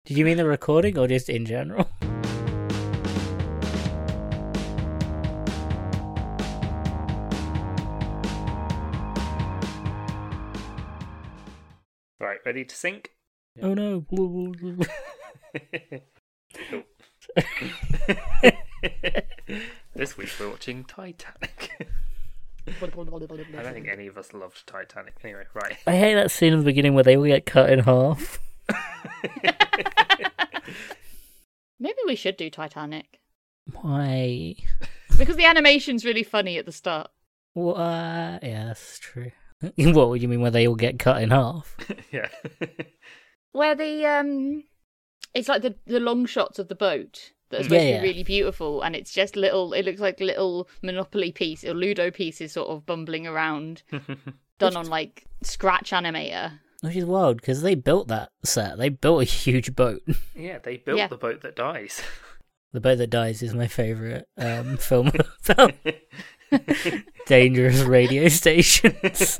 [SPEAKER 2] Did you mean the recording or just in general?
[SPEAKER 1] right, ready to sync?
[SPEAKER 2] Oh no.
[SPEAKER 1] Cool. this week we're watching Titanic. I don't think any of us loved Titanic. Anyway, right.
[SPEAKER 2] I hate that scene in the beginning where they all get cut in half.
[SPEAKER 3] Maybe we should do Titanic
[SPEAKER 2] Why?
[SPEAKER 3] because the animation's really funny at the start.
[SPEAKER 2] What? Yeah, that's true. what would you mean where they all get cut in half?
[SPEAKER 1] yeah.
[SPEAKER 3] where the um it's like the the long shots of the boat that are supposed
[SPEAKER 2] Yeah,
[SPEAKER 3] to
[SPEAKER 2] Mm-hmm. yeah.
[SPEAKER 3] be really beautiful and it's just little it looks like little monopoly piece or ludo pieces sort of bumbling around done on like scratch animator
[SPEAKER 2] Which is wild because they built that set. They built a huge boat.
[SPEAKER 1] yeah, they built
[SPEAKER 3] Yeah.
[SPEAKER 1] the boat that dies.
[SPEAKER 2] The boat that dies is my favorite um, film about dangerous radio stations.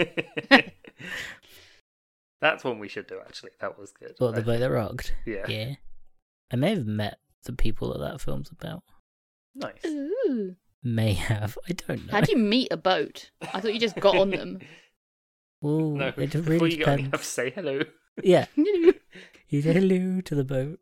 [SPEAKER 1] That's one we should do, actually. That was good.
[SPEAKER 2] What the boat that rocked?
[SPEAKER 1] Yeah.
[SPEAKER 2] yeah. I may have met the people that that film's about.
[SPEAKER 1] Nice.
[SPEAKER 3] ooh
[SPEAKER 2] May have. I don't know.
[SPEAKER 3] how do you meet a boat i thought you just got on them
[SPEAKER 2] Ooh,
[SPEAKER 1] No,
[SPEAKER 2] it
[SPEAKER 1] before
[SPEAKER 2] really
[SPEAKER 1] you go, you
[SPEAKER 2] depends.
[SPEAKER 1] have to say hello.
[SPEAKER 2] Yeah, you say hello to the boat.